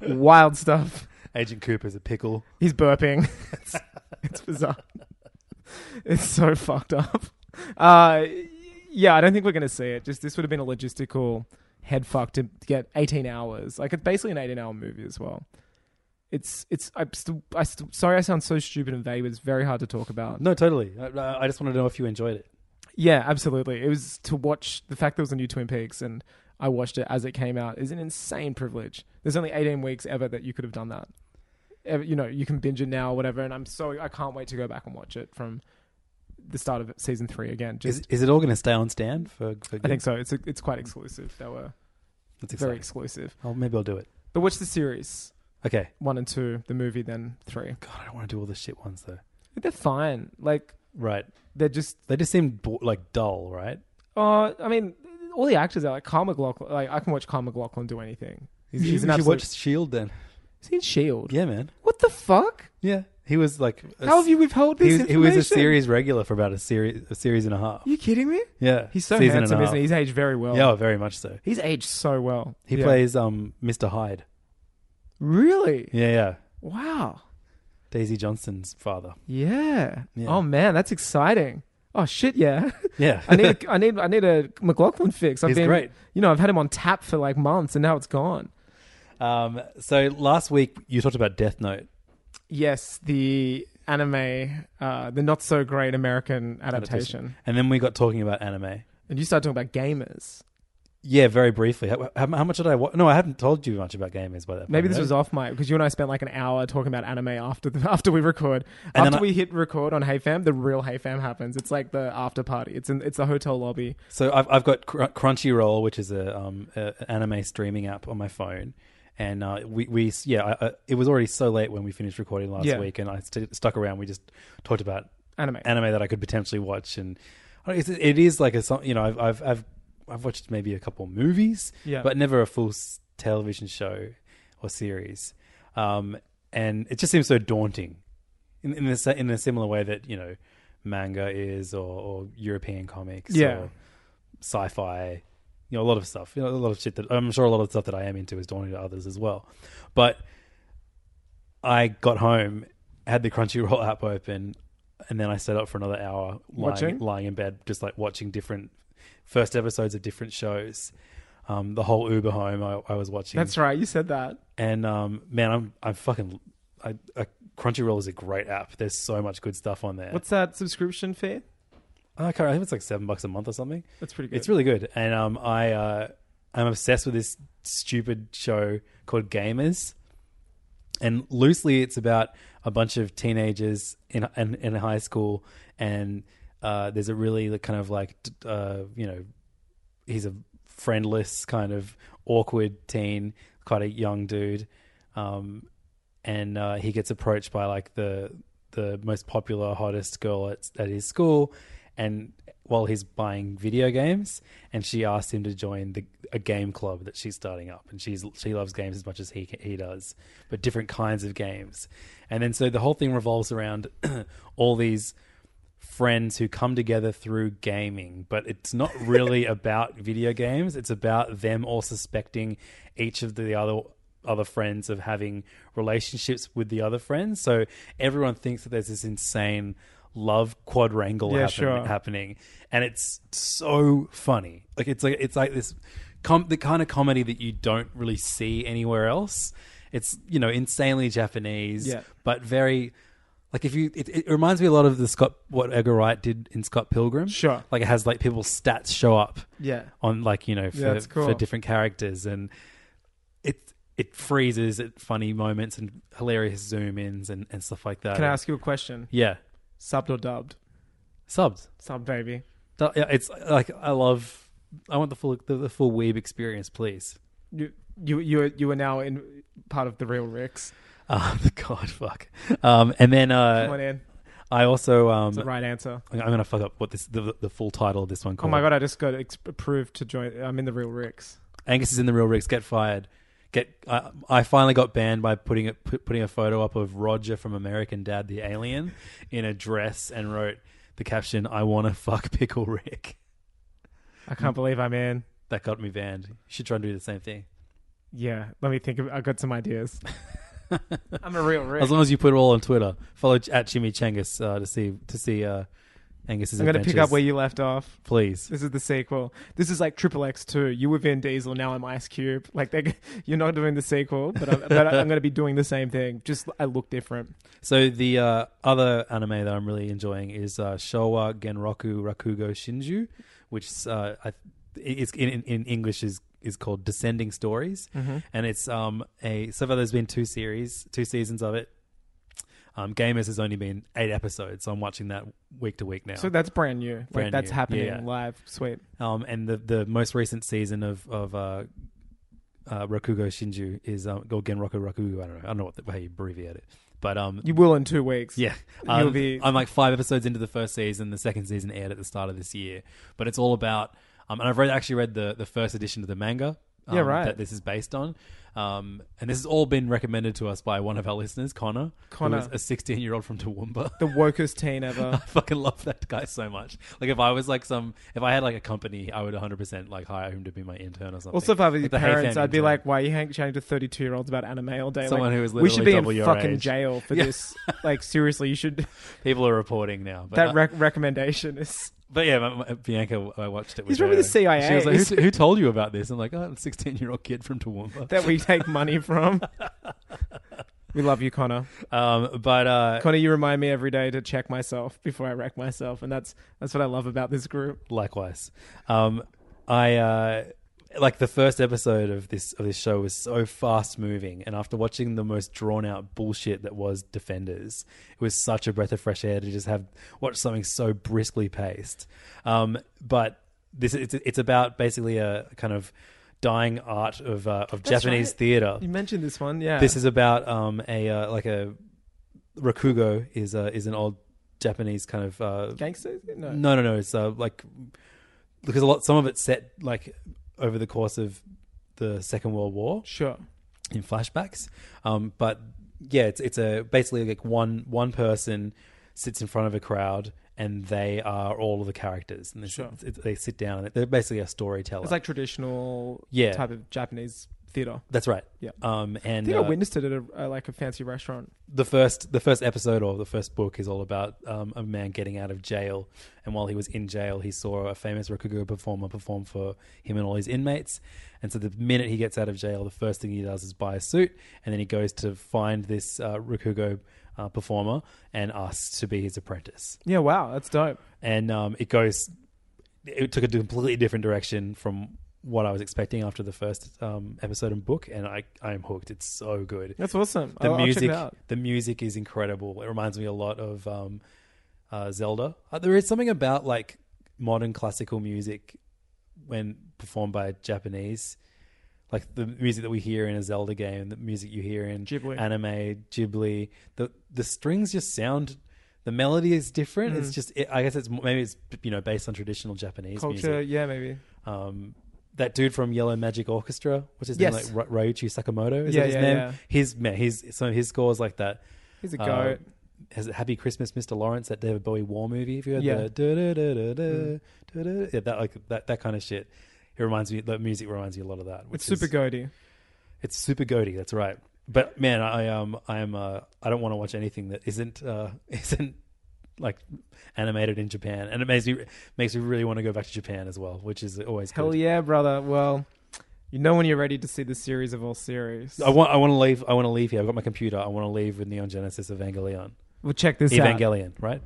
Speaker 4: wild stuff.
Speaker 3: Agent Cooper's a pickle.
Speaker 4: He's burping. It's, it's bizarre. It's so fucked up. Uh, yeah, I don't think we're going to see it. Just this would have been a logistical head fuck to get 18 hours. Like it's basically an 18 hour movie as well. It's it's I still I still sorry I sound so stupid and vague, but it's very hard to talk about.
Speaker 3: No, totally. I- I, I just want to know if you enjoyed it.
Speaker 4: Yeah, absolutely. It was to watch the fact there was a new Twin Peaks and I watched it as it came out is an insane privilege. There's only 18 weeks ever that you could have done that. Ever- You know, you can binge it now or whatever, and I'm so I can't wait to go back and watch it from the start of season three again.
Speaker 3: Is,
Speaker 4: Just
Speaker 3: is it all going to stay on stand for? for
Speaker 4: I think so. It's it's quite exclusive. They were
Speaker 3: That's
Speaker 4: very
Speaker 3: exciting.
Speaker 4: exclusive.
Speaker 3: Oh, maybe I'll do it.
Speaker 4: But watch the series
Speaker 3: Okay.
Speaker 4: one and two, the movie, then three.
Speaker 3: God, I don't want to do all the shit ones though.
Speaker 4: They're fine. Like
Speaker 3: Right.
Speaker 4: they're just
Speaker 3: They just seem bo- like dull, right?
Speaker 4: Uh, I mean, all the actors are like Kyle McLaughlin. Like I can watch Kyle McLaughlin do anything. He's,
Speaker 3: you
Speaker 4: he's an
Speaker 3: should
Speaker 4: absolute.
Speaker 3: watch Shield then.
Speaker 4: he's in Shield.
Speaker 3: Yeah, man.
Speaker 4: What the fuck?
Speaker 3: Yeah, he was like. a
Speaker 4: How
Speaker 3: s-
Speaker 4: have you withheld this
Speaker 3: He was, he was a
Speaker 4: information?
Speaker 3: series regular for about a series, a series and a half.
Speaker 4: you kidding me?
Speaker 3: Yeah,
Speaker 4: He's so
Speaker 3: season and a
Speaker 4: handsome,
Speaker 3: half.
Speaker 4: isn't he? He's aged very well.
Speaker 3: Yeah, oh, very much so.
Speaker 4: He's aged so well.
Speaker 3: He
Speaker 4: Yeah.
Speaker 3: plays um Mr. Hyde.
Speaker 4: Really?
Speaker 3: Yeah, yeah.
Speaker 4: Wow.
Speaker 3: Daisy Johnson's father.
Speaker 4: Yeah.
Speaker 3: Yeah.
Speaker 4: Oh man, that's exciting. Oh shit, yeah.
Speaker 3: Yeah.
Speaker 4: I need a, I need I need a McLaughlin fix. I've
Speaker 3: He's
Speaker 4: been
Speaker 3: great.
Speaker 4: you know, I've had him on tap for like months and now it's gone.
Speaker 3: Um, so last week you talked about Death Note.
Speaker 4: Yes, the anime uh the not so great American adaptation.
Speaker 3: And then we got talking about anime.
Speaker 4: And you start talking about gamers.
Speaker 3: Yeah, very briefly. How, how, how much did I wa No, I haven't told you much about gamers by that point.
Speaker 4: Maybe this
Speaker 3: right?
Speaker 4: was off mic because you and I spent like an hour talking about anime after the, after we record.
Speaker 3: And then
Speaker 4: after
Speaker 3: I-
Speaker 4: we hit record on HeyFam, the real HeyFam happens. It's like the after party. It's in it's the hotel lobby.
Speaker 3: So I've, I've got Cr- Crunchyroll, which is a, um, a an anime streaming app on my phone, and uh, we we yeah, I, I, it was already so late when we finished recording last
Speaker 4: Yeah.
Speaker 3: week, and I st- stuck around. We just talked about
Speaker 4: Anime.
Speaker 3: anime that I could potentially watch, and I don't know, it's, it is like a some- you know I've I've I've, I've watched maybe a couple movies,
Speaker 4: Yeah.
Speaker 3: but never a full s- television show or series, um, and it just seems so daunting, in in a, in a similar way that you know manga is or, or European comics,
Speaker 4: Yeah.
Speaker 3: or sci-fi, you know a lot of stuff, you know a lot of shit that I'm sure a lot of stuff that I am into is daunting to others as well, but I got home, had the Crunchyroll app open, and then I sat up for another hour lying,
Speaker 4: Watching?
Speaker 3: lying in bed, just like watching different first episodes of different shows. Um, the whole Uber home I, I was watching.
Speaker 4: That's right. You said that.
Speaker 3: And um, man, I'm I'm fucking. I, I, Crunchyroll is a great app. There's so much good stuff on there.
Speaker 4: What's that subscription fee?
Speaker 3: I, can't, I think it's like seven bucks a month or something.
Speaker 4: That's pretty good.
Speaker 3: It's really good. And um, I uh, I'm obsessed with this stupid show called Gamers. And loosely, it's about a bunch of teenagers in in, in high school, and uh, there's a really like, kind of like t- uh, you know, he's a friendless kind of awkward teen, quite a young dude, um, and uh, he gets approached by like the the most popular hottest girl at, at his school and while he's buying video games and she asks him to join the a game club that she's starting up and she's she loves games as much as he he does but different kinds of games and then so the whole thing revolves around all these friends who come together through gaming, but it's not really about video games. It's about them all suspecting each of the other other friends of having relationships with the other friends. So everyone thinks that there's this insane love quadrangle
Speaker 4: Yeah,
Speaker 3: happen-
Speaker 4: sure.
Speaker 3: happening, and it's so funny. Like it's like it's like this com- the kind of comedy that you don't really see anywhere else. It's you know insanely Japanese,
Speaker 4: Yeah.
Speaker 3: but very like if you it, it reminds me a lot of the Scott what Edgar Wright did in Scott Pilgrim.
Speaker 4: Sure.
Speaker 3: Like it has like people's stats show up
Speaker 4: Yeah.
Speaker 3: on like, you know, for,
Speaker 4: that's cool.
Speaker 3: for different characters and it it freezes at funny moments and hilarious zoom ins and, and stuff like that.
Speaker 4: Can I ask you a question?
Speaker 3: Yeah.
Speaker 4: Subbed or dubbed?
Speaker 3: Subs.
Speaker 4: Sub baby.
Speaker 3: Du- yeah, It's like I love I want the full the, the full weeb experience, please.
Speaker 4: You you you are, you are now in part of the real Ricks.
Speaker 3: Um, God, fuck. Um, and then uh,
Speaker 4: Come on in.
Speaker 3: I also um,
Speaker 4: It's the right answer.
Speaker 3: I'm gonna fuck up what this the, the full title of this one.
Speaker 4: Oh
Speaker 3: Called.
Speaker 4: my god, I just got ex- approved to join. I'm in the real Ricks.
Speaker 3: Angus is in the real Ricks. Get fired. Get. I, I finally got banned by putting it put, putting a photo up of Roger from American Dad, the alien, in a dress, and wrote the caption, "I want to fuck pickle Rick."
Speaker 4: I can't
Speaker 3: Mm.
Speaker 4: believe I'm in.
Speaker 3: That got me banned. You should try and do the same thing.
Speaker 4: Yeah, let me think. Of, I got some ideas. I'm a real Rick.
Speaker 3: As long as you put it all on Twitter, follow Ch- at Jimmy Changus uh, to see to see uh, Angus's.
Speaker 4: I'm going to pick up
Speaker 3: adventures.
Speaker 4: where you left off.
Speaker 3: please.
Speaker 4: This is the sequel. This is like Triple X Two. You were Vin Diesel. Now I'm Ice Cube. Like they, you're not doing the sequel, but I'm, but I'm going to be doing the same thing. Just I look different.
Speaker 3: So the uh, other anime that I'm really enjoying is uh, Showa Genroku Rakugo Shinju, which uh, I, it's in, in- in English is is called Descending Stories, and it's um a so far there's been two series, two seasons of it. Um, Gamers has only been eight episodes, so I'm watching that week to week now.
Speaker 4: So that's brand new. Like
Speaker 3: Brand
Speaker 4: that's
Speaker 3: new.
Speaker 4: happening
Speaker 3: Yeah.
Speaker 4: live. Sweet.
Speaker 3: Um, and the, the most recent season of of uh, uh, Rakugo Shinju is um, or Genroku Rakugo. I don't know. I don't know what the, how you abbreviate it, but um,
Speaker 4: You will in two weeks.
Speaker 3: yeah,
Speaker 4: You'll
Speaker 3: um,
Speaker 4: be-
Speaker 3: I'm like five episodes into the first season. The second season aired at the start of this year, but it's all about. Um, and I've read actually read the the first edition of the manga. Um,
Speaker 4: Yeah, right.
Speaker 3: That this is based on, um, and this has all been recommended to us by one of our listeners, Connor.
Speaker 4: Connor.
Speaker 3: who is a 16 year old from Toowoomba.
Speaker 4: The wokest teen ever.
Speaker 3: I fucking love that guy so much. Like if I was like some, if I had like a company, I would 100 percent like hire him to be my intern or something.
Speaker 4: Also, if I was your
Speaker 3: Like the Hey
Speaker 4: parents,
Speaker 3: Fam
Speaker 4: I'd be
Speaker 3: intern.
Speaker 4: like, "Why are you hang- chatting to thirty-two-year-olds about anime all day?
Speaker 3: Someone
Speaker 4: like,
Speaker 3: who is
Speaker 4: we should
Speaker 3: literally
Speaker 4: be
Speaker 3: double
Speaker 4: in
Speaker 3: your
Speaker 4: fucking
Speaker 3: age."
Speaker 4: jail for
Speaker 3: Yeah.
Speaker 4: this. Like, seriously, you should.
Speaker 3: people are reporting now. But
Speaker 4: that
Speaker 3: uh,
Speaker 4: rec- recommendation is.
Speaker 3: But yeah, my, my, Bianca, I watched it. With
Speaker 4: He's probably
Speaker 3: her.
Speaker 4: the CIA.
Speaker 3: She was like, who, "Who told you about this?" I'm like, "Oh, a 16 year old kid from Toowoomba."
Speaker 4: that we take money from. we love you, Connor.
Speaker 3: um, but uh,
Speaker 4: Connor, you remind me every day to check myself before I wreck myself, and that's that's what I love about this group.
Speaker 3: likewise, um, I uh, like the first episode of this of this show was so fast moving, and after watching the most drawn out bullshit that was Defenders, it was such a breath of fresh air to just have watch something so briskly paced. Um, but this it's it's about basically a kind of dying art of uh, of Japanese
Speaker 4: right.
Speaker 3: theater.
Speaker 4: You mentioned this one, yeah.
Speaker 3: This is about um, a uh, like a rakugo is uh, is an old Japanese kind of uh,
Speaker 4: gangsters. No.
Speaker 3: no no no it's uh, like because a lot some of it's set like over the course of the Second World War
Speaker 4: sure.
Speaker 3: in flashbacks. Um, but yeah, it's it's a basically like one one person sits in front of a crowd and they are all of the characters and they,
Speaker 4: Sure.
Speaker 3: sit, they sit down and they're basically a storyteller.
Speaker 4: It's like traditional
Speaker 3: Yeah.
Speaker 4: type of Japanese theater.
Speaker 3: that's right.
Speaker 4: Yeah.
Speaker 3: Um,
Speaker 4: I
Speaker 3: and
Speaker 4: think
Speaker 3: uh,
Speaker 4: I witnessed it at a, uh, like a fancy restaurant.
Speaker 3: the first the first episode or the first book is all about um, a man getting out of jail, and while he was in jail, he saw a famous rakugo performer perform for him and all his inmates. And so, the minute he gets out of jail, the first thing he does is buy a suit, and then he goes to find this uh, rakugo uh, performer and asks to be his apprentice.
Speaker 4: Yeah, wow, that's dope.
Speaker 3: And um, it goes, it took a completely different direction from what I was expecting after the first um, episode and book, and I I am hooked. It's so good
Speaker 4: That's awesome.
Speaker 3: the
Speaker 4: I'll, I'll check it
Speaker 3: music
Speaker 4: out.
Speaker 3: the music is incredible it reminds me a lot of um, uh, zelda uh, there is something about like modern classical music when performed by japanese like the music that we hear in a zelda game the music you hear in
Speaker 4: Ghibli.
Speaker 3: anime ghibli the the strings just sound the melody is different
Speaker 4: Mm.
Speaker 3: it's just it, i guess it's maybe it's you know based on traditional japanese
Speaker 4: Culture,
Speaker 3: music
Speaker 4: yeah, maybe.
Speaker 3: um, that dude from Yellow Magic Orchestra, what's his
Speaker 4: Yes.
Speaker 3: name, like Ra- Ryuichi Sakamoto, is
Speaker 4: Yeah,
Speaker 3: that his
Speaker 4: yeah,
Speaker 3: name?
Speaker 4: yeah.
Speaker 3: His man, his some of his scores like that.
Speaker 4: He's a
Speaker 3: Uh,
Speaker 4: goat.
Speaker 3: Has it Happy Christmas, Mr. Lawrence, that David Bowie war movie? If you heard
Speaker 4: Yeah. Hmm.
Speaker 3: the du-du-du-du-du, du-du-du- yeah, that like that that kind of shit. It reminds me. The music reminds me a lot of that. which
Speaker 4: it's super
Speaker 3: is-
Speaker 4: goaty.
Speaker 3: It's super goaty. That's right. But man, I um I am uh I don't want to watch anything that isn't uh isn't like animated in Japan, and it makes me makes me really want to go back to Japan as well, which is always
Speaker 4: Hell
Speaker 3: good.
Speaker 4: yeah, brother. Well, you know when you're ready to see the series of all series.
Speaker 3: I want. I want to leave. I want to leave here. I've got my computer. I want to leave with Neon Genesis Evangelion.
Speaker 4: Well, check this out.
Speaker 3: Evangelion, right?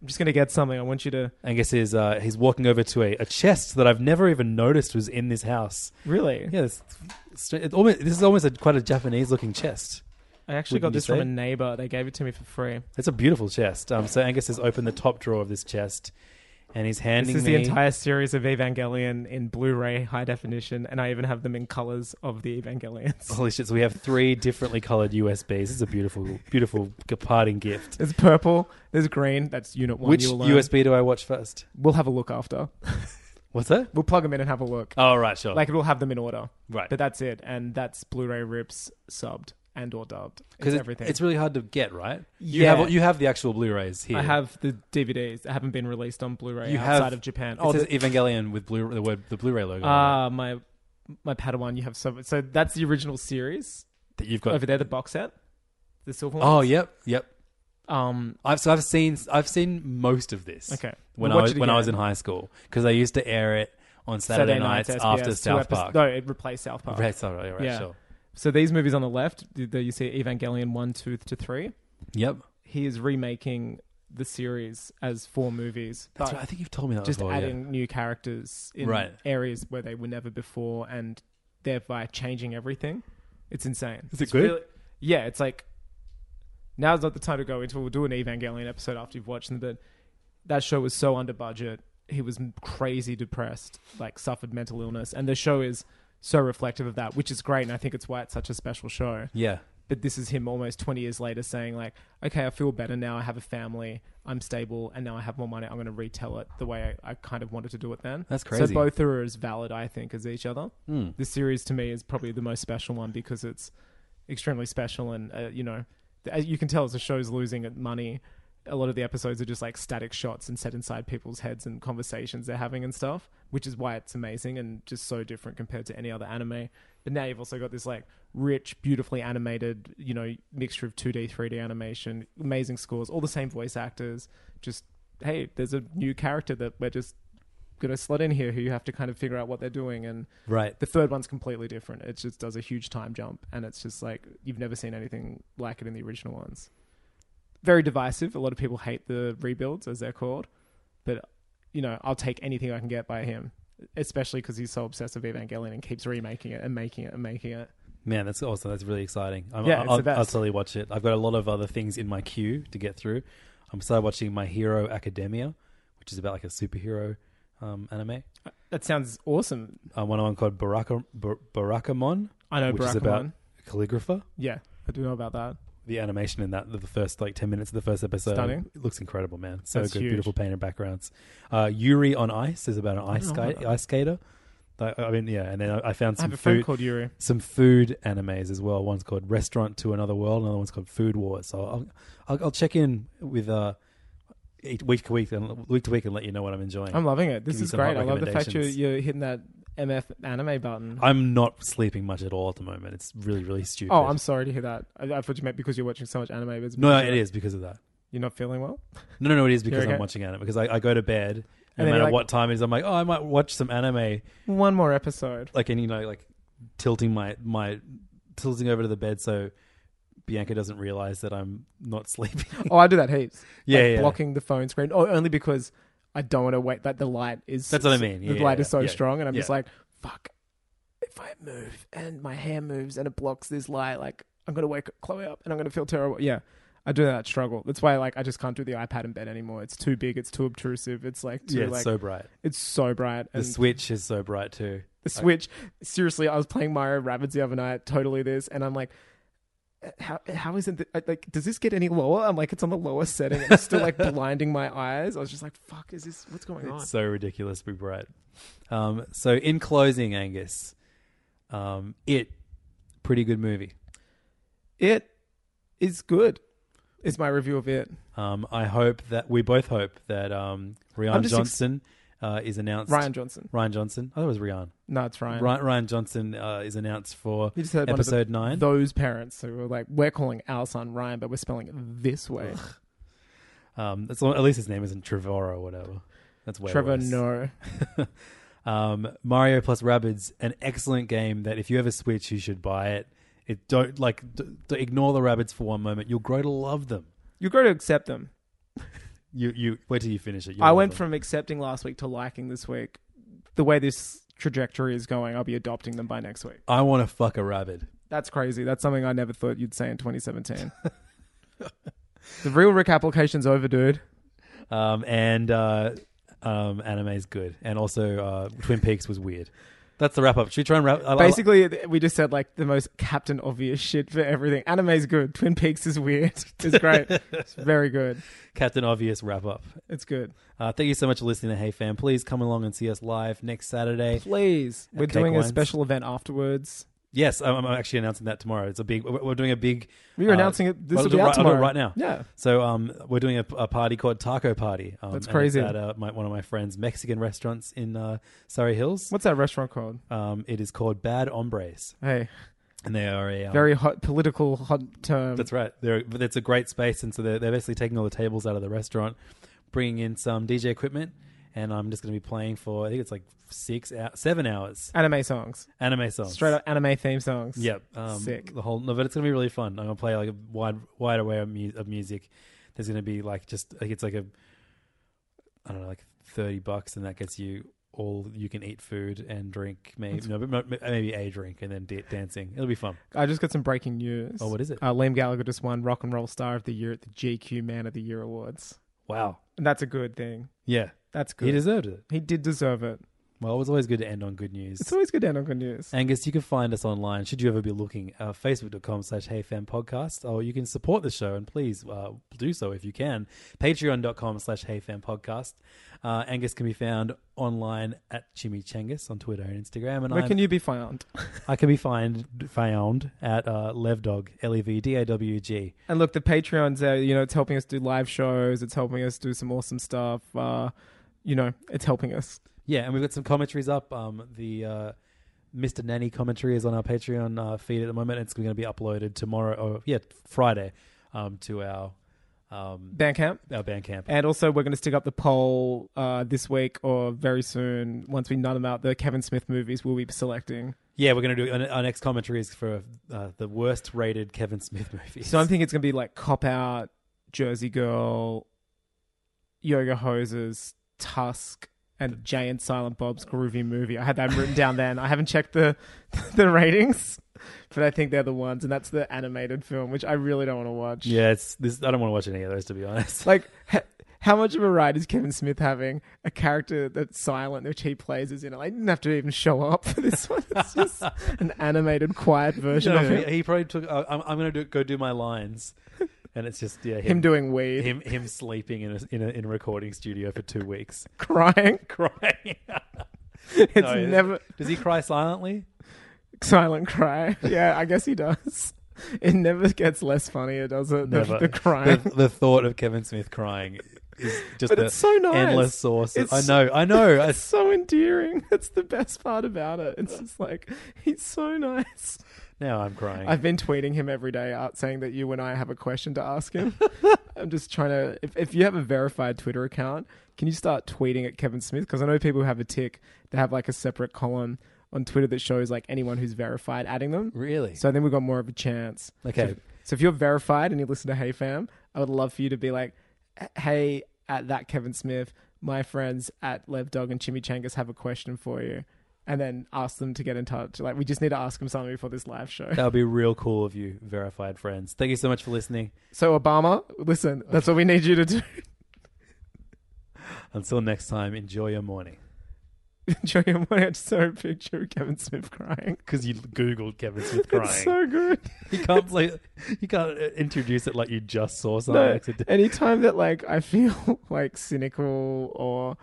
Speaker 4: I'm just gonna get something. I want you to
Speaker 3: Angus is uh, he's walking over to a, a chest that I've never even noticed was in this house.
Speaker 4: really.
Speaker 3: Yeah, this, it's almost, this is almost a, quite a Japanese looking chest.
Speaker 4: I actually got
Speaker 3: Wouldn't you
Speaker 4: this from
Speaker 3: say?
Speaker 4: a neighbor. They gave it to me for free.
Speaker 3: It's a beautiful chest. Um, so Angus has opened the top drawer of this chest, and he's handing
Speaker 4: This is
Speaker 3: me
Speaker 4: the entire series of Evangelion in Blu-ray high definition, and I even have them in colors of the Evangelions.
Speaker 3: Holy shit! So we have three differently colored USBs. It's a beautiful, beautiful g- parting gift.
Speaker 4: There's purple, there's green. That's unit one.
Speaker 3: Which
Speaker 4: you'll learn.
Speaker 3: USB do I watch first?
Speaker 4: We'll have a look after.
Speaker 3: What's that?
Speaker 4: We'll plug them in and have a look.
Speaker 3: Oh right, sure.
Speaker 4: Like we'll have them in order.
Speaker 3: Right.
Speaker 4: But that's it, and that's Blu-ray rips subbed and or dubbed. It's
Speaker 3: because
Speaker 4: everything.
Speaker 3: it's really hard to get, right?
Speaker 4: Yeah.
Speaker 3: You have you have the actual Blu-rays here.
Speaker 4: I have the DVDs that haven't been released on Blu-ray
Speaker 3: you
Speaker 4: outside
Speaker 3: have,
Speaker 4: of Japan. Oh,
Speaker 3: It says Evangelion with Blu the word the Blu-ray logo. on it.
Speaker 4: Ah, my my Padawan, you have so so that's the original series
Speaker 3: that you've got.
Speaker 4: over there, the box set, the silver one.
Speaker 3: oh yep, yep.
Speaker 4: Um,
Speaker 3: I've so I've seen I've seen most of this.
Speaker 4: Okay.
Speaker 3: When
Speaker 4: Watch
Speaker 3: I was
Speaker 4: it
Speaker 3: when I was in
Speaker 4: again.
Speaker 3: high school because they used to air it on Saturday, nights,
Speaker 4: SBS,
Speaker 3: after
Speaker 4: two
Speaker 3: South
Speaker 4: episodes-
Speaker 3: Park.
Speaker 4: No, it replaced South Park.
Speaker 3: Right, sorry, right,
Speaker 4: Yeah.
Speaker 3: sure.
Speaker 4: So these movies on the left, th- there you see Evangelion one, two to three.
Speaker 3: Yep.
Speaker 4: He is remaking the series as four movies.
Speaker 3: That's
Speaker 4: but
Speaker 3: right. I think you've told me that
Speaker 4: just
Speaker 3: before, yeah.
Speaker 4: adding new characters in
Speaker 3: Right.
Speaker 4: areas where they were never before and thereby changing everything. It's insane. Is
Speaker 3: it good?
Speaker 4: yeah, it's like now's not the time to go into it. We'll do an Evangelion episode after you've watched them, but that show was so under budget. He was m- crazy depressed, like suffered mental illness, and the show is so reflective of that, which is great, and I think it's why it's such a special show
Speaker 3: Yeah.
Speaker 4: but this is him almost 20 years later saying like okay i feel better now i have a family i'm stable and now i have more money i'm going to retell it the way I, I kind of wanted to do it then
Speaker 3: That's crazy. Hmm.
Speaker 4: so both are as valid i think as each other this series to me is probably the most special one because it's extremely special and uh, you know th- as you can tell as the show's losing at money a lot of the episodes are just like static shots and set inside people's heads and conversations they're having and stuff which is why it's amazing and just so different compared to any other anime but now you've also got this like rich beautifully animated you know mixture of 2d 3d animation amazing scores all the same voice actors just hey there's a new character that we're just gonna slot in here who you have to kind of figure out what they're doing and
Speaker 3: Right.
Speaker 4: the third one's completely different. It just does a huge time jump, and it's just like you've never seen anything like it in the original ones. Very divisive. A lot of people hate the rebuilds, as they're called, but you know, I'll take anything I can get by him, especially because he's so obsessed with Evangelion and keeps remaking it and making it and making it.
Speaker 3: Man, that's awesome. That's really exciting. I'm,
Speaker 4: Yeah,
Speaker 3: I'll,
Speaker 4: it's the
Speaker 3: I'll,
Speaker 4: best.
Speaker 3: I'll totally watch it. I've got a lot of other things in my queue to get through. I'm started watching My Hero Academia, which is about like a superhero um, anime.
Speaker 4: That sounds awesome.
Speaker 3: Uh, one one called Baraka, Bar- Barakamon.
Speaker 4: I know
Speaker 3: which is
Speaker 4: Barakamon.
Speaker 3: about a calligrapher.
Speaker 4: Yeah, I do know about that.
Speaker 3: The animation in that, the first like 10 minutes of the first episode,
Speaker 4: Stunning.
Speaker 3: it looks incredible, man. So
Speaker 4: That's
Speaker 3: good.
Speaker 4: huge.
Speaker 3: Beautiful painted backgrounds. Uh, Yuri on Ice is about an ice,
Speaker 4: know
Speaker 3: skate, ice skater. Like, I mean, yeah. And then I, I found
Speaker 4: I
Speaker 3: some
Speaker 4: have a friend
Speaker 3: food.
Speaker 4: called Yuri.
Speaker 3: some food animes as well. One's called Restaurant to Another World, another one's called Food Wars. So I'll, I'll, I'll check in with uh, each- week to week and week to week and let you know what I'm enjoying.
Speaker 4: I'm
Speaker 3: I'm,
Speaker 4: loving it. This
Speaker 3: Give me
Speaker 4: is
Speaker 3: some hot
Speaker 4: great. I love the fact you're,
Speaker 3: recommendations.
Speaker 4: you're hitting that MF anime button.
Speaker 3: not sleeping much at all at the moment. It's really really stupid.
Speaker 4: Oh, I'm sorry to hear that. I, I thought you meant because you're watching so much anime. But it's
Speaker 3: no,
Speaker 4: because
Speaker 3: no, it
Speaker 4: you're-
Speaker 3: is because of that.
Speaker 4: You're not feeling well.
Speaker 3: No, no, no, it is because
Speaker 4: You're okay?
Speaker 3: I'm watching anime because I, I go to bed.
Speaker 4: And then
Speaker 3: No
Speaker 4: you're
Speaker 3: matter
Speaker 4: like-
Speaker 3: what time it is, I'm like, oh, I might watch some anime.
Speaker 4: One more episode.
Speaker 3: Like, and you know, like tilting my my tilting over to the bed so Bianca doesn't realize that I'm not sleeping.
Speaker 4: Oh, I do that heaps.
Speaker 3: Yeah,
Speaker 4: Like,
Speaker 3: yeah.
Speaker 4: blocking the phone screen. Oh, only because I don't want to wait. That the light is.
Speaker 3: That's what I mean.
Speaker 4: the
Speaker 3: Yeah,
Speaker 4: light
Speaker 3: yeah,
Speaker 4: is so
Speaker 3: yeah.
Speaker 4: strong, and I'm
Speaker 3: Yeah.
Speaker 4: just like, fuck. If I move and my hair moves and it blocks this light, like I'm gonna wake Chloe up and I'm gonna feel terrible. Yeah. I do that struggle. That's why, like, I just can't do the iPad in bed anymore. It's too big. It's too obtrusive. It's like too
Speaker 3: yeah, it's
Speaker 4: like
Speaker 3: so bright.
Speaker 4: it's so bright.
Speaker 3: The
Speaker 4: and-
Speaker 3: switch is so bright too.
Speaker 4: The Switch. Seriously, I was playing Mario Rabbids the other night. Totally this, and I'm like, "Uh, how how isn't the, uh, like? Does this get any lower? I'm like, it's on the lowest setting. and It's still like blinding my eyes. I was just like, fuck, is this what's going on?
Speaker 3: It's so ridiculously bright. Um, so in closing, Angus, um, it pretty good movie.
Speaker 4: It is good. Is my review of it?
Speaker 3: Um, I hope that we both hope that um,
Speaker 4: I'm
Speaker 3: Rian
Speaker 4: just ex-
Speaker 3: Johnson uh, is announced.
Speaker 4: Ryan Johnson.
Speaker 3: Ryan Johnson. I thought it was Rian.
Speaker 4: No, it's Ryan.
Speaker 3: Ryan, Ryan Johnson uh, is announced for
Speaker 4: You just heard one of the-
Speaker 3: episode nine.
Speaker 4: Those parents who were like, we're calling our son Ryan, but we're spelling it this way.
Speaker 3: Um, that's, at least his name isn't Trevor or whatever. That's way
Speaker 4: Trevor,
Speaker 3: worse.
Speaker 4: no.
Speaker 3: um, Mario plus Rabbids, an excellent game that if you ever switch, you should buy it. It don't like d- d- ignore the rabbits for one moment. You'll grow to love them.
Speaker 4: You grow to accept them.
Speaker 3: You you wait till you finish it. You'll
Speaker 4: I
Speaker 3: love
Speaker 4: went
Speaker 3: them.
Speaker 4: from accepting last week to liking this week. The way this trajectory is going, I'll be adopting them by next week.
Speaker 3: I want to fuck a rabbit.
Speaker 4: That's crazy. That's something I never thought you'd say in 2017. the real Rick application's over, dude.
Speaker 3: Um, and uh, um, anime is good, and also uh, Twin Peaks was weird. That's the wrap up. Should we try and wrap? I- I-
Speaker 4: Basically, th- we just said like the most captain obvious shit for everything. Anime's good. Twin Peaks is weird. It's great. it's very good.
Speaker 3: Captain Obvious wrap up.
Speaker 4: It's good.
Speaker 3: Uh, thank you so much for listening to Hey Fam. Please come along and see us live next Saturday.
Speaker 4: Please, we're
Speaker 3: Cake
Speaker 4: doing
Speaker 3: wines.
Speaker 4: a special event afterwards.
Speaker 3: Yes, I'm, I'm actually announcing that tomorrow. It's a big. We're we're doing a big.
Speaker 4: We were
Speaker 3: uh,
Speaker 4: announcing it. This
Speaker 3: I'll
Speaker 4: will
Speaker 3: do
Speaker 4: be
Speaker 3: it
Speaker 4: out
Speaker 3: right, I'll do it
Speaker 4: tomorrow.
Speaker 3: right now.
Speaker 4: Yeah.
Speaker 3: So um, we're doing a, a party called Taco Party. Um,
Speaker 4: That's
Speaker 3: and it's
Speaker 4: crazy.
Speaker 3: At uh, my, one of my friends' Mexican restaurants in uh, Surrey Hills.
Speaker 4: What's that restaurant called?
Speaker 3: Um, it is called Bad Hombres,
Speaker 4: Hey,
Speaker 3: and they are a um,
Speaker 4: very hot political hot term.
Speaker 3: That's right. They're, but it's a great space, and so they're, they're basically taking all the tables out of the restaurant, bringing in some DJ equipment, and I'm just going to be playing for I think it's like six, hou- seven hours
Speaker 4: anime songs.
Speaker 3: anime songs.
Speaker 4: Straight up anime theme songs.
Speaker 3: Yep. Um,
Speaker 4: Sick.
Speaker 3: The whole. No, but it's going to be really fun. I'm going to play like a wide, wide array of, mu- of music. There's going to be like just like it's like a, I don't know, like thirty bucks, and that gets you all you can eat food and drink. Maybe no, but m- maybe a drink and then da- dancing. It'll be fun.
Speaker 4: I just got some breaking news.
Speaker 3: Oh, what is it?
Speaker 4: Uh, Liam Gallagher just won Rock and Roll Star of the Year at the GQ Man of the Year awards,
Speaker 3: Wow.
Speaker 4: and that's a good thing.
Speaker 3: Yeah.
Speaker 4: That's good.
Speaker 3: He deserved it.
Speaker 4: He did deserve it.
Speaker 3: Well, it was always good to end on good news.
Speaker 4: It's always good to end on good news.
Speaker 3: Angus, you can find us online. Should you ever be looking, uh, facebook.com slash heyfanpodcast. Or you can support the show, and please uh, do so if you can. Patreon.com slash heyfanpodcast. Uh, Angus can be found online at Chimichangas on Twitter and Instagram. And
Speaker 4: Where
Speaker 3: I'm,
Speaker 4: can you be found?
Speaker 3: I can be find, found at uh, Levdog, L-E-V-D-A-W-G.
Speaker 4: And look, the Patreon's there. You know, it's helping us do live shows. It's helping us do some awesome stuff. Uh, you know, it's helping us.
Speaker 3: Yeah, and we've got some commentaries up. Um, the uh, Mr. Nanny commentary is on our Patreon uh, feed at the moment. It's going to be uploaded tomorrow, or yeah, Friday, um, to our um,
Speaker 4: Bandcamp.
Speaker 3: our Bandcamp.
Speaker 4: And also, we're going to stick up the poll uh, this week or very soon. Once we nut them out, the Kevin Smith movies we'll be selecting.
Speaker 3: yeah, we're going to do our, our next commentary is for uh, the worst rated Kevin Smith movies.
Speaker 4: So I'm thinking it's going to be like Cop Out, Jersey Girl, Yoga Hoses, Tusk, and Jay and Silent Bob's Groovy Movie. I had that written down then. I haven't checked the the ratings, but I think they're the ones, and that's the animated film, which I really don't want to watch.
Speaker 3: yeah, it's this. I don't want to watch any of those to be honest.
Speaker 4: Like, h- how much of a ride is Kevin Smith having? A character that's silent, which he plays is in it. Like, he didn't have to even show up for this one. It's just an animated, quiet version
Speaker 3: No,
Speaker 4: of it.
Speaker 3: he, he probably took. Uh, I'm, I'm going to do, go do my lines, and it's just yeah, him,
Speaker 4: Him doing weed,
Speaker 3: him him sleeping in a, in a in a recording studio for two weeks,
Speaker 4: crying.
Speaker 3: crying.
Speaker 4: It's
Speaker 3: No,
Speaker 4: never
Speaker 3: Does he cry silently?
Speaker 4: silent cry. Yeah, I guess he does. It never gets less funnier, does it? The-
Speaker 3: Never.
Speaker 4: The, crying.
Speaker 3: The, the thought of Kevin Smith crying is just
Speaker 4: But
Speaker 3: the
Speaker 4: it's so nice.
Speaker 3: endless source. of- I
Speaker 4: It's-
Speaker 3: know, I know. I-
Speaker 4: It's so endearing. That's the best part about it. It's just like he's so nice.
Speaker 3: now I'm crying.
Speaker 4: I've been tweeting him every day out saying that you and I have a question to ask him. I'm just trying to. If, if you have a verified Twitter account, can you start tweeting at Kevin Smith? Because I know people who have a tick that have like a separate column on Twitter that shows like anyone who's verified adding them.
Speaker 3: really?
Speaker 4: So I think we've got more of a chance.
Speaker 3: Okay.
Speaker 4: So, so if you're verified and you listen to Hey Fam, I would love for you to be like, Hey, at that Kevin Smith, my friends at Lev Dog and Chimichangas have a question for you. And then ask them to get in touch. Like, we just need to ask them something before this live show.
Speaker 3: that would be real cool of you, verified friends. Thank you so much for listening.
Speaker 4: So, Obama, listen, that's what we need you to do.
Speaker 3: Until next time, enjoy your morning.
Speaker 4: Enjoy your morning. I just saw a picture of Kevin Smith crying.
Speaker 3: Because you googled Kevin Smith crying.
Speaker 4: It's so good.
Speaker 3: you can't like, you can't uh, introduce it like you just saw something.
Speaker 4: No,
Speaker 3: accident-
Speaker 4: anytime that like I feel like cynical or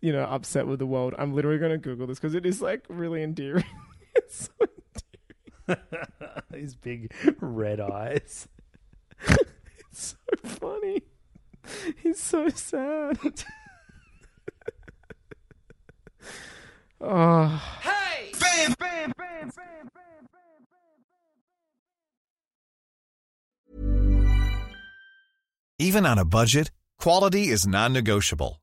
Speaker 4: you know upset with the world, I'm literally going to Google this because it is like really endearing. it's so
Speaker 3: These big red eyes.
Speaker 4: it's so funny. He's so sad. oh.
Speaker 6: Even on a budget, quality is non-negotiable.